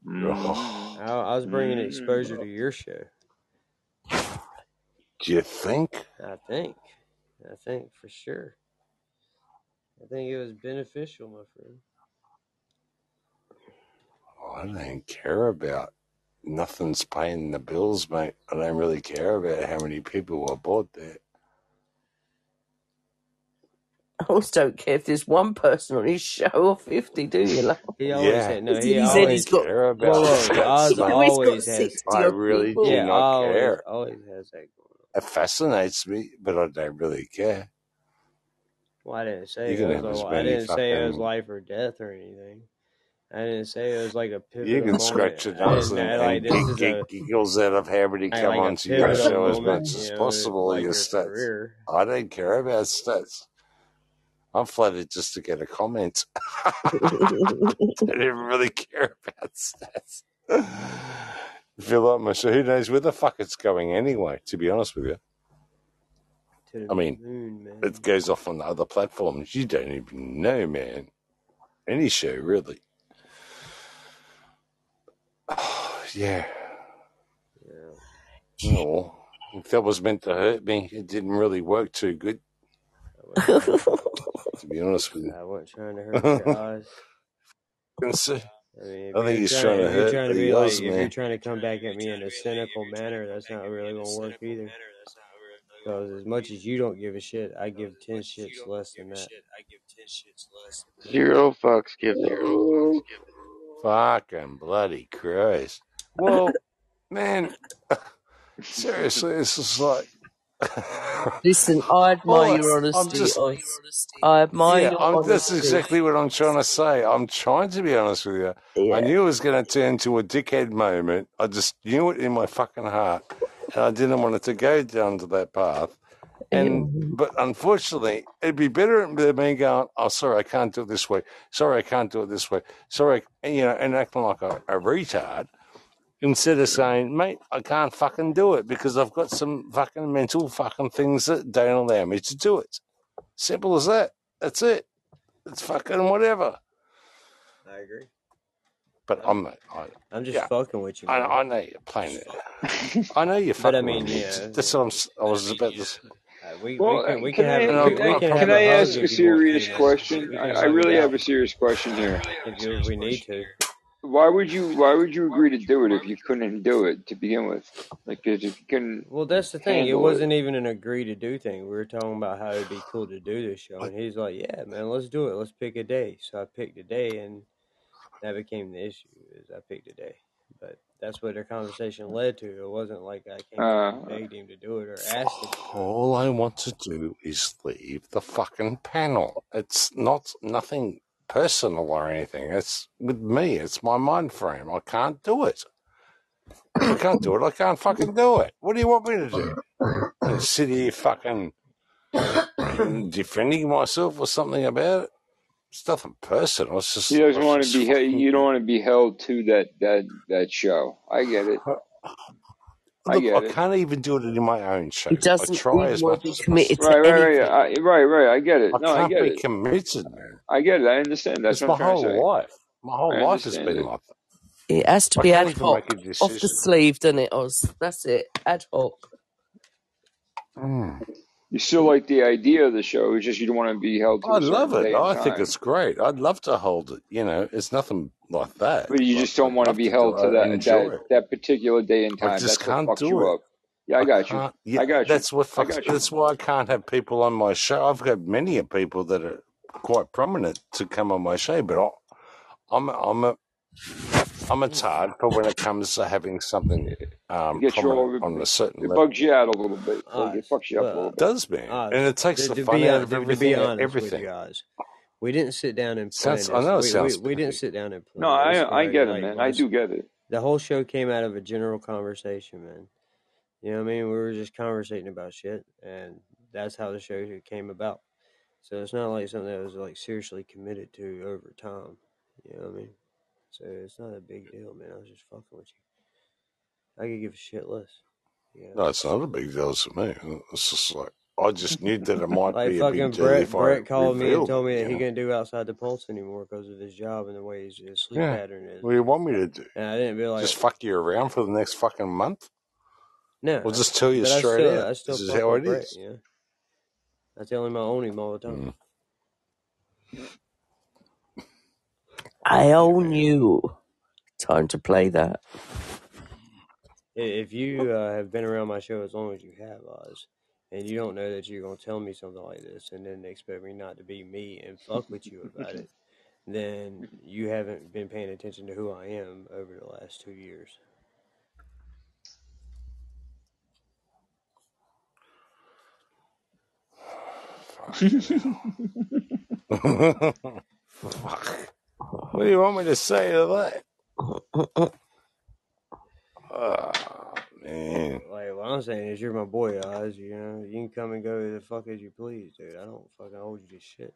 Speaker 4: Oh,
Speaker 2: I, I was bringing exposure to
Speaker 4: Mm.
Speaker 2: your show.
Speaker 4: do you think?
Speaker 2: I think, I think for sure. I think it was beneficial, my friend.
Speaker 4: Oh, I don't care about nothing's paying the bills, mate. I don't really care about how many people were bought there.
Speaker 3: I also don't care if there's one person on his show or 50, do you, love?
Speaker 2: He always
Speaker 4: Yeah,
Speaker 2: had no.
Speaker 4: I
Speaker 2: He
Speaker 3: He said
Speaker 4: don't
Speaker 3: he's
Speaker 2: always.
Speaker 3: got,
Speaker 4: care
Speaker 2: Whoa,
Speaker 4: about
Speaker 2: whoa!
Speaker 4: that
Speaker 2: Oz
Speaker 3: he's
Speaker 4: mate.
Speaker 3: always got
Speaker 2: always has.
Speaker 3: 60
Speaker 4: I
Speaker 3: odd
Speaker 4: really do
Speaker 3: people.
Speaker 2: Yeah,
Speaker 4: not
Speaker 2: always,
Speaker 4: care.
Speaker 2: always has that going on.
Speaker 4: It fascinates me, but I don't really care.
Speaker 2: Well, I didn't
Speaker 4: You
Speaker 2: say it
Speaker 4: can
Speaker 2: was.
Speaker 4: have as
Speaker 2: A, I
Speaker 4: many
Speaker 2: didn't say it was
Speaker 4: fucking.
Speaker 2: life or death or anything. I didn't say it was like a
Speaker 4: You
Speaker 2: pivotal
Speaker 4: can
Speaker 2: moment.
Speaker 4: scratch your
Speaker 2: I
Speaker 4: nose
Speaker 2: didn't
Speaker 4: and,
Speaker 2: I, like
Speaker 4: and
Speaker 2: this
Speaker 4: get,
Speaker 2: is
Speaker 4: get
Speaker 2: a
Speaker 4: giggles out of how many
Speaker 2: I,
Speaker 4: come
Speaker 2: like a
Speaker 4: onto your
Speaker 2: pivotal
Speaker 4: show as
Speaker 2: moment,
Speaker 4: much as
Speaker 2: you know,
Speaker 4: possible.
Speaker 2: like
Speaker 4: Your
Speaker 2: your
Speaker 4: stats.
Speaker 2: career.
Speaker 4: I don't care about stats. I'm flattered just to get a comment. I didn't really care about stats. Feel like my show. Who knows where the fuck it's going anyway? To be honest with you,
Speaker 2: To the
Speaker 4: I mean,
Speaker 2: moon,
Speaker 4: it
Speaker 2: man.
Speaker 4: goes off on other platforms. You don't even know, man. Any show, really. yeah.
Speaker 2: Yeah.
Speaker 4: Oh, if that was meant to hurt me, it didn't really work too good.
Speaker 2: I wasn't trying to
Speaker 4: To be honest with you,
Speaker 2: I wasn't trying to hurt you,
Speaker 4: I
Speaker 2: Oz. I mean, if
Speaker 4: think
Speaker 2: you're
Speaker 4: he's
Speaker 2: trying to,
Speaker 4: trying to
Speaker 2: if you're
Speaker 4: hurt
Speaker 2: trying to
Speaker 4: the
Speaker 2: be like,
Speaker 4: Oz
Speaker 2: if you're
Speaker 4: man.
Speaker 2: trying to come back at me in a cynical manner, that's not really gonna work either. Because as much as you don't give a shit, I give ten shits less than that.
Speaker 10: Zero fucks given.
Speaker 4: Fucking bloody Christ! Well, man, seriously, it's just like
Speaker 3: Listen, I admire
Speaker 4: all
Speaker 3: your
Speaker 4: it's. I'm
Speaker 3: honesty,
Speaker 4: just
Speaker 3: Oz. I admire
Speaker 4: Yeah,
Speaker 3: your
Speaker 4: I'm, that's
Speaker 3: honesty.
Speaker 4: exactly what I'm trying to say. I'm trying to be honest with you.
Speaker 3: Yeah.
Speaker 4: I knew it was going to turn to a dickhead moment. I just knew it in my fucking heart, and I didn't want it to go down to that path. And but unfortunately, it'd be better than me going, "Oh, sorry, I can't do it this way. Sorry, I can't do it this way. Sorry," and, you know, and acting like a, a retard instead of saying, "Mate, I can't fucking do it because I've got some fucking mental fucking things that don't allow me to do it." Simple as that. That's it it's fucking whatever.
Speaker 2: I agree.
Speaker 4: But
Speaker 2: I'm,
Speaker 4: I'm, I,
Speaker 2: I'm just
Speaker 4: yeah,
Speaker 2: fucking with you,
Speaker 4: I,
Speaker 2: man.
Speaker 4: I know you're playing it. I know you're
Speaker 2: But I
Speaker 4: fucking with
Speaker 2: mean,
Speaker 4: me.
Speaker 2: yeah,
Speaker 4: That's what I'm, s- I was about to say.
Speaker 2: uh, we we
Speaker 6: Well, uh,
Speaker 2: can we can have
Speaker 6: can I
Speaker 2: a
Speaker 4: And I,
Speaker 2: we, we
Speaker 6: can
Speaker 2: can
Speaker 6: I can
Speaker 2: have a
Speaker 6: I
Speaker 2: hug if
Speaker 6: ask a
Speaker 2: you want to
Speaker 6: serious
Speaker 2: now.
Speaker 6: question?
Speaker 2: We
Speaker 6: I,
Speaker 2: can
Speaker 6: I
Speaker 2: hug it
Speaker 6: really have
Speaker 2: out
Speaker 6: a serious question here.
Speaker 2: if you if we need to.
Speaker 6: Why would you Why would you agree to do it if you couldn't do it to begin with? Like if you couldn't
Speaker 2: Well, that's the thing. It
Speaker 6: handle it.
Speaker 2: wasn't even an agree to do thing. We were talking about how it'd be cool to do this show, and he's like, "Yeah, man, let's do it. Let's pick a day." So I picked a day, and that became the issue. Is I picked a day, but that's what their conversation led to. It wasn't like I came to him and
Speaker 6: Uh,
Speaker 2: begged him to do it or asked him to do it.
Speaker 4: All I want to do is leave the fucking panel. It's not nothing personal or anything. It's with me. It's my mind frame. I can't do it. If I can't do it, I can't fucking do it. What do you want me to do? And sit here fucking defending myself or something about it? It's nothing personal. It's
Speaker 6: he
Speaker 4: just,
Speaker 6: doesn't
Speaker 4: it's
Speaker 6: want to
Speaker 4: just
Speaker 6: be he-
Speaker 4: fucking.
Speaker 6: you don't want to be held to that that that show. I get it. I
Speaker 4: Look, I
Speaker 6: get it.
Speaker 4: can't even do it in my own
Speaker 3: He
Speaker 4: show. I
Speaker 3: doesn't
Speaker 4: try
Speaker 3: even
Speaker 4: as
Speaker 3: want to
Speaker 4: much
Speaker 3: be
Speaker 4: as
Speaker 3: committed
Speaker 4: possible.
Speaker 6: Right,
Speaker 3: to
Speaker 6: right,
Speaker 3: anything.
Speaker 6: right. I, right, right. I get it.
Speaker 4: I
Speaker 6: No, I
Speaker 4: can't
Speaker 6: get
Speaker 4: be
Speaker 6: it.
Speaker 4: committed, man.
Speaker 6: I get it. I understand. That's
Speaker 4: It's
Speaker 6: what I'm
Speaker 4: my
Speaker 6: trying to say.
Speaker 4: whole life. My whole
Speaker 6: I
Speaker 4: life has
Speaker 6: understand
Speaker 4: been
Speaker 6: it.
Speaker 4: like
Speaker 3: It has to
Speaker 4: that. I
Speaker 3: be ad
Speaker 4: can't even
Speaker 3: hoc,
Speaker 4: make a
Speaker 3: off the
Speaker 4: decision.
Speaker 3: sleeve, doesn't it, Oz? That's it, ad hoc.
Speaker 4: Mm.
Speaker 6: You still like the idea of the show. It's just you don't want to be held to
Speaker 4: I
Speaker 6: a
Speaker 4: love
Speaker 6: certain
Speaker 4: it.
Speaker 6: day and
Speaker 4: I think
Speaker 6: time.
Speaker 4: it's great. I'd love to hold it. You know, it's nothing like that,
Speaker 6: But you
Speaker 4: but
Speaker 6: just don't
Speaker 4: I'd
Speaker 6: want to
Speaker 4: love
Speaker 6: be
Speaker 4: to do
Speaker 6: held
Speaker 4: it.
Speaker 6: to
Speaker 4: I
Speaker 6: that that
Speaker 4: enjoy it.
Speaker 6: that particular day and
Speaker 4: I
Speaker 6: time.
Speaker 4: just
Speaker 6: That's what
Speaker 4: can't
Speaker 6: fucks
Speaker 4: do
Speaker 6: you
Speaker 4: it.
Speaker 6: up. Yeah, I
Speaker 4: I
Speaker 6: got you.
Speaker 4: can't. Yeah,
Speaker 6: I got you.
Speaker 4: that's what
Speaker 6: I
Speaker 4: fucks.
Speaker 6: got you.
Speaker 4: That's why I can't have people on my show. I've got many of people that are quite prominent to come on my show, but I, I'm I'm a I'm a tard for when it comes to having something
Speaker 6: Hmm. It
Speaker 4: um,
Speaker 6: gets you
Speaker 4: prominent
Speaker 6: all.
Speaker 4: on a
Speaker 6: It,
Speaker 4: certain
Speaker 6: it
Speaker 4: level.
Speaker 6: bugs you out a little bit. Like it
Speaker 2: Oz,
Speaker 6: fucks you up a
Speaker 2: well,
Speaker 6: little
Speaker 4: It
Speaker 6: bit.
Speaker 4: does, man,
Speaker 2: Oz,
Speaker 4: and it takes
Speaker 2: Uh, to,
Speaker 4: the
Speaker 2: to
Speaker 4: fun
Speaker 2: be
Speaker 4: out
Speaker 2: hon-
Speaker 4: of
Speaker 2: to, to be
Speaker 4: everything.
Speaker 2: honest with
Speaker 4: Everything
Speaker 2: you, Oz, we didn't sit down and plan
Speaker 4: sounds. I
Speaker 2: this.
Speaker 4: know it
Speaker 2: We we
Speaker 4: sounds
Speaker 2: we didn't
Speaker 4: petty.
Speaker 2: sit down and
Speaker 6: No,
Speaker 2: plan this
Speaker 6: I I
Speaker 2: or
Speaker 6: get it,
Speaker 2: like
Speaker 6: man. I
Speaker 2: watch.
Speaker 6: do get it.
Speaker 2: The whole show came out of a general conversation, man. You know what I mean? We were just conversating about shit, and that's how the show came about. So it's not like something that was like seriously committed to over time. You know what I mean? So it's not a big deal, man. I was just fucking with you. I could give a shit less. You know.
Speaker 4: No, it's not a big deal to me. It's just like I just knew that it
Speaker 2: Like
Speaker 4: might be a big
Speaker 2: fucking
Speaker 4: deal
Speaker 2: Brett.
Speaker 4: if I
Speaker 2: Brett called me and
Speaker 4: revealed
Speaker 2: told
Speaker 4: it.
Speaker 2: me that
Speaker 4: You
Speaker 2: he
Speaker 4: know.
Speaker 2: couldn't do outside the pulse anymore because of his job and the way his, his sleep
Speaker 4: Yeah.
Speaker 2: pattern is.
Speaker 4: What do you want me to do?
Speaker 2: And I didn't be like,
Speaker 4: Just fuck you around for the next fucking month? Or
Speaker 2: no,
Speaker 4: just tell you
Speaker 2: but I
Speaker 4: straight
Speaker 2: still,
Speaker 4: out.
Speaker 2: I
Speaker 4: This
Speaker 2: still
Speaker 4: is
Speaker 2: fuck
Speaker 4: how
Speaker 2: with
Speaker 4: it
Speaker 2: Brett.
Speaker 4: is.
Speaker 2: You know, I tell him I own him all the time.
Speaker 4: Mm.
Speaker 3: I
Speaker 4: Yeah,
Speaker 3: own
Speaker 4: man.
Speaker 3: you. time to play that.
Speaker 2: I- If you uh, have been around my show as long as you have, Oz, and you don't know that you're going to tell me something like this and then expect me not to be me and fuck with you about it, then you haven't been paying attention to who I am over the last two years.
Speaker 4: Fuck. What do you want me to say to that? Oh, man.
Speaker 2: Like what I'm saying is, you're my boy, Oz. You know, you can come and go the fuck as you please, dude. I don't fucking hold you to shit.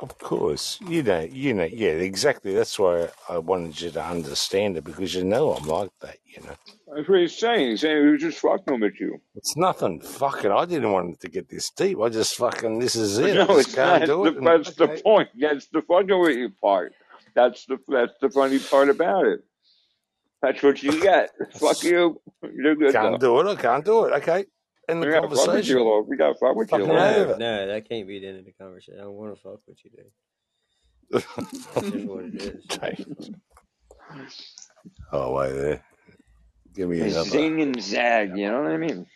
Speaker 4: Of course, you know, you know, yeah, exactly. That's why I wanted you to understand it because you know I'm like that. You know,
Speaker 6: That's what he's saying. He's saying he was just fucking with you.
Speaker 4: it's nothing fucking. I didn't want it to get this deep. I just fucking. This is
Speaker 6: But
Speaker 4: it. I
Speaker 6: no,
Speaker 4: just
Speaker 6: it's
Speaker 4: can't
Speaker 6: not. It's
Speaker 4: do it.
Speaker 6: the,
Speaker 4: And
Speaker 6: that's the
Speaker 4: okay,
Speaker 6: point. That's the fucking with you part. That's the that's the funny part about it. That's what you get. Fuck
Speaker 4: that's,
Speaker 6: you. You're good
Speaker 4: can't
Speaker 6: though.
Speaker 4: do it. I can't do it. Okay, end the
Speaker 6: We gotta fuck with
Speaker 4: conversation.
Speaker 6: you a little. We gotta fuck with you a
Speaker 4: Fucking
Speaker 2: No,
Speaker 6: little
Speaker 4: over it.
Speaker 2: no, that can't be the end of the conversation. I want to fuck with you, dude. It's just what it is.
Speaker 4: okay. Oh wait, there. Give me
Speaker 6: bit.
Speaker 4: another.
Speaker 6: Zing and zag. You know what I mean?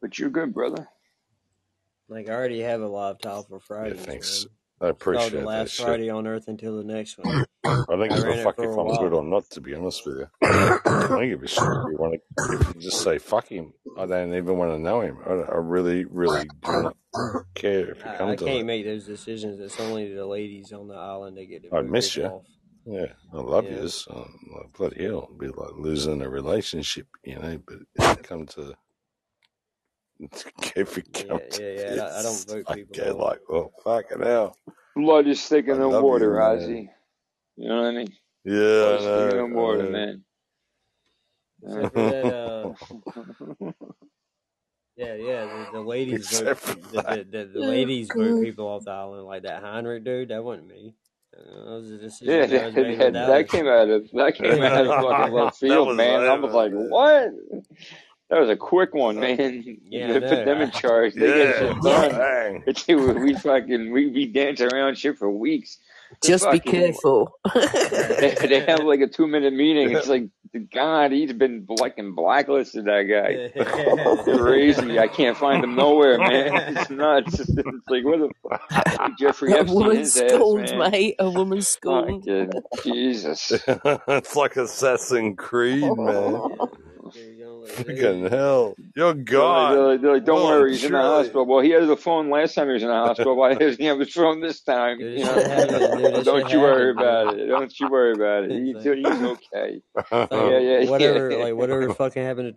Speaker 6: But you're good, brother.
Speaker 2: Like I already have a live tile for
Speaker 4: Yeah,
Speaker 2: Fridays,
Speaker 4: thanks.
Speaker 2: man.
Speaker 4: I
Speaker 2: It's called the
Speaker 4: appreciate that
Speaker 2: last
Speaker 4: shit.
Speaker 2: Friday on Earth until the next one.
Speaker 4: I don't
Speaker 2: I
Speaker 4: give a
Speaker 2: ran it
Speaker 4: fuck
Speaker 2: for
Speaker 4: if
Speaker 2: a
Speaker 4: I'm good
Speaker 2: while.
Speaker 4: or not. To be honest with you. I don't give a shit if you want to. If you just say fuck him, I don't even want to know him. I, I really, really do not care if you
Speaker 2: I,
Speaker 4: come
Speaker 2: I
Speaker 4: to
Speaker 2: can't
Speaker 4: that.
Speaker 2: make those decisions. It's only the ladies on the island that get to
Speaker 4: I'd
Speaker 2: pick
Speaker 4: miss
Speaker 2: us
Speaker 4: you.
Speaker 2: off.
Speaker 4: Yeah, I love
Speaker 2: You
Speaker 4: you.
Speaker 2: know,
Speaker 4: So, like, bloody hell, it'd be like losing a relationship, you know. But if you come to if you come
Speaker 2: yeah,
Speaker 4: to
Speaker 2: yeah, yeah. and I, I don't
Speaker 4: this,
Speaker 2: vote
Speaker 4: I
Speaker 2: people
Speaker 4: go
Speaker 2: off.
Speaker 4: like, well, fucking hell,
Speaker 6: Blood is thick
Speaker 4: I
Speaker 6: in the
Speaker 4: love you,
Speaker 6: water,
Speaker 4: man.
Speaker 6: Ozzy. You know what I mean?
Speaker 4: Yeah,
Speaker 6: Blood
Speaker 4: I
Speaker 6: is thick in the water,
Speaker 4: know. uh,
Speaker 6: man. Yeah.
Speaker 2: Except for that, uh, yeah, yeah. The, the
Speaker 4: I know.
Speaker 2: ladies vote.
Speaker 4: Except for
Speaker 2: The,
Speaker 4: that,
Speaker 2: the the the
Speaker 3: Oh,
Speaker 2: ladies vote
Speaker 3: God.
Speaker 2: people off the island like that Heinrich dude. That wasn't me. Uh, That was a
Speaker 6: Yeah,
Speaker 2: decision that
Speaker 6: that,
Speaker 2: was made
Speaker 6: that
Speaker 2: without
Speaker 6: that
Speaker 2: us.
Speaker 6: came out of that came out of fucking
Speaker 2: yeah,
Speaker 6: left
Speaker 4: that
Speaker 6: field,
Speaker 4: was
Speaker 6: man. I was like,
Speaker 4: over, man.
Speaker 6: what? That was a quick one,
Speaker 4: Fuck.
Speaker 6: man.
Speaker 2: I
Speaker 6: They put
Speaker 2: know.
Speaker 6: them in
Speaker 2: I,
Speaker 6: charge. They get
Speaker 4: Yeah,
Speaker 6: shit done.
Speaker 4: bang.
Speaker 6: But they were- we fucking we we dance around shit for weeks. They
Speaker 3: Just be
Speaker 6: fucking
Speaker 3: careful.
Speaker 6: they they have like a two minute meeting.
Speaker 4: Yeah.
Speaker 6: It's like God, he's been fucking blacklisted. That guy, crazy. I can't find him nowhere, man. It's nuts. It's, like what the
Speaker 3: a
Speaker 6: fuck? Jeffrey Epstein,
Speaker 3: woman
Speaker 6: his ass,
Speaker 3: scorned,
Speaker 6: man.
Speaker 3: mate. A woman
Speaker 6: Fucking
Speaker 3: scorned.
Speaker 6: Jesus.
Speaker 4: it's like Assassin Creed, man.
Speaker 2: man, dude, don't look
Speaker 4: Fucking
Speaker 2: there.
Speaker 4: hell. You're
Speaker 6: They're like, they're
Speaker 4: gone.
Speaker 6: like, they're like, don't
Speaker 4: Well and
Speaker 6: worry, he's in the
Speaker 4: truly.
Speaker 6: hospital. Well, he had the phone last time he was in the hospital. Why doesn't he have his phone this time?
Speaker 2: Dude, this
Speaker 6: You know what
Speaker 2: shit
Speaker 6: I
Speaker 2: happens,
Speaker 6: mean?
Speaker 2: dude.
Speaker 6: Well,
Speaker 2: This shit
Speaker 6: don't you worry
Speaker 2: happens,
Speaker 6: about
Speaker 2: dude.
Speaker 6: it. Don't you worry about it.
Speaker 2: It's
Speaker 6: He,
Speaker 2: like
Speaker 6: he's okay.
Speaker 2: it's like
Speaker 6: Oh, Yeah, yeah, yeah.
Speaker 2: whatever, like whatever fucking happened to
Speaker 4: you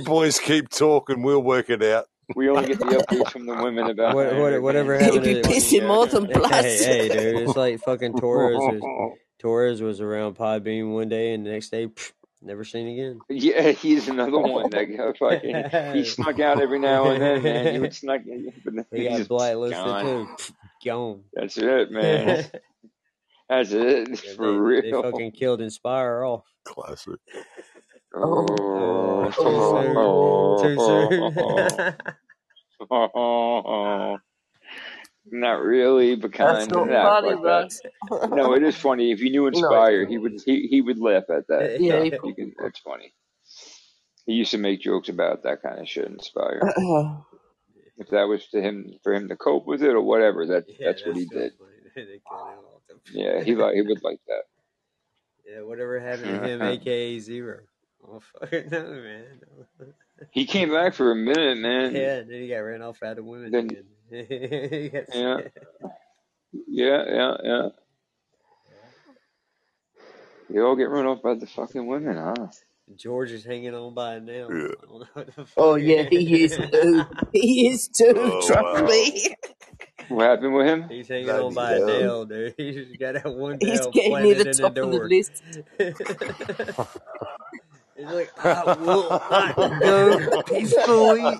Speaker 2: Torres.
Speaker 4: boys keep talking, we'll work it out.
Speaker 6: We only get the updates from the women about
Speaker 2: What what
Speaker 6: Heinrich, man.
Speaker 2: whatever
Speaker 6: It's
Speaker 3: It'd
Speaker 2: happened
Speaker 3: be
Speaker 2: to
Speaker 6: fucking
Speaker 3: pissing more
Speaker 6: joke.
Speaker 3: than
Speaker 2: hey
Speaker 3: blood.
Speaker 2: hey dude? It's like fucking Torres was Torres was around Podbean one day and the next day pff, never seen again.
Speaker 6: Yeah, he's another one that got fucking. He snuck out every now and then, man. He would
Speaker 2: he
Speaker 6: snuck, but then he's
Speaker 2: got
Speaker 6: just
Speaker 2: blacklisted
Speaker 6: gone.
Speaker 2: too. Pff, gone.
Speaker 6: That's it, man.
Speaker 2: yeah,
Speaker 6: That's it
Speaker 2: they
Speaker 6: for
Speaker 2: they
Speaker 6: real.
Speaker 2: fucking killed Inspire off.
Speaker 4: Classic.
Speaker 3: oh,
Speaker 2: Uh,
Speaker 6: Oh,
Speaker 2: too soon. Too soon.
Speaker 6: Not really, but
Speaker 3: that's
Speaker 6: kind of
Speaker 3: not
Speaker 6: that.
Speaker 3: funny,
Speaker 6: Fuck that.
Speaker 3: Russ.
Speaker 6: No, it is funny. If you knew
Speaker 3: no, it's
Speaker 6: Inspire, he
Speaker 3: not.
Speaker 6: would he, he would laugh at that
Speaker 3: Yeah,
Speaker 6: stuff.
Speaker 3: he
Speaker 6: You
Speaker 3: probably
Speaker 6: can. It's funny. He used to make jokes about that kind of shit. Inspire.
Speaker 3: would.
Speaker 6: If that was to him for him to cope with it or whatever, that
Speaker 2: yeah,
Speaker 6: that's what
Speaker 2: that's
Speaker 6: he
Speaker 2: still
Speaker 6: did.
Speaker 2: funny. they killed him off.
Speaker 6: Yeah, he like he would like
Speaker 2: yeah, whatever happened to him,
Speaker 6: that.
Speaker 2: aka Zero. Oh fucking no, man.
Speaker 6: he came back for a minute, man.
Speaker 2: yeah, and then he got ran off out of women
Speaker 6: Then
Speaker 2: again. He got
Speaker 6: yeah,
Speaker 2: scared.
Speaker 6: yeah, yeah, yeah. They all get run off by the fucking women, huh?
Speaker 2: George is hanging on by a nail.
Speaker 4: Yeah.
Speaker 2: I don't know what the
Speaker 3: oh, yeah, he is too.
Speaker 2: fuck.
Speaker 3: He is too,
Speaker 4: Oh
Speaker 3: trust
Speaker 4: wow.
Speaker 3: me.
Speaker 6: What happened with him?
Speaker 2: He's hanging
Speaker 4: Bloody
Speaker 2: on by a
Speaker 4: hell.
Speaker 2: nail, dude. He just got that one
Speaker 3: He's
Speaker 2: nail
Speaker 3: getting near
Speaker 2: planted
Speaker 3: the
Speaker 2: in the
Speaker 3: top of the
Speaker 2: door.
Speaker 3: list.
Speaker 2: He's like, I will not go peacefully.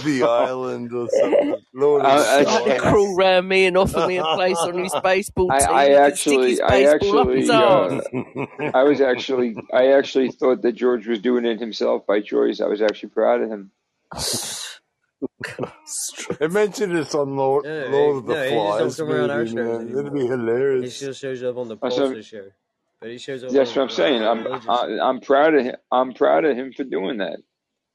Speaker 4: the island or something. Lord of the
Speaker 6: I,
Speaker 3: Trying to
Speaker 6: I,
Speaker 4: Stars.
Speaker 3: crawl round me and offer me a place on his baseball
Speaker 6: I,
Speaker 3: team.
Speaker 6: I
Speaker 3: He can stick his
Speaker 6: actually, I
Speaker 3: baseball up his
Speaker 6: actually,
Speaker 3: arse.
Speaker 6: uh, I was actually, I actually thought that George was doing it himself by choice. I was actually proud of him.
Speaker 4: Imagine this on Lord,
Speaker 2: No,
Speaker 4: Lord
Speaker 2: he,
Speaker 4: of the
Speaker 2: no, he just
Speaker 4: Flies
Speaker 2: don't come around our
Speaker 4: movie,
Speaker 2: shows
Speaker 4: man. It'd
Speaker 2: anymore.
Speaker 4: be
Speaker 2: He
Speaker 4: hilarious.
Speaker 2: still shows up on the
Speaker 6: I said,
Speaker 2: Pulsar show, but he shows
Speaker 3: Oh,
Speaker 2: up on
Speaker 6: that's what I'm
Speaker 2: uh,
Speaker 6: saying. I'm I,
Speaker 2: religiously.
Speaker 6: I'm proud of him. I'm proud of him for doing that.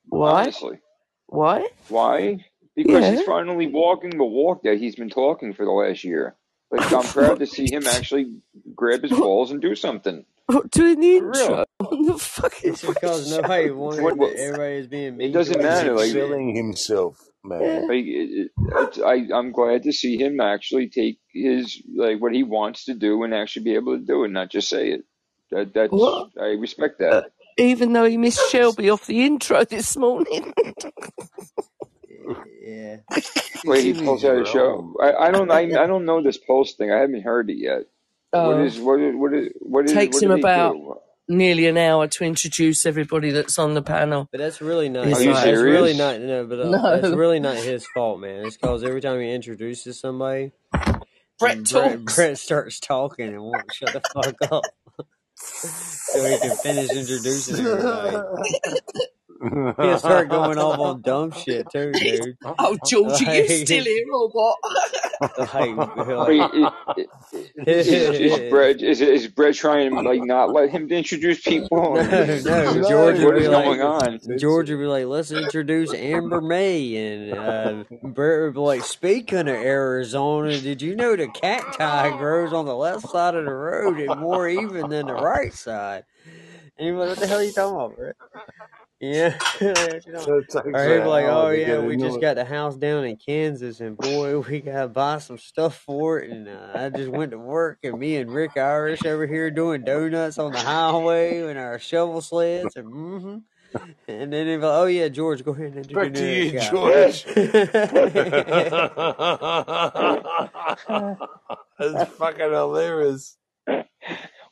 Speaker 3: Why?
Speaker 6: Honestly,
Speaker 3: Why?
Speaker 6: why? Because
Speaker 3: Yeah.
Speaker 6: he's finally walking the walk that he's been talking for the last year. Like I'm proud to see him actually grab his
Speaker 3: What,
Speaker 6: balls and do something
Speaker 3: what doing the
Speaker 6: for
Speaker 3: intro
Speaker 6: real.
Speaker 3: on the fucking
Speaker 2: It's because nobody
Speaker 6: What,
Speaker 2: wanted
Speaker 6: what?
Speaker 2: that everybody is being
Speaker 6: It
Speaker 2: mean to
Speaker 6: doesn't
Speaker 2: him
Speaker 4: He's
Speaker 6: matter.
Speaker 2: because
Speaker 6: Like
Speaker 2: he did.
Speaker 4: excelling himself, man.
Speaker 3: Yeah.
Speaker 6: Like it, it, it's, I, I'm glad to see him actually take his like what he wants to do and actually be able to do it, not just say it. That that's
Speaker 3: What?
Speaker 6: I respect that.
Speaker 3: Uh, even though he missed Shelby off the intro this morning.
Speaker 2: Yeah,
Speaker 6: Wait, he
Speaker 4: He's in
Speaker 6: pulls
Speaker 4: his
Speaker 6: out a show.
Speaker 4: realm.
Speaker 6: I, I don't I, I don't know this pulse thing. I haven't heard it yet. What
Speaker 3: oh,
Speaker 6: is what is what is what is
Speaker 3: takes
Speaker 6: what do
Speaker 3: him
Speaker 6: they
Speaker 3: about
Speaker 6: do?
Speaker 3: nearly an hour to introduce everybody that's on the panel.
Speaker 2: but that's really not
Speaker 6: Are
Speaker 3: It's
Speaker 6: you
Speaker 2: his.
Speaker 3: like,
Speaker 2: That's really
Speaker 6: serious?
Speaker 2: not no. But uh, that's
Speaker 3: no,
Speaker 2: really not his fault, man. It's because every time he introduces somebody,
Speaker 3: Brett
Speaker 2: Brett
Speaker 3: talks.
Speaker 2: Brett starts talking and won't shut the fuck up so he can finish introducing everybody. He'll start going off on dumb shit too, dude.
Speaker 3: Oh, George, are you still
Speaker 2: Like,
Speaker 3: here or
Speaker 2: like,
Speaker 3: what?
Speaker 2: like.
Speaker 6: Wait, it, it, is is Brett is is Brett trying to like not let him introduce people?
Speaker 2: No,
Speaker 6: And what is
Speaker 2: no.
Speaker 6: what
Speaker 2: George would
Speaker 4: no,
Speaker 6: what
Speaker 4: you
Speaker 2: be
Speaker 6: is
Speaker 2: like,
Speaker 6: going
Speaker 4: fucking
Speaker 6: on?
Speaker 2: George
Speaker 4: snitching.
Speaker 2: would be like, let's introduce Amber May, and uh, Brett would be like, speaking of Arizona, did you know the cacti grows on the left side of the road and more even than the right side? And you're like, what the hell are you talking about, Brett? Yeah, what you talking about?
Speaker 4: It takes
Speaker 2: Or he'd
Speaker 4: an
Speaker 2: be like,
Speaker 4: hour
Speaker 2: oh
Speaker 4: to
Speaker 2: yeah,
Speaker 4: get
Speaker 2: we just
Speaker 4: into it.
Speaker 2: got the house down in Kansas, and boy, we gotta buy some stuff for it. And uh, I just went to work, and me and Rick Irish over here doing donuts on the highway and our shovel sleds, and mm-hmm. and then he'd be like, oh yeah, George, go ahead and
Speaker 4: Back to
Speaker 2: introduce
Speaker 4: you,
Speaker 2: that
Speaker 4: George.
Speaker 2: guy.
Speaker 4: it's fucking hilarious.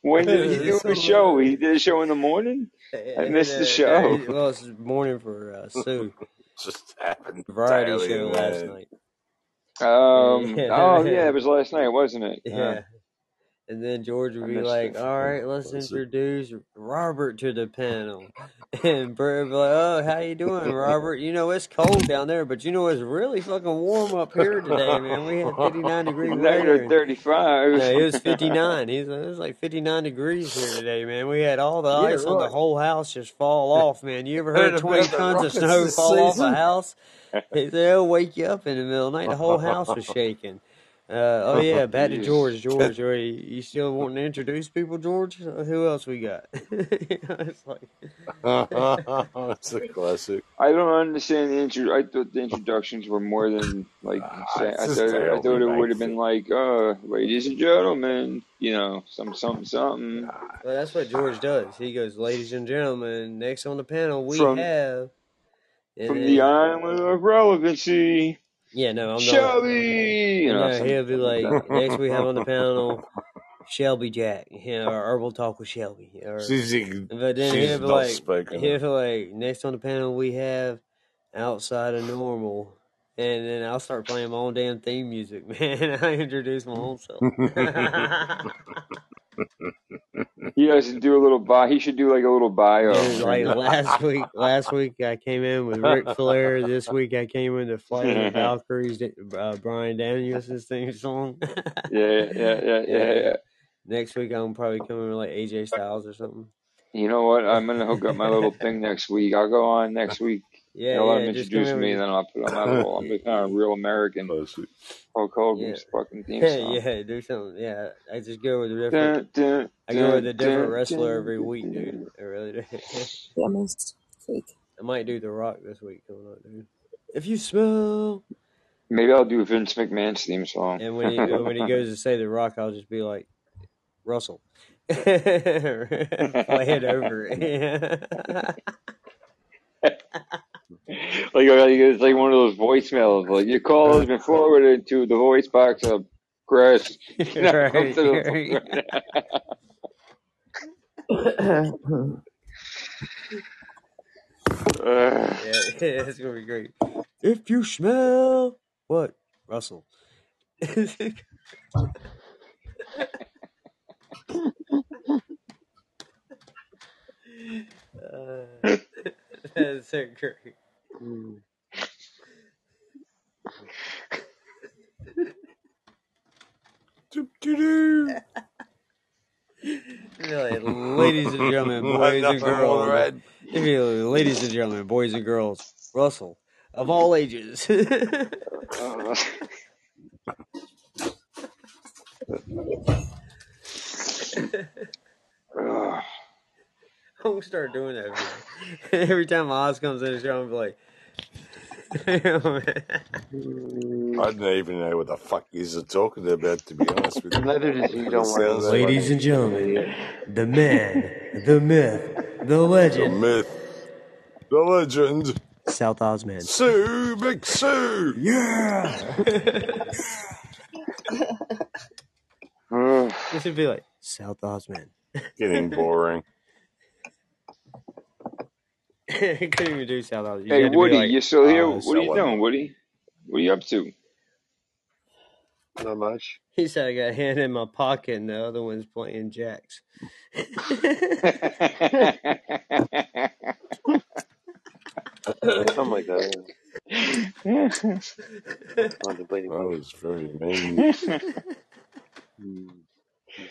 Speaker 6: When
Speaker 4: It
Speaker 6: did he do
Speaker 2: it's
Speaker 4: is
Speaker 6: a show? He
Speaker 4: hilarious.
Speaker 6: did a show in the morning. I
Speaker 2: and
Speaker 6: missed the
Speaker 2: uh, no,
Speaker 6: show.
Speaker 2: it, well, it's morning for uh, Sue
Speaker 4: Just happened
Speaker 2: variety
Speaker 4: daily,
Speaker 2: show last
Speaker 4: man.
Speaker 2: night.
Speaker 6: Um. Oh yeah,
Speaker 2: Yeah,
Speaker 6: it was last night, wasn't it? Uh,
Speaker 2: yeah. And then George
Speaker 6: I
Speaker 2: would be
Speaker 6: missed
Speaker 2: like,
Speaker 6: it.
Speaker 2: "All right, let's
Speaker 4: That's it.
Speaker 2: introduce Robert to the panel." And Brett would be like, "Oh, how you doing, Robert? You know it's cold down there, but you know it's really fucking warm up here today, man. We had 59 degree weather,
Speaker 6: Negative
Speaker 2: and no, it was
Speaker 6: thirty-five.
Speaker 2: 59. He's like, it was like 59 degrees here today, man. We had all the
Speaker 4: yeah,
Speaker 2: ice on the
Speaker 4: right.
Speaker 2: whole house just fall off, man. You ever
Speaker 4: Heard
Speaker 2: heard 20
Speaker 4: about the
Speaker 2: tons of
Speaker 4: Rockets
Speaker 2: snow
Speaker 4: this
Speaker 2: fall off a
Speaker 4: season?
Speaker 2: house?" He said, "I'll wake you up in the middle of the night." The whole house was shaking. Uh, oh yeah, back to
Speaker 6: Jeez.
Speaker 2: George. George, are you, you still wanting to introduce people, George? Uh, Who else we got? it's like,
Speaker 4: it's a classic.
Speaker 6: I don't understand the intro. I thought the introductions were more than like
Speaker 4: Ah,
Speaker 6: say.
Speaker 4: it's
Speaker 6: I
Speaker 4: just
Speaker 6: thought I
Speaker 4: how he
Speaker 6: thought it would
Speaker 4: makes
Speaker 6: have been
Speaker 4: it.
Speaker 6: like, uh, ladies and gentlemen, you know, some something something
Speaker 4: Ah,
Speaker 2: well, that's what George does. He goes, "Ladies and gentlemen, next on the panel we
Speaker 6: from
Speaker 2: have," and
Speaker 6: from the
Speaker 2: then
Speaker 6: island of relevancy,
Speaker 2: yeah, Oh, no, I'm not.
Speaker 6: Shelby, you
Speaker 2: You
Speaker 6: know,
Speaker 2: know,
Speaker 6: some,
Speaker 2: he'll be
Speaker 6: something like
Speaker 2: like,
Speaker 6: that.
Speaker 2: "Next we have on the panel Shelby Jack," you know, or, or we'll talk with Shelby, or
Speaker 4: she's ig-
Speaker 2: But then he'll
Speaker 4: she's
Speaker 2: be
Speaker 4: not
Speaker 2: like,
Speaker 4: speaking
Speaker 2: he'll
Speaker 4: it.
Speaker 2: be like, next on the panel we have outside of normal, and then I'll start playing my own damn theme music, man. I introduce my own self.
Speaker 6: He doesn't do a little bio. He should do like a little bio
Speaker 2: Dude, like
Speaker 6: thing.
Speaker 2: last week, last week I came in with Ric Flair. This week I came in the Flight of the Valkyries, uh, Brian Danielson's theme song.
Speaker 6: yeah, yeah, yeah, yeah,
Speaker 2: yeah.
Speaker 6: yeah. Oh.
Speaker 2: Next week I'm probably coming with like AJ Styles or something.
Speaker 6: You know what? I'm gonna hook up my little thing next week. I'll go on next week.
Speaker 2: yeah,
Speaker 6: They'll let him
Speaker 2: yeah. Just come
Speaker 6: introduce
Speaker 2: in with
Speaker 6: me, and
Speaker 2: your,
Speaker 6: then I'll put on my little. I'm
Speaker 2: y-
Speaker 6: becoming a
Speaker 2: y-
Speaker 6: real American.
Speaker 4: Classic.
Speaker 6: Hulk
Speaker 2: yeah.
Speaker 6: Hogan's fucking theme song.
Speaker 2: yeah, do something. Yeah, I just go with a different.
Speaker 6: Dun, dun,
Speaker 2: I go with
Speaker 6: dun,
Speaker 2: a different
Speaker 6: dun,
Speaker 2: wrestler
Speaker 6: dun,
Speaker 2: every
Speaker 6: dun,
Speaker 2: week, dude.
Speaker 6: dun.
Speaker 2: I really do.
Speaker 3: Dumbest freak.
Speaker 2: I might do The Rock this week. Come on, dude. If you smell,
Speaker 6: Maybe I'll do Vince McMahon's theme song.
Speaker 2: and when he when he goes to say The Rock, I'll just be like Russell, play it over.
Speaker 6: like
Speaker 2: it.
Speaker 6: it's like one of those voicemails. Like your call has been forwarded to the voice box of Chris. You know, come
Speaker 2: right,
Speaker 6: to the
Speaker 2: right.
Speaker 6: Ugh.
Speaker 2: Yeah, it's gonna be great. If you smell what Russell. Mm. Uh, that's so great.
Speaker 4: Doo-doo.
Speaker 2: Really, ladies and gentlemen, boys and
Speaker 4: Nothing more
Speaker 2: girls,
Speaker 4: red.
Speaker 2: if you- ladies and gentlemen, boys and girls, Russell of all ages.
Speaker 6: Uh, uh,
Speaker 2: I'm gonna start doing that every day. Every time Oz comes in the show, I'm like,
Speaker 4: I don't even know what the fuck he's talking about, to be honest with you.
Speaker 10: Neither does he.
Speaker 4: But it
Speaker 10: Don't worry
Speaker 4: sounds
Speaker 10: about it.
Speaker 4: funny.
Speaker 2: ladies and gentlemen, the man, the myth, the
Speaker 4: The
Speaker 2: legend,
Speaker 4: myth, the legend,
Speaker 2: South Ozman.
Speaker 4: Sue Big Sue.
Speaker 2: Yeah,
Speaker 6: uh,
Speaker 2: this would be like South Ozman.
Speaker 4: Getting boring.
Speaker 2: Couldn't even do South Ozman. You
Speaker 6: hey,
Speaker 2: had to be
Speaker 6: Woody,
Speaker 2: like,
Speaker 6: you still here?
Speaker 2: uh,
Speaker 6: What are you
Speaker 2: someone.
Speaker 6: doing, Woody? What are you up to?
Speaker 10: Not much.
Speaker 2: He said, I got a hand in my pocket and the other one's playing jacks.
Speaker 10: Something like that. yeah. I'm contemplating
Speaker 4: That
Speaker 10: motion.
Speaker 4: was very mean.
Speaker 10: Hmm.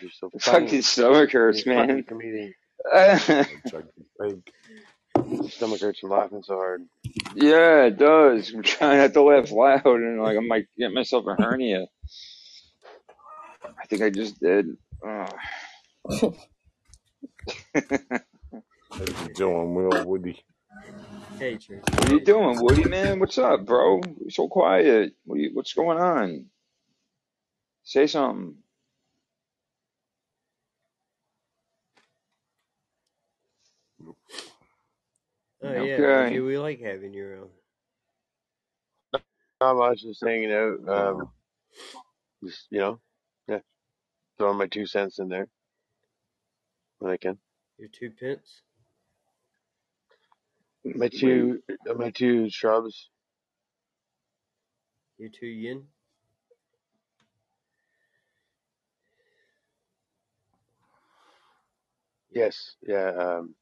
Speaker 10: These are so funny.
Speaker 6: Fucking stomach
Speaker 10: These
Speaker 6: hurts,
Speaker 10: fucking
Speaker 6: man.
Speaker 10: comedians.
Speaker 4: I chugged a pig.
Speaker 10: My stomach hurts from laughing so hard.
Speaker 6: yeah, it does. I'm trying not to laugh loud, and like I might get myself a hernia. I think I just did. Uh,
Speaker 4: Hope you're doing well, Woody.
Speaker 2: Hey, Church.
Speaker 6: what are you
Speaker 2: Hey,
Speaker 6: doing, Woody? Man, what's up, bro? You're so quiet. What you, what's going on? Say something.
Speaker 2: Oh, yeah,
Speaker 6: Okay.
Speaker 2: Roger. We like having you around.
Speaker 10: Not much. Just hanging out. Um, just you know, yeah, throwing my two cents in there when I can.
Speaker 2: Your two pence?
Speaker 10: My
Speaker 6: Wait.
Speaker 10: two, uh, my two shrubs.
Speaker 2: Your two yin? Yeah,
Speaker 10: Yes. Yeah. Um.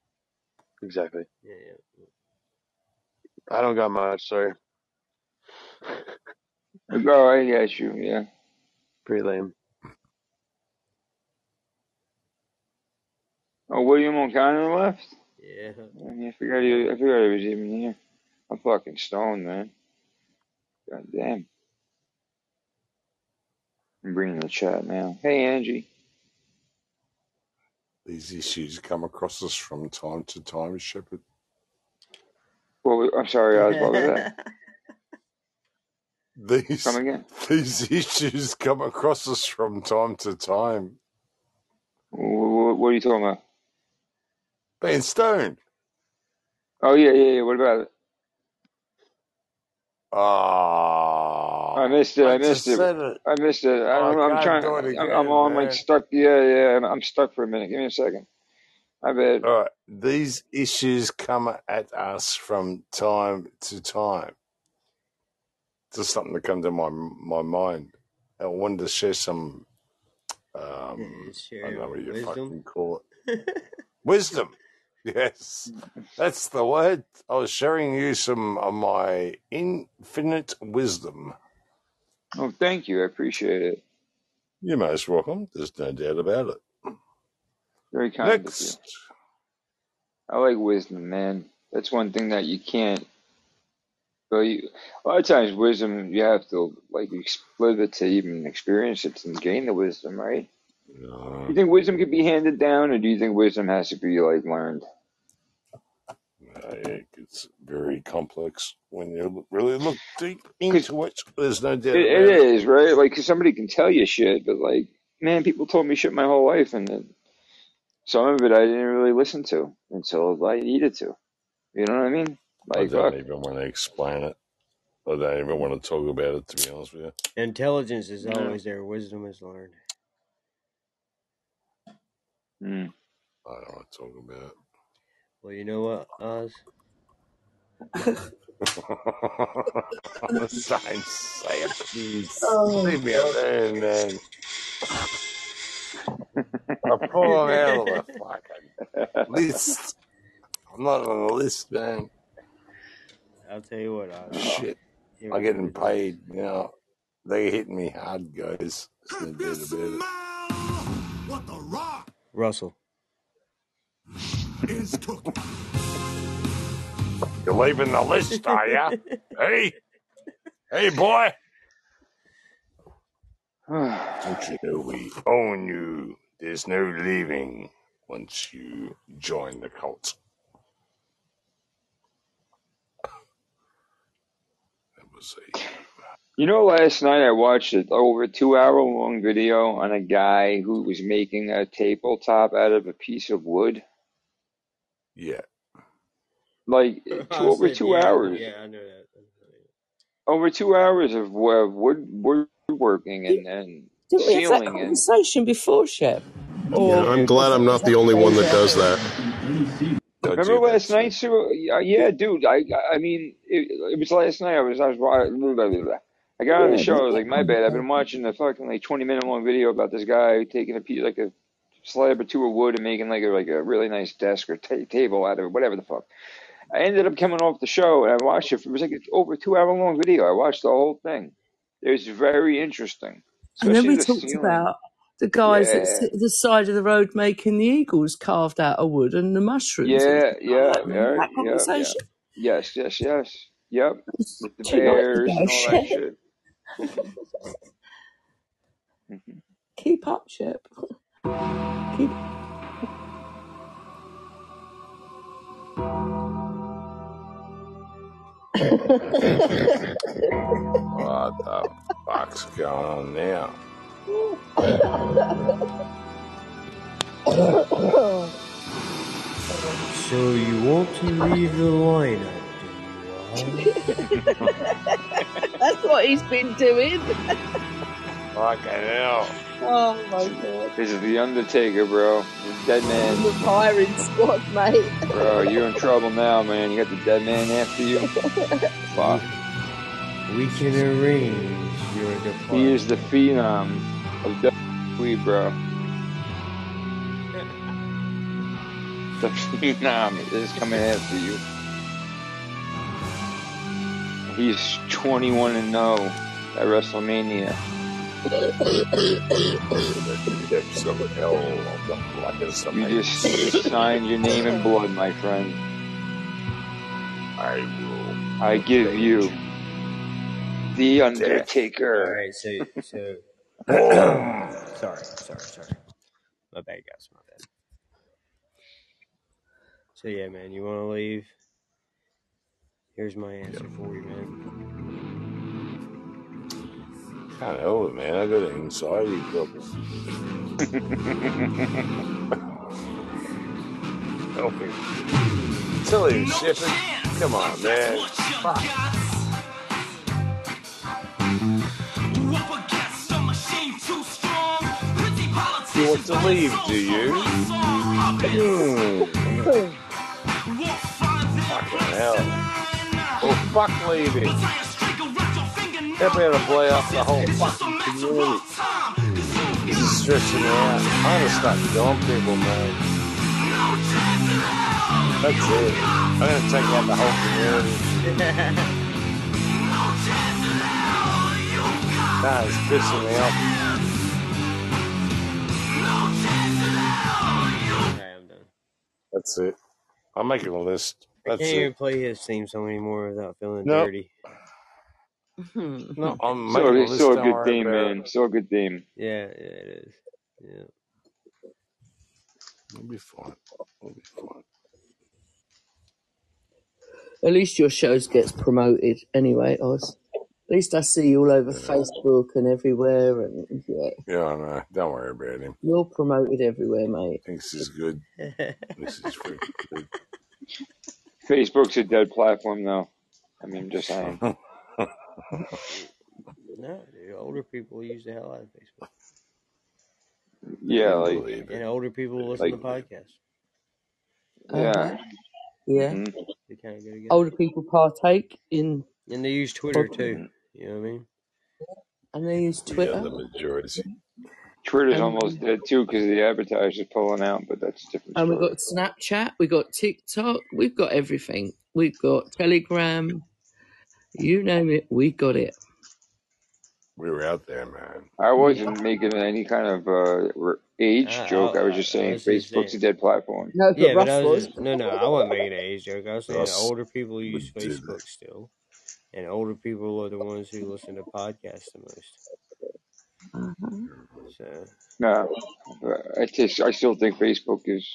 Speaker 10: Exactly.
Speaker 2: yeah, yeah.
Speaker 10: I don't got much. Sorry.
Speaker 6: Oh, I got you. Yeah.
Speaker 10: Pretty lame.
Speaker 6: Oh, William O'Connor left.
Speaker 2: Yeah.
Speaker 6: Yeah, I forgot he. I forgot he was even here. I'm fucking stoned, man. God damn. I'm reading the chat now. Hey, Angie.
Speaker 4: These issues come across us from time to time, Shepard.
Speaker 6: Well, I'm sorry, Oz. What was that? Come
Speaker 4: These
Speaker 6: again?
Speaker 4: these issues come across us from time to time.
Speaker 6: What, what are you talking about?
Speaker 4: Being stoned.
Speaker 6: Oh yeah, yeah, yeah. What about it? I
Speaker 4: Ah,
Speaker 6: missed it.
Speaker 4: I
Speaker 6: I missed
Speaker 4: just
Speaker 6: it.
Speaker 4: said it.
Speaker 6: I missed it. I
Speaker 4: I
Speaker 6: don't know. I'm
Speaker 4: can't
Speaker 6: trying.
Speaker 4: do it
Speaker 6: I'm, I'm
Speaker 4: again,
Speaker 6: on like
Speaker 4: man.
Speaker 6: stuck. Yeah, yeah. I'm, I'm stuck for a minute. Give me a second. I bet.
Speaker 4: All right. These issues come at us from time to time. Just something that comes to my my mind. I wanted to share some. Um, I don't
Speaker 2: Sharing
Speaker 4: know what you
Speaker 2: wisdom?
Speaker 4: fucking call it. Wisdom. Yes, that's the word. I was sharing you some of my infinite wisdom.
Speaker 6: Oh, thank you. I appreciate it.
Speaker 4: You're most welcome. There's no doubt about it.
Speaker 6: Very kind of you.
Speaker 4: Next.
Speaker 6: I like wisdom, man. That's one thing that you can't. But you, a lot of times, wisdom you have to like ex- live it to even experience it to gain the wisdom, right?
Speaker 4: Uh,
Speaker 6: You think wisdom could be handed down, or do you think wisdom has to be like learned?
Speaker 4: it's very complex when you really look deep
Speaker 6: Because
Speaker 4: into it. There's no
Speaker 6: it,
Speaker 4: doubt
Speaker 6: it
Speaker 4: about it.
Speaker 6: is right. Like 'cause somebody can tell you shit, but like, man, people told me shit my whole life, and then some of it I didn't really listen to until I needed to. You know what I mean?
Speaker 4: I
Speaker 6: Like,
Speaker 4: don't
Speaker 6: fuck.
Speaker 4: even want to explain it. I don't even want to talk about it, to be honest with you.
Speaker 2: Intelligence is
Speaker 6: No.
Speaker 2: always there, wisdom is learned.
Speaker 6: Mm.
Speaker 4: I don't want to talk
Speaker 2: Well, you know what, Oz?
Speaker 4: about it. Don't say it, please.
Speaker 3: Oh,
Speaker 4: Leave me
Speaker 3: God.
Speaker 4: alone, man. I pull him out of the fucking list. I'm not on the list, man.
Speaker 2: I'll tell you what, Oz.
Speaker 6: oh.
Speaker 4: Shit.
Speaker 2: Here
Speaker 4: I'm
Speaker 2: we go
Speaker 4: getting
Speaker 2: with this.
Speaker 4: paid now. They're hitting me hard, guys. There's no doubt about it.
Speaker 2: Russell.
Speaker 4: You're leaving the list, are ya? hey, hey, boy. Don't you know we own you? There's no leaving once you join the cult. That was a
Speaker 6: You know, last night I watched an over two hour long video on a guy who was making a tabletop out of a piece of wood.
Speaker 4: yeah.
Speaker 6: Like
Speaker 2: I
Speaker 6: two over
Speaker 2: said,
Speaker 6: two
Speaker 2: yeah,
Speaker 6: hours,
Speaker 2: yeah, I know that.
Speaker 6: over two hours of wo- wood woodworking and and
Speaker 3: Didn't we have that
Speaker 6: sealing and
Speaker 3: conversation before, Shep?
Speaker 11: Yeah,
Speaker 3: Or
Speaker 11: I'm glad
Speaker 3: was
Speaker 11: I'm
Speaker 3: that, was
Speaker 11: not
Speaker 3: that
Speaker 11: the only one that
Speaker 3: later?
Speaker 11: does that.
Speaker 4: Don't
Speaker 6: Remember
Speaker 4: do that,
Speaker 6: last
Speaker 4: Sue.
Speaker 6: night, Sue? Yeah, yeah, dude. I, I I mean, it, it was last night. I was, I was, blah, blah, blah, blah. I got on the
Speaker 3: Yeah,
Speaker 6: show. I
Speaker 3: wasn't
Speaker 6: was
Speaker 3: that
Speaker 6: like, my bad. I've been
Speaker 3: conversation?
Speaker 6: watching a fucking like twenty minute long video about this guy taking a piece, like a slab or two of wood and making like a like a really nice desk or ta table out of it, whatever the fuck. I ended up coming off the show and I watched it. It was like an over two hour long video. I watched the whole thing. It was very interesting,
Speaker 3: And then
Speaker 6: especially
Speaker 3: we
Speaker 6: the
Speaker 3: talked
Speaker 6: ceiling.
Speaker 3: about the guys that
Speaker 6: Yeah,
Speaker 3: sit at the side of the road making the eagles carved out of wood and the mushrooms and
Speaker 6: yeah,
Speaker 3: stuff like
Speaker 6: yeah,
Speaker 3: that. Remember
Speaker 6: yeah,
Speaker 3: that
Speaker 6: yeah, yeah.
Speaker 3: conversation?
Speaker 6: Yes, yes, yes. Yep.
Speaker 3: It's
Speaker 6: with the
Speaker 3: two nights
Speaker 6: bears
Speaker 3: ago,
Speaker 6: and all that
Speaker 3: Shep.
Speaker 6: shit. Mhm, mhm.
Speaker 3: Keep up, Shep. Keep
Speaker 4: What the fuck's going on now?
Speaker 2: So you want to leave the lineup, do you, Al?
Speaker 12: That's what he's been doing.
Speaker 4: Fucking hell.
Speaker 12: Oh my god.
Speaker 6: This is the Undertaker, bro. The dead man,
Speaker 12: The firing squad, mate.
Speaker 6: bro. You're in trouble now, man. You got the dead man after you. Fuck.
Speaker 2: We, we can arrange your
Speaker 6: He is the
Speaker 2: departure.
Speaker 6: phenom of WWE, bro. The phenom is coming after you. He's 21 and 0 at WrestleMania.
Speaker 4: From the depths of hell, of the blackest of
Speaker 6: You just you
Speaker 4: hates,
Speaker 6: just signed your name in blood, my friend.
Speaker 4: I will
Speaker 6: I give
Speaker 4: avenge
Speaker 6: you the
Speaker 4: death.
Speaker 2: All
Speaker 6: Undertaker.
Speaker 2: right, so so
Speaker 4: Boom!
Speaker 2: sorry, sorry, sorry. My bad, guys. My bad. So yeah, man, you want to leave? Here's my
Speaker 4: Yep.
Speaker 2: answer for you, man.
Speaker 4: Can't help it, man. I got an anxiety problem. Help me. Tell him, Shepard. Come on, man. Fuck. You want to leave, do you? Mm, fucking hell. Well, fuck leaving. How about I blow up the whole fucking community? This is stretching out. I want to start killing people, man. That's it. I'm going to take out the whole community. Nah, it's pissing me off.
Speaker 2: All right, I'm done.
Speaker 4: That's it. I'm making a list.
Speaker 2: I can't
Speaker 4: That's it.
Speaker 2: even play his theme song anymore without feeling
Speaker 4: No,
Speaker 2: dirty.
Speaker 3: Hmm.
Speaker 4: no, I'm
Speaker 6: So
Speaker 4: making a
Speaker 6: it's
Speaker 4: list.
Speaker 6: so a
Speaker 4: Don't
Speaker 6: good
Speaker 4: worry
Speaker 6: theme,
Speaker 4: about it.
Speaker 6: man. So a good theme.
Speaker 2: Yeah, yeah, it is. Yeah.
Speaker 4: We'll be fine. We'll be fine.
Speaker 3: At least your shows gets promoted anyway, Oz. At least I see you all over
Speaker 4: Yeah,
Speaker 3: Facebook and everywhere, and yeah,
Speaker 4: yeah I know. Don't worry about him.
Speaker 3: you're promoted everywhere, mate.
Speaker 4: Thinks he's good. Thinks he's freaking good.
Speaker 6: Facebook's a dead platform, though. I mean, just saying.
Speaker 2: no, dude, older people use the hell out of Facebook,
Speaker 6: Yeah,
Speaker 4: you
Speaker 6: like,
Speaker 4: believe it?
Speaker 2: and older people
Speaker 4: You
Speaker 2: listen to
Speaker 6: like,
Speaker 4: believe
Speaker 2: podcasts.
Speaker 3: Uh huh.
Speaker 6: yeah.
Speaker 3: Yeah.
Speaker 6: hmm
Speaker 2: They kind of go together,
Speaker 3: Older people partake in,
Speaker 2: and they use Twitter
Speaker 3: pod-
Speaker 2: too.
Speaker 6: hmm
Speaker 2: You know what I mean?
Speaker 3: and they use
Speaker 4: it. We are
Speaker 3: Twitter.
Speaker 4: the majority.
Speaker 6: Twitter's
Speaker 3: And
Speaker 6: almost dead too because the advertisers pulling out, but that's a different
Speaker 3: and we
Speaker 6: story.
Speaker 3: got Snapchat, we got TikTok, we've got everything. We've got Telegram, you name it, we got it.
Speaker 4: We were out there, man.
Speaker 6: I wasn't making any kind of uh, r- age
Speaker 2: I,
Speaker 6: joke. I was
Speaker 2: I,
Speaker 6: just
Speaker 2: oh, I
Speaker 6: saying
Speaker 2: was just
Speaker 6: Facebook's
Speaker 2: saying.
Speaker 6: a dead platform.
Speaker 3: No, but
Speaker 2: Yeah, but
Speaker 3: Russ
Speaker 2: I was
Speaker 3: was.
Speaker 2: just no, no. I wasn't making an age joke. I was saying
Speaker 4: Us
Speaker 2: older people use
Speaker 4: would do
Speaker 2: Facebook still, and older people are the ones who listen to podcasts the most.
Speaker 3: Mhm.
Speaker 2: So
Speaker 6: No, but I just I still think Facebook is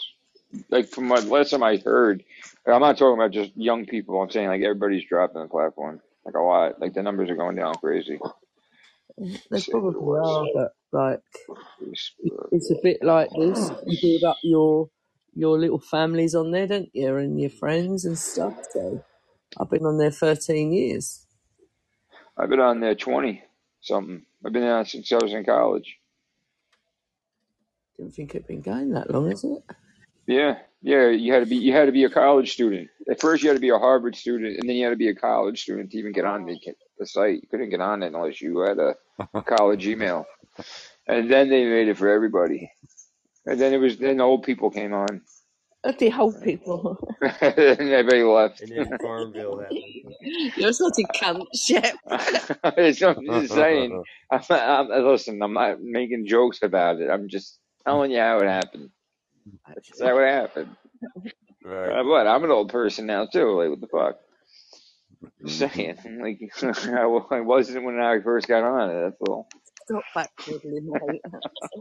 Speaker 6: like from what last time I heard. and I'm not talking about just young people. I'm saying like everybody's dropping the platform like a lot. Like the numbers are going down crazy.
Speaker 3: Yeah, They
Speaker 6: It's, it
Speaker 3: probably
Speaker 6: was.
Speaker 3: are, but like it-
Speaker 6: Facebook.
Speaker 3: it's a bit like this. You build up your your little families on there, don't you, and your friends and stuff. So I've been on there thirteen years.
Speaker 6: I've been on there 20 something. I've been on it since I was in college.
Speaker 3: Didn't think it'd been going that long, is it?
Speaker 6: Yeah, yeah. You had to be you had to be a college student. At first, you had to be a Harvard student, and then you had to be a college student to even get on the, the site. You couldn't get on it unless you had a college email. And then they made it for everybody. And then it was then old people came on,
Speaker 3: Bloody old people.
Speaker 6: and everybody left.
Speaker 2: and then Farmville happened.
Speaker 3: You're such a cunt, shit.
Speaker 6: it's, I'm just saying.
Speaker 4: it.
Speaker 6: I'm, I'm, listen, I'm not making jokes about it. I'm just telling you how it happened. That's how it happened.
Speaker 4: right.
Speaker 6: Uh, what? I'm an old person now too. Like what the fuck? Just
Speaker 4: Mm-hmm.
Speaker 6: saying. Like I wa- I wasn't when I first got on it. That's all.
Speaker 3: Stop backpedaling, mate.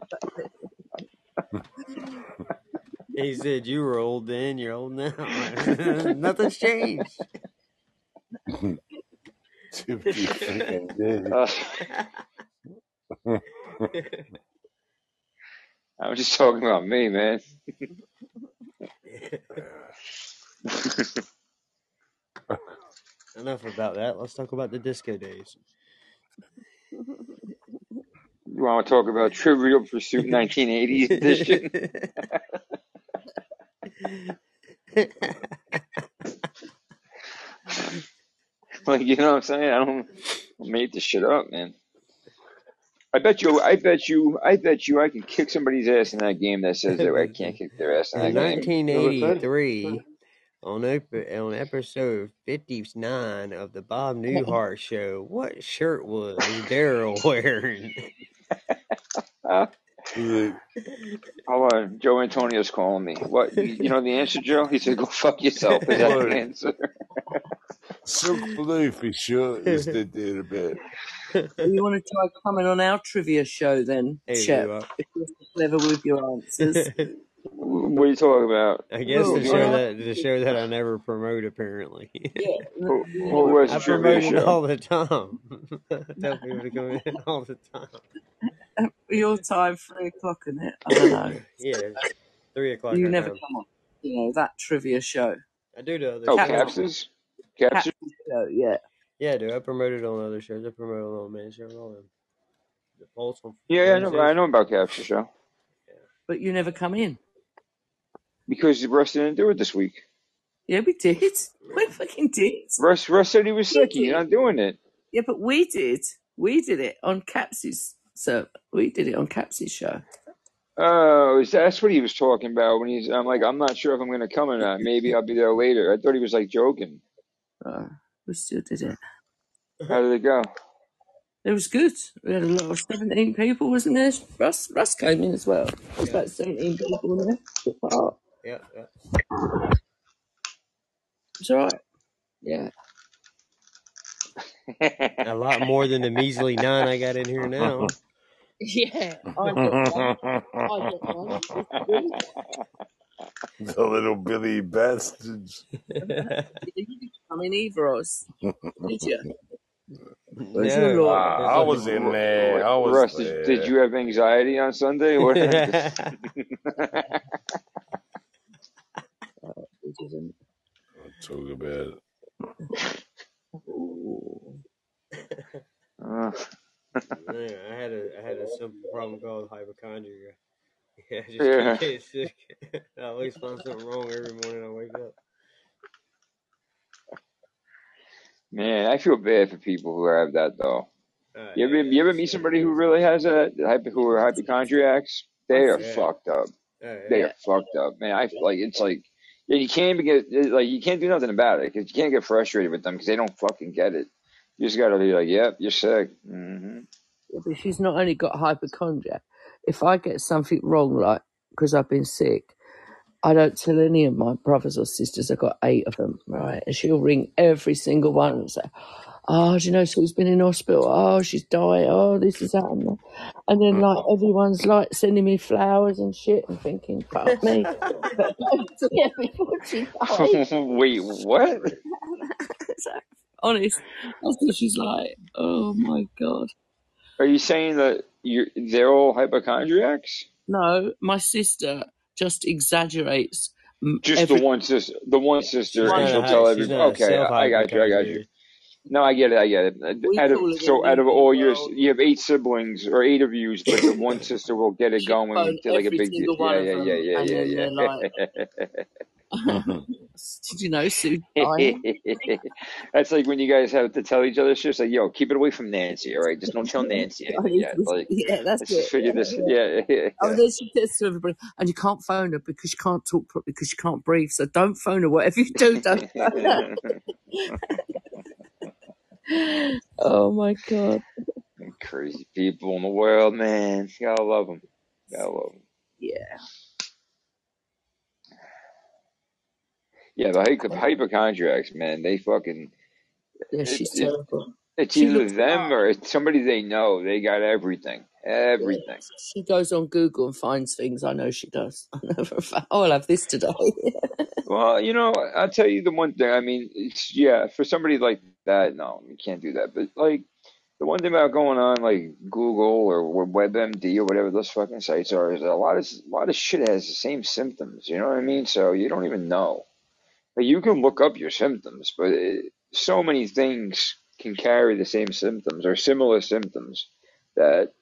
Speaker 3: Stop backpedaling.
Speaker 2: He said, "You were old then. You're old now. Nothing's changed."
Speaker 4: to be freaking dizzy.
Speaker 6: Uh, I'm just talking about me, man.
Speaker 2: Enough about that. Let's talk about the disco days.
Speaker 6: you want to talk about Trivial Pursuit 1980 edition? like you know what I'm saying? I don't I made this shit up, man. I bet you, I bet you, I bet you, I can kick somebody's ass in that game that says that I can't
Speaker 2: in
Speaker 6: kick their ass in that game.
Speaker 13: Never said.
Speaker 2: 1983, on op- on episode 59 of the Bob Newhart Show, what shirt was Daryl wearing?
Speaker 6: Uh,
Speaker 4: The-
Speaker 6: hold on, Oh, uh, Joe Antonio's calling me. What? You, you know the answer, Joe? He said, "Go fuck yourself." Is that the
Speaker 4: Well,
Speaker 6: answer?
Speaker 4: Silk Blue for sure is the dude about.
Speaker 3: Well, you want to try coming on our trivia show then,
Speaker 2: hey,
Speaker 3: Shep,
Speaker 2: Lou,
Speaker 3: if you're so clever with your answers.
Speaker 2: I,
Speaker 6: What are you talking about?
Speaker 2: I guess
Speaker 3: Well,
Speaker 2: the
Speaker 6: Who's
Speaker 3: on
Speaker 2: show
Speaker 3: our
Speaker 2: that the show that I never promote apparently.
Speaker 3: yeah, n-
Speaker 6: What
Speaker 3: you
Speaker 6: what
Speaker 3: never
Speaker 6: was
Speaker 2: I
Speaker 6: the
Speaker 3: promote
Speaker 6: trivia
Speaker 2: promote it
Speaker 6: show?
Speaker 2: all the time. I tell people to come in all the time.
Speaker 3: that. your time, three o'clock, isn't it? I don't know.
Speaker 2: yeah, three o'clock
Speaker 3: You
Speaker 2: our
Speaker 3: never
Speaker 2: time.
Speaker 3: come on. You know that trivia show,
Speaker 2: I do the other shows.
Speaker 6: Oh,
Speaker 3: Captain
Speaker 6: captors, captors.
Speaker 3: Captain show. Yeah,
Speaker 2: Yeah, I do. I promote it on other shows. I promote it on Man Show, all them. The Pulse on
Speaker 6: Yeah, yeah, I know, I
Speaker 2: Wednesdays.
Speaker 6: know about capture show
Speaker 3: but you never come in.
Speaker 6: because Russ didn't do it this week.
Speaker 3: Yeah, we did. We fucking did.
Speaker 6: Russ, Russ said he was
Speaker 3: We
Speaker 6: sick. He's
Speaker 3: did.
Speaker 6: not doing it.
Speaker 3: Yeah, but we did. We did it on Capsy's. So we did it on Capsy's show.
Speaker 6: Oh, is that's what he was talking about when he's. I'm like, I'm not sure if I'm gonna come or not. Maybe I'll be there later. I thought he was like joking.
Speaker 3: Uh, we still did it.
Speaker 6: How did it go?
Speaker 3: It was good. We had a lot of 17 people, wasn't there? Russ, Russ came in as well. It was
Speaker 2: Yeah,
Speaker 3: about 17 people in there. It was
Speaker 2: yeah, yeah.
Speaker 3: all right. Yeah.
Speaker 2: A lot more than the measly nine I got in here now.
Speaker 3: Yeah, I got one. I got one this week.
Speaker 4: the little Billy bastards.
Speaker 3: You didn't come in either, Oz, did you? Where's your
Speaker 2: no,
Speaker 3: lawyer?
Speaker 4: Ah, I
Speaker 2: no.
Speaker 4: was in
Speaker 6: Ru-
Speaker 4: there.
Speaker 6: Ru-
Speaker 4: I was
Speaker 6: Russ, did, did
Speaker 4: there.
Speaker 6: you have anxiety on Sunday? What? Just,
Speaker 3: You didn't.
Speaker 4: I'll talk about it.
Speaker 3: Ooh.
Speaker 6: uh,
Speaker 2: no, I had a I had a simple problem called hypochondria. Yeah, I just keep
Speaker 6: yeah.
Speaker 2: getting sick. I always find something wrong every morning I wake up.
Speaker 6: Man, I feel bad for people who have that though.
Speaker 2: Uh,
Speaker 6: You
Speaker 2: yeah,
Speaker 6: ever you ever
Speaker 2: it's
Speaker 6: meet
Speaker 2: uh,
Speaker 6: somebody who really has that? Hypo, who are hypochondriacs? They are
Speaker 2: yeah,
Speaker 6: fucked
Speaker 2: uh,
Speaker 6: up. They
Speaker 2: yeah,
Speaker 3: Yeah.
Speaker 6: are fucked up, man. I like it's like yeah, you can't even get like you can't do nothing about it 'cause you can't get frustrated with them 'cause they don't fucking get it. You just gotta be like, yep, you're sick. hmm
Speaker 3: Yeah, but she's not only got hypochondria. If I get something wrong, like because I've been sick, I don't tell any of my brothers or sisters. I've got eight of them, right? And she'll ring every single one and say, Oh, do you know someone's been in hospital? Oh, she's died. Oh, this is happening. And that." And then, like, everyone's like sending me flowers and shit and thinking, fuck me. But yeah, before she died,
Speaker 6: Wait, what?
Speaker 3: so, honest, that's what she's like. Oh my God.
Speaker 6: Are you saying that you're they're all hypochondriacs?
Speaker 3: No, my sister just exaggerates mm,
Speaker 6: Just the
Speaker 3: every
Speaker 6: one sis, the one sister,
Speaker 2: She's
Speaker 6: and
Speaker 2: not a
Speaker 6: she'll
Speaker 2: hy-
Speaker 6: tell
Speaker 2: she's
Speaker 6: every.
Speaker 2: not a
Speaker 6: Okay,
Speaker 2: self
Speaker 6: I got you. I got you.
Speaker 2: hypochondriac.
Speaker 6: No, I get it. I get it. Uh,
Speaker 3: we
Speaker 6: Out of
Speaker 3: call it a
Speaker 6: so, out of
Speaker 3: legal
Speaker 6: all your,
Speaker 3: world
Speaker 6: you have eight siblings or eight of yous, but the one sister will get it going
Speaker 3: phone
Speaker 6: to like a
Speaker 3: every
Speaker 6: big.
Speaker 3: single
Speaker 6: Yeah,
Speaker 3: one of
Speaker 6: yeah,
Speaker 3: them,
Speaker 6: yeah,
Speaker 3: and then
Speaker 6: yeah,
Speaker 3: they're like,
Speaker 6: yeah,
Speaker 3: "Did you know Sue dying?"
Speaker 6: yeah. That's like when you guys have to tell each other shit. It's like, yo, keep it away from Nancy, all right? Just don't tell Nancy
Speaker 3: I
Speaker 6: anything
Speaker 3: need
Speaker 6: yet.
Speaker 3: to-
Speaker 6: Like,
Speaker 3: yeah, that's
Speaker 6: let's just
Speaker 3: it.
Speaker 6: figure
Speaker 3: Yeah,
Speaker 6: this.
Speaker 3: yeah.
Speaker 6: Yeah, yeah,
Speaker 3: Oh,
Speaker 6: yeah.
Speaker 3: then she says to everybody, and you can't phone her because she can't talk properly because she can't breathe. So don't phone her. Whatever you do, don't phone her. Oh my god.
Speaker 6: Crazy people in the world, man. Gotta love them. Gotta love 'em.
Speaker 3: Yeah.
Speaker 6: Yeah, the hypo- hypochondriacs, man. They fucking.
Speaker 3: Yeah,
Speaker 6: It,
Speaker 3: she's
Speaker 6: it,
Speaker 3: terrible.
Speaker 6: it's
Speaker 3: She
Speaker 6: either
Speaker 3: looks it
Speaker 6: them
Speaker 3: up.
Speaker 6: or it's somebody they know. They got everything.
Speaker 3: Yeah.
Speaker 6: Everything.
Speaker 3: She goes on Google and finds things. I know she does. I know for a fact. Oh, I'll have this today.
Speaker 6: Well, you know, I'll tell you the one thing. I mean, it's, yeah, for somebody like that, no, you can't do that. But like the one thing about going on like Google or WebMD or whatever those fucking sites are is that a lot of a lot of shit has the same symptoms. You know what I mean? So you don't even know. Like, you can look up your symptoms, but it, so many things can carry the same symptoms or similar symptoms that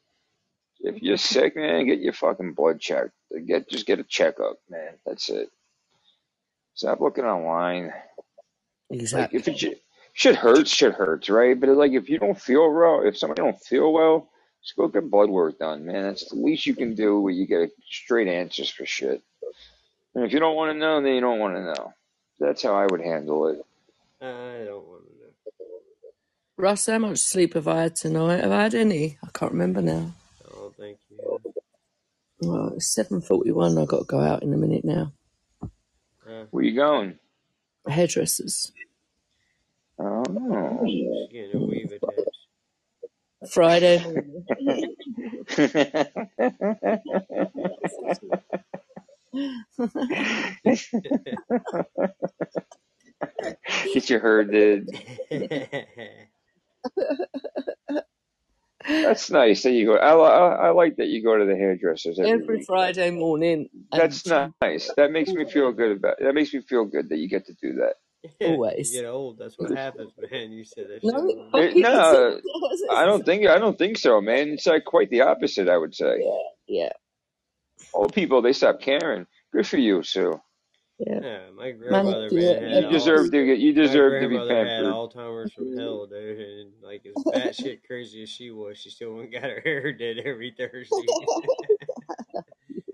Speaker 6: if you're sick, man, get your fucking blood checked. Get just get a checkup, man. That's it. Stop looking online. Like if
Speaker 3: exactly.
Speaker 6: it j- shit hurts, shit hurts, right? But like if you don't feel well, if somebody don't feel well, just go get blood work done, man. That's the least you can do. Where you get straight answers for shit. And if you don't want to know, then you don't want to know. That's how I would handle it.
Speaker 2: I don't want to know.
Speaker 3: Russ, how much sleep have I had tonight? Have I had any? I can't remember now.
Speaker 2: I don't think Oh, you
Speaker 3: Well, it's seven forty-one. I've got to go out in a minute now.
Speaker 2: have. Uh,
Speaker 6: Where you going?
Speaker 3: Hairdressers
Speaker 6: Oh,
Speaker 2: she's getting a weave attached.
Speaker 3: Friday morning.
Speaker 6: get your hair did. That's nice that you go. I, li- I, I like that you go to the hairdressers every
Speaker 3: Every
Speaker 6: week.
Speaker 3: Friday morning, and
Speaker 6: That's nice. That makes me feel good about. That makes me feel good that you get to do that.
Speaker 2: you
Speaker 3: always.
Speaker 2: get old, that's what happens, man. You said that shit
Speaker 3: No, Oh,
Speaker 2: all
Speaker 3: it
Speaker 6: Eh,
Speaker 2: night.
Speaker 3: fucking
Speaker 6: no, I
Speaker 3: isn't.
Speaker 6: don't think I don't think so, man. It's like quite the opposite, I would say.
Speaker 3: yeah, yeah,
Speaker 6: Old people they stop caring. Good for you, Sue.
Speaker 3: yeah.
Speaker 2: Yeah, my grandmother, man,
Speaker 3: Manicure
Speaker 2: had
Speaker 6: You
Speaker 3: every
Speaker 2: all.
Speaker 6: deserve to
Speaker 3: week.
Speaker 6: get. You
Speaker 2: My
Speaker 6: deserve to be
Speaker 2: grandmother had
Speaker 6: pampered.
Speaker 2: Alzheimer's from hell, dude, and like as batshit crazy as she was, she still went and got her hair did every Thursday.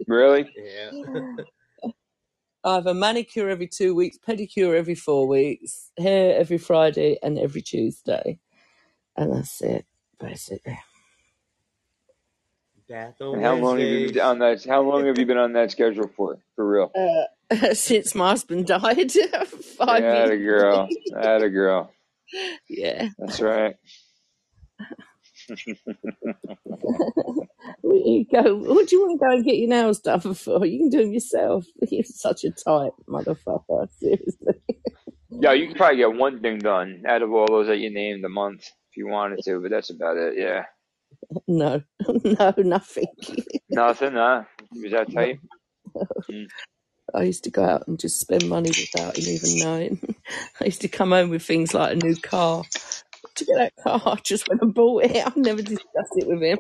Speaker 6: Really?
Speaker 2: yeah.
Speaker 3: I have a manicure every two weeks, pedicure every four weeks, hair every Friday and every Tuesday, and that's it, basically.
Speaker 2: Bath on
Speaker 6: And how long have you been
Speaker 2: Wednesdays.
Speaker 6: on that? How long have you been on that schedule for? For real?
Speaker 3: Uh, since my husband died five
Speaker 6: Yeah,
Speaker 3: years
Speaker 6: the girl. That a girl.
Speaker 3: yeah
Speaker 6: That's right.
Speaker 3: Well, you go what do you want to go and get your nails done for you can do them yourself you're such a tight motherfucker seriously
Speaker 6: Yeah, you can probably get one thing done out of all those that you named a month if you wanted to, but that's about it. Yeah.
Speaker 3: no no nothing
Speaker 6: Nothing, huh? You was that
Speaker 3: No.
Speaker 6: tight? Mm.
Speaker 3: I used to go out and just spend money without him even knowing I used to come home with things like a new car to get that car I just went and bought it I never discussed it with him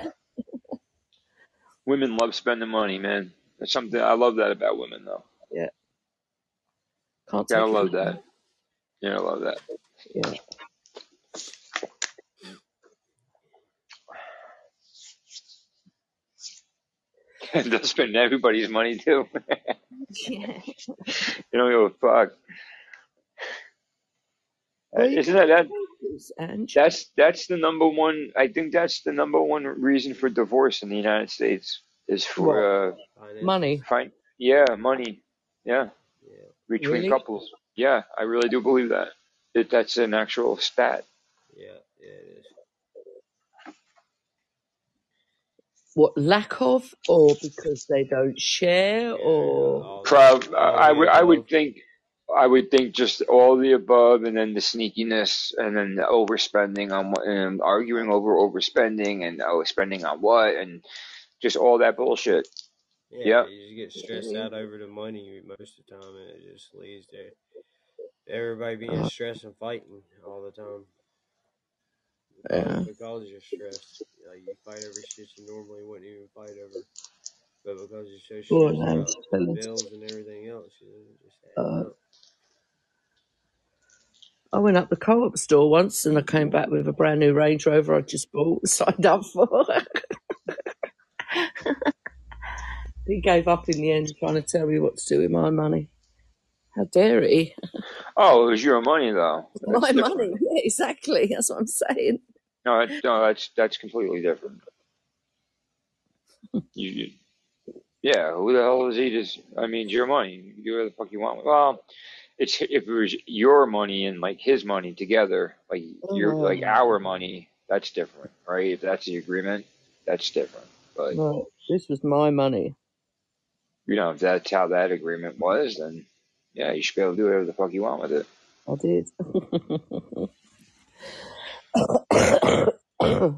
Speaker 6: Women love spending money, man. That's something I love that about women, though.
Speaker 3: yeah can't
Speaker 6: Gotta
Speaker 3: take it
Speaker 6: love that. You gotta love that.
Speaker 3: yeah
Speaker 6: And they'll spend everybody's money too.
Speaker 3: yeah
Speaker 6: you don't give a fuck. Uh,
Speaker 3: Well, you
Speaker 6: isn't
Speaker 3: can
Speaker 6: that that
Speaker 3: use Ange.
Speaker 6: that's that's the number one? I think that's the number one reason for divorce in the United States is
Speaker 3: What?
Speaker 6: for uh,
Speaker 3: Money.
Speaker 6: fine, yeah, money, yeah, between
Speaker 3: Really?
Speaker 6: couples. Yeah, I really do believe that. That that's an actual stat.
Speaker 2: Yeah, yeah, it is.
Speaker 3: What lack of, or because they don't share, or
Speaker 2: All the
Speaker 6: Prob, I
Speaker 2: all
Speaker 6: I
Speaker 2: the
Speaker 6: would I
Speaker 2: above.
Speaker 6: would think I would think just all the above, and then the sneakiness, and then the overspending on what- and arguing over overspending and oh, spending on what, and just all that bullshit.
Speaker 2: Yeah,
Speaker 6: Yep.
Speaker 2: you just get stressed out over the money most of the time, and it just leads to everybody being
Speaker 3: Uh,
Speaker 2: stressed and fighting all the time because
Speaker 3: yeah.
Speaker 2: because you're stressed. Like you fight over shit you normally wouldn't even fight over, but because you're so
Speaker 3: Poor
Speaker 2: stressed
Speaker 3: those
Speaker 2: about
Speaker 3: fellas.
Speaker 2: bills and everything else, you know, it just adds
Speaker 3: Uh,
Speaker 2: up.
Speaker 3: I went up the co-op store once, and I came back with a brand new Range Rover I just bought, signed up for. he gave up in the end, trying to tell me what to do with my money. How dare he?
Speaker 6: Oh, it was your money though. That's
Speaker 3: My
Speaker 6: different.
Speaker 3: money. Yeah, exactly. That's what I'm saying.
Speaker 6: No, that, no, that's that's completely different. You, you, yeah. Who the hell is he? Just, I mean, it's your money. You do whatever the fuck you want. Well, it's if it was your money and like his money together, like your like
Speaker 3: Oh,
Speaker 6: our money, that's different, right? If that's the agreement, that's different. But
Speaker 3: right. This was my money.
Speaker 6: you know, if that's how that agreement was, then yeah, you should be able to do whatever the fuck you want with it.
Speaker 3: I did.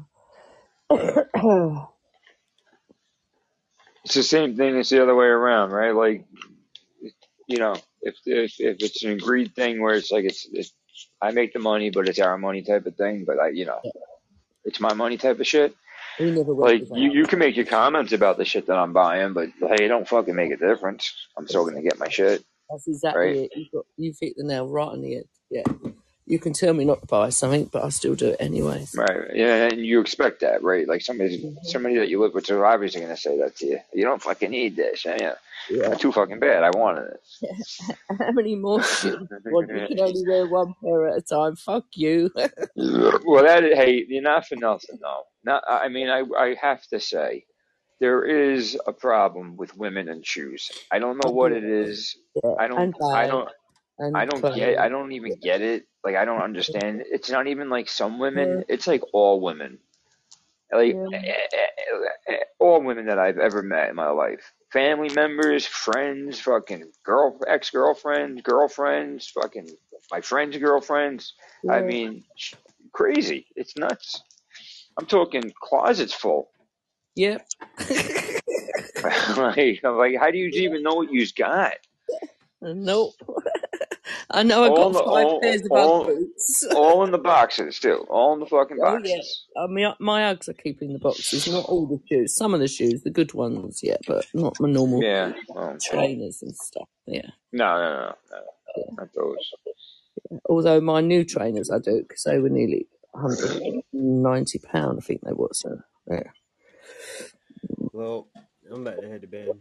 Speaker 6: It's the same thing. It's the other way around, right? Like you know, if if if it's an agreed thing where it's like it's, it's I make the money, but it's our money type of thing. But I, you know, it's my money type of shit.
Speaker 3: we never went
Speaker 6: Like
Speaker 3: without.
Speaker 6: you, you can make your comments about the shit that I'm buying, but hey, it don't fucking make a difference. I'm still gonna get my shit,
Speaker 3: That's exactly
Speaker 6: right?
Speaker 3: it. You've, got, you've hit the nail right on the head. Yeah. You can tell me not to buy something, but I still do it anyways.
Speaker 6: Right. Yeah, and you expect that, right? Like somebody, somebody that you live with, so obviously gonna say that to you. You don't fucking need this. Yeah,
Speaker 3: Yeah.
Speaker 6: I'm too fucking bad. I wanted
Speaker 3: How many more shoes do you want? You
Speaker 6: it.
Speaker 3: can only wear one pair at a time. Fuck you.
Speaker 6: Well, that is, hey, you're not for nothing though. Not, I mean, I I have to say there is a problem with women and shoes. I don't know
Speaker 3: I
Speaker 6: what
Speaker 3: do.
Speaker 6: it is.
Speaker 3: Yeah.
Speaker 6: I don't.
Speaker 3: And
Speaker 6: I
Speaker 3: bags
Speaker 6: don't. I
Speaker 3: and
Speaker 6: don't get.
Speaker 3: clothes.
Speaker 6: I don't even get it. Like I don't understand. It's not even like some
Speaker 3: Yeah.
Speaker 6: women. It's like all women. Like
Speaker 3: Yeah.
Speaker 6: eh, eh, eh, all women that I've ever met in my life. Family members, friends, fucking girl, ex girlfriends, girlfriends, fucking my friends' girlfriends. I
Speaker 3: Yeah.
Speaker 6: mean, sh- crazy. It's nuts. I'm talking closets full.
Speaker 3: Yep.
Speaker 6: like, I'm like, how do you even know what you've got?
Speaker 3: Nope. I know I
Speaker 6: All in
Speaker 3: got
Speaker 6: the
Speaker 3: five
Speaker 6: all
Speaker 3: pairs of Ugg
Speaker 6: all
Speaker 3: boots.
Speaker 6: all in the boxes too. All in the fucking
Speaker 3: Oh yeah,
Speaker 6: boxes.
Speaker 3: I mean, my Uggs I keep in the boxes. Not all the shoes. Some of the shoes, the good ones, yeah, but not my normal
Speaker 6: Yeah. Well,
Speaker 3: trainers and stuff. Yeah.
Speaker 6: no, no, no, no,
Speaker 3: yeah.
Speaker 6: not those.
Speaker 3: Although my new trainers, I do because they were nearly 190 pound. I think they were. So yeah,
Speaker 2: Well, I'm about to head to bed. I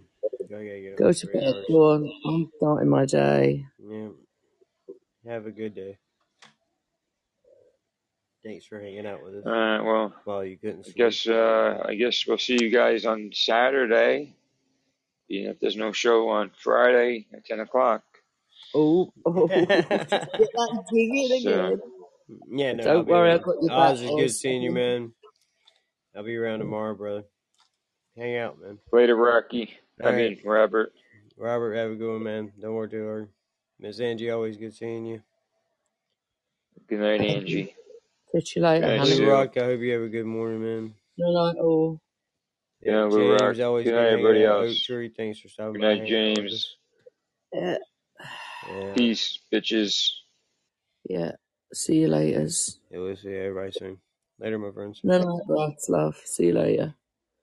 Speaker 2: gotta get up
Speaker 3: go
Speaker 2: in
Speaker 3: to
Speaker 2: three
Speaker 3: bed,
Speaker 2: hours.
Speaker 3: go on. I'm starting my day.
Speaker 2: Yeah. Have a good day. Thanks for hanging out with us
Speaker 6: Uh, well,
Speaker 2: while you couldn't
Speaker 6: I
Speaker 2: sleep.
Speaker 6: guess uh, I guess we'll see you guys on Saturday. Even if there's no show on Friday at ten o'clock.
Speaker 3: Oh, did you get
Speaker 2: yeah,
Speaker 3: that digging
Speaker 6: So
Speaker 3: again?
Speaker 2: no, I'll
Speaker 3: Don't
Speaker 2: be
Speaker 3: worry, I
Speaker 2: around.
Speaker 3: got you back.
Speaker 2: Oz, it's
Speaker 3: Oz.
Speaker 2: good seeing you, man. I'll be around tomorrow, brother. Hang out, man.
Speaker 6: later, Rocky.
Speaker 2: All
Speaker 6: I
Speaker 2: right.
Speaker 6: mean Robert.
Speaker 2: Robert, have a good one, man. Don't work too hard. Miss Angie, always good seeing you.
Speaker 6: Good night, Angie.
Speaker 3: Catch you later,
Speaker 6: Good night,
Speaker 3: honey.
Speaker 2: Lou
Speaker 6: Sue.
Speaker 2: Rock, I hope you have a good morning, man.
Speaker 3: Good night, all.
Speaker 6: Good
Speaker 2: Yeah,
Speaker 6: night, Lou Rock.
Speaker 2: James, always
Speaker 6: Good
Speaker 2: good
Speaker 6: night,
Speaker 2: hanging
Speaker 6: everybody
Speaker 2: out. Oak
Speaker 6: else.
Speaker 2: Tree, thanks for stopping
Speaker 6: Good
Speaker 2: by,
Speaker 6: night,
Speaker 2: hanging out with
Speaker 6: James.
Speaker 2: us.
Speaker 3: Yeah.
Speaker 2: Yeah,
Speaker 6: Peace, bitches.
Speaker 3: Yeah. See you later.
Speaker 2: yeah, we'll see everybody soon. Later, my friends.
Speaker 3: No, no, right, love. See you later.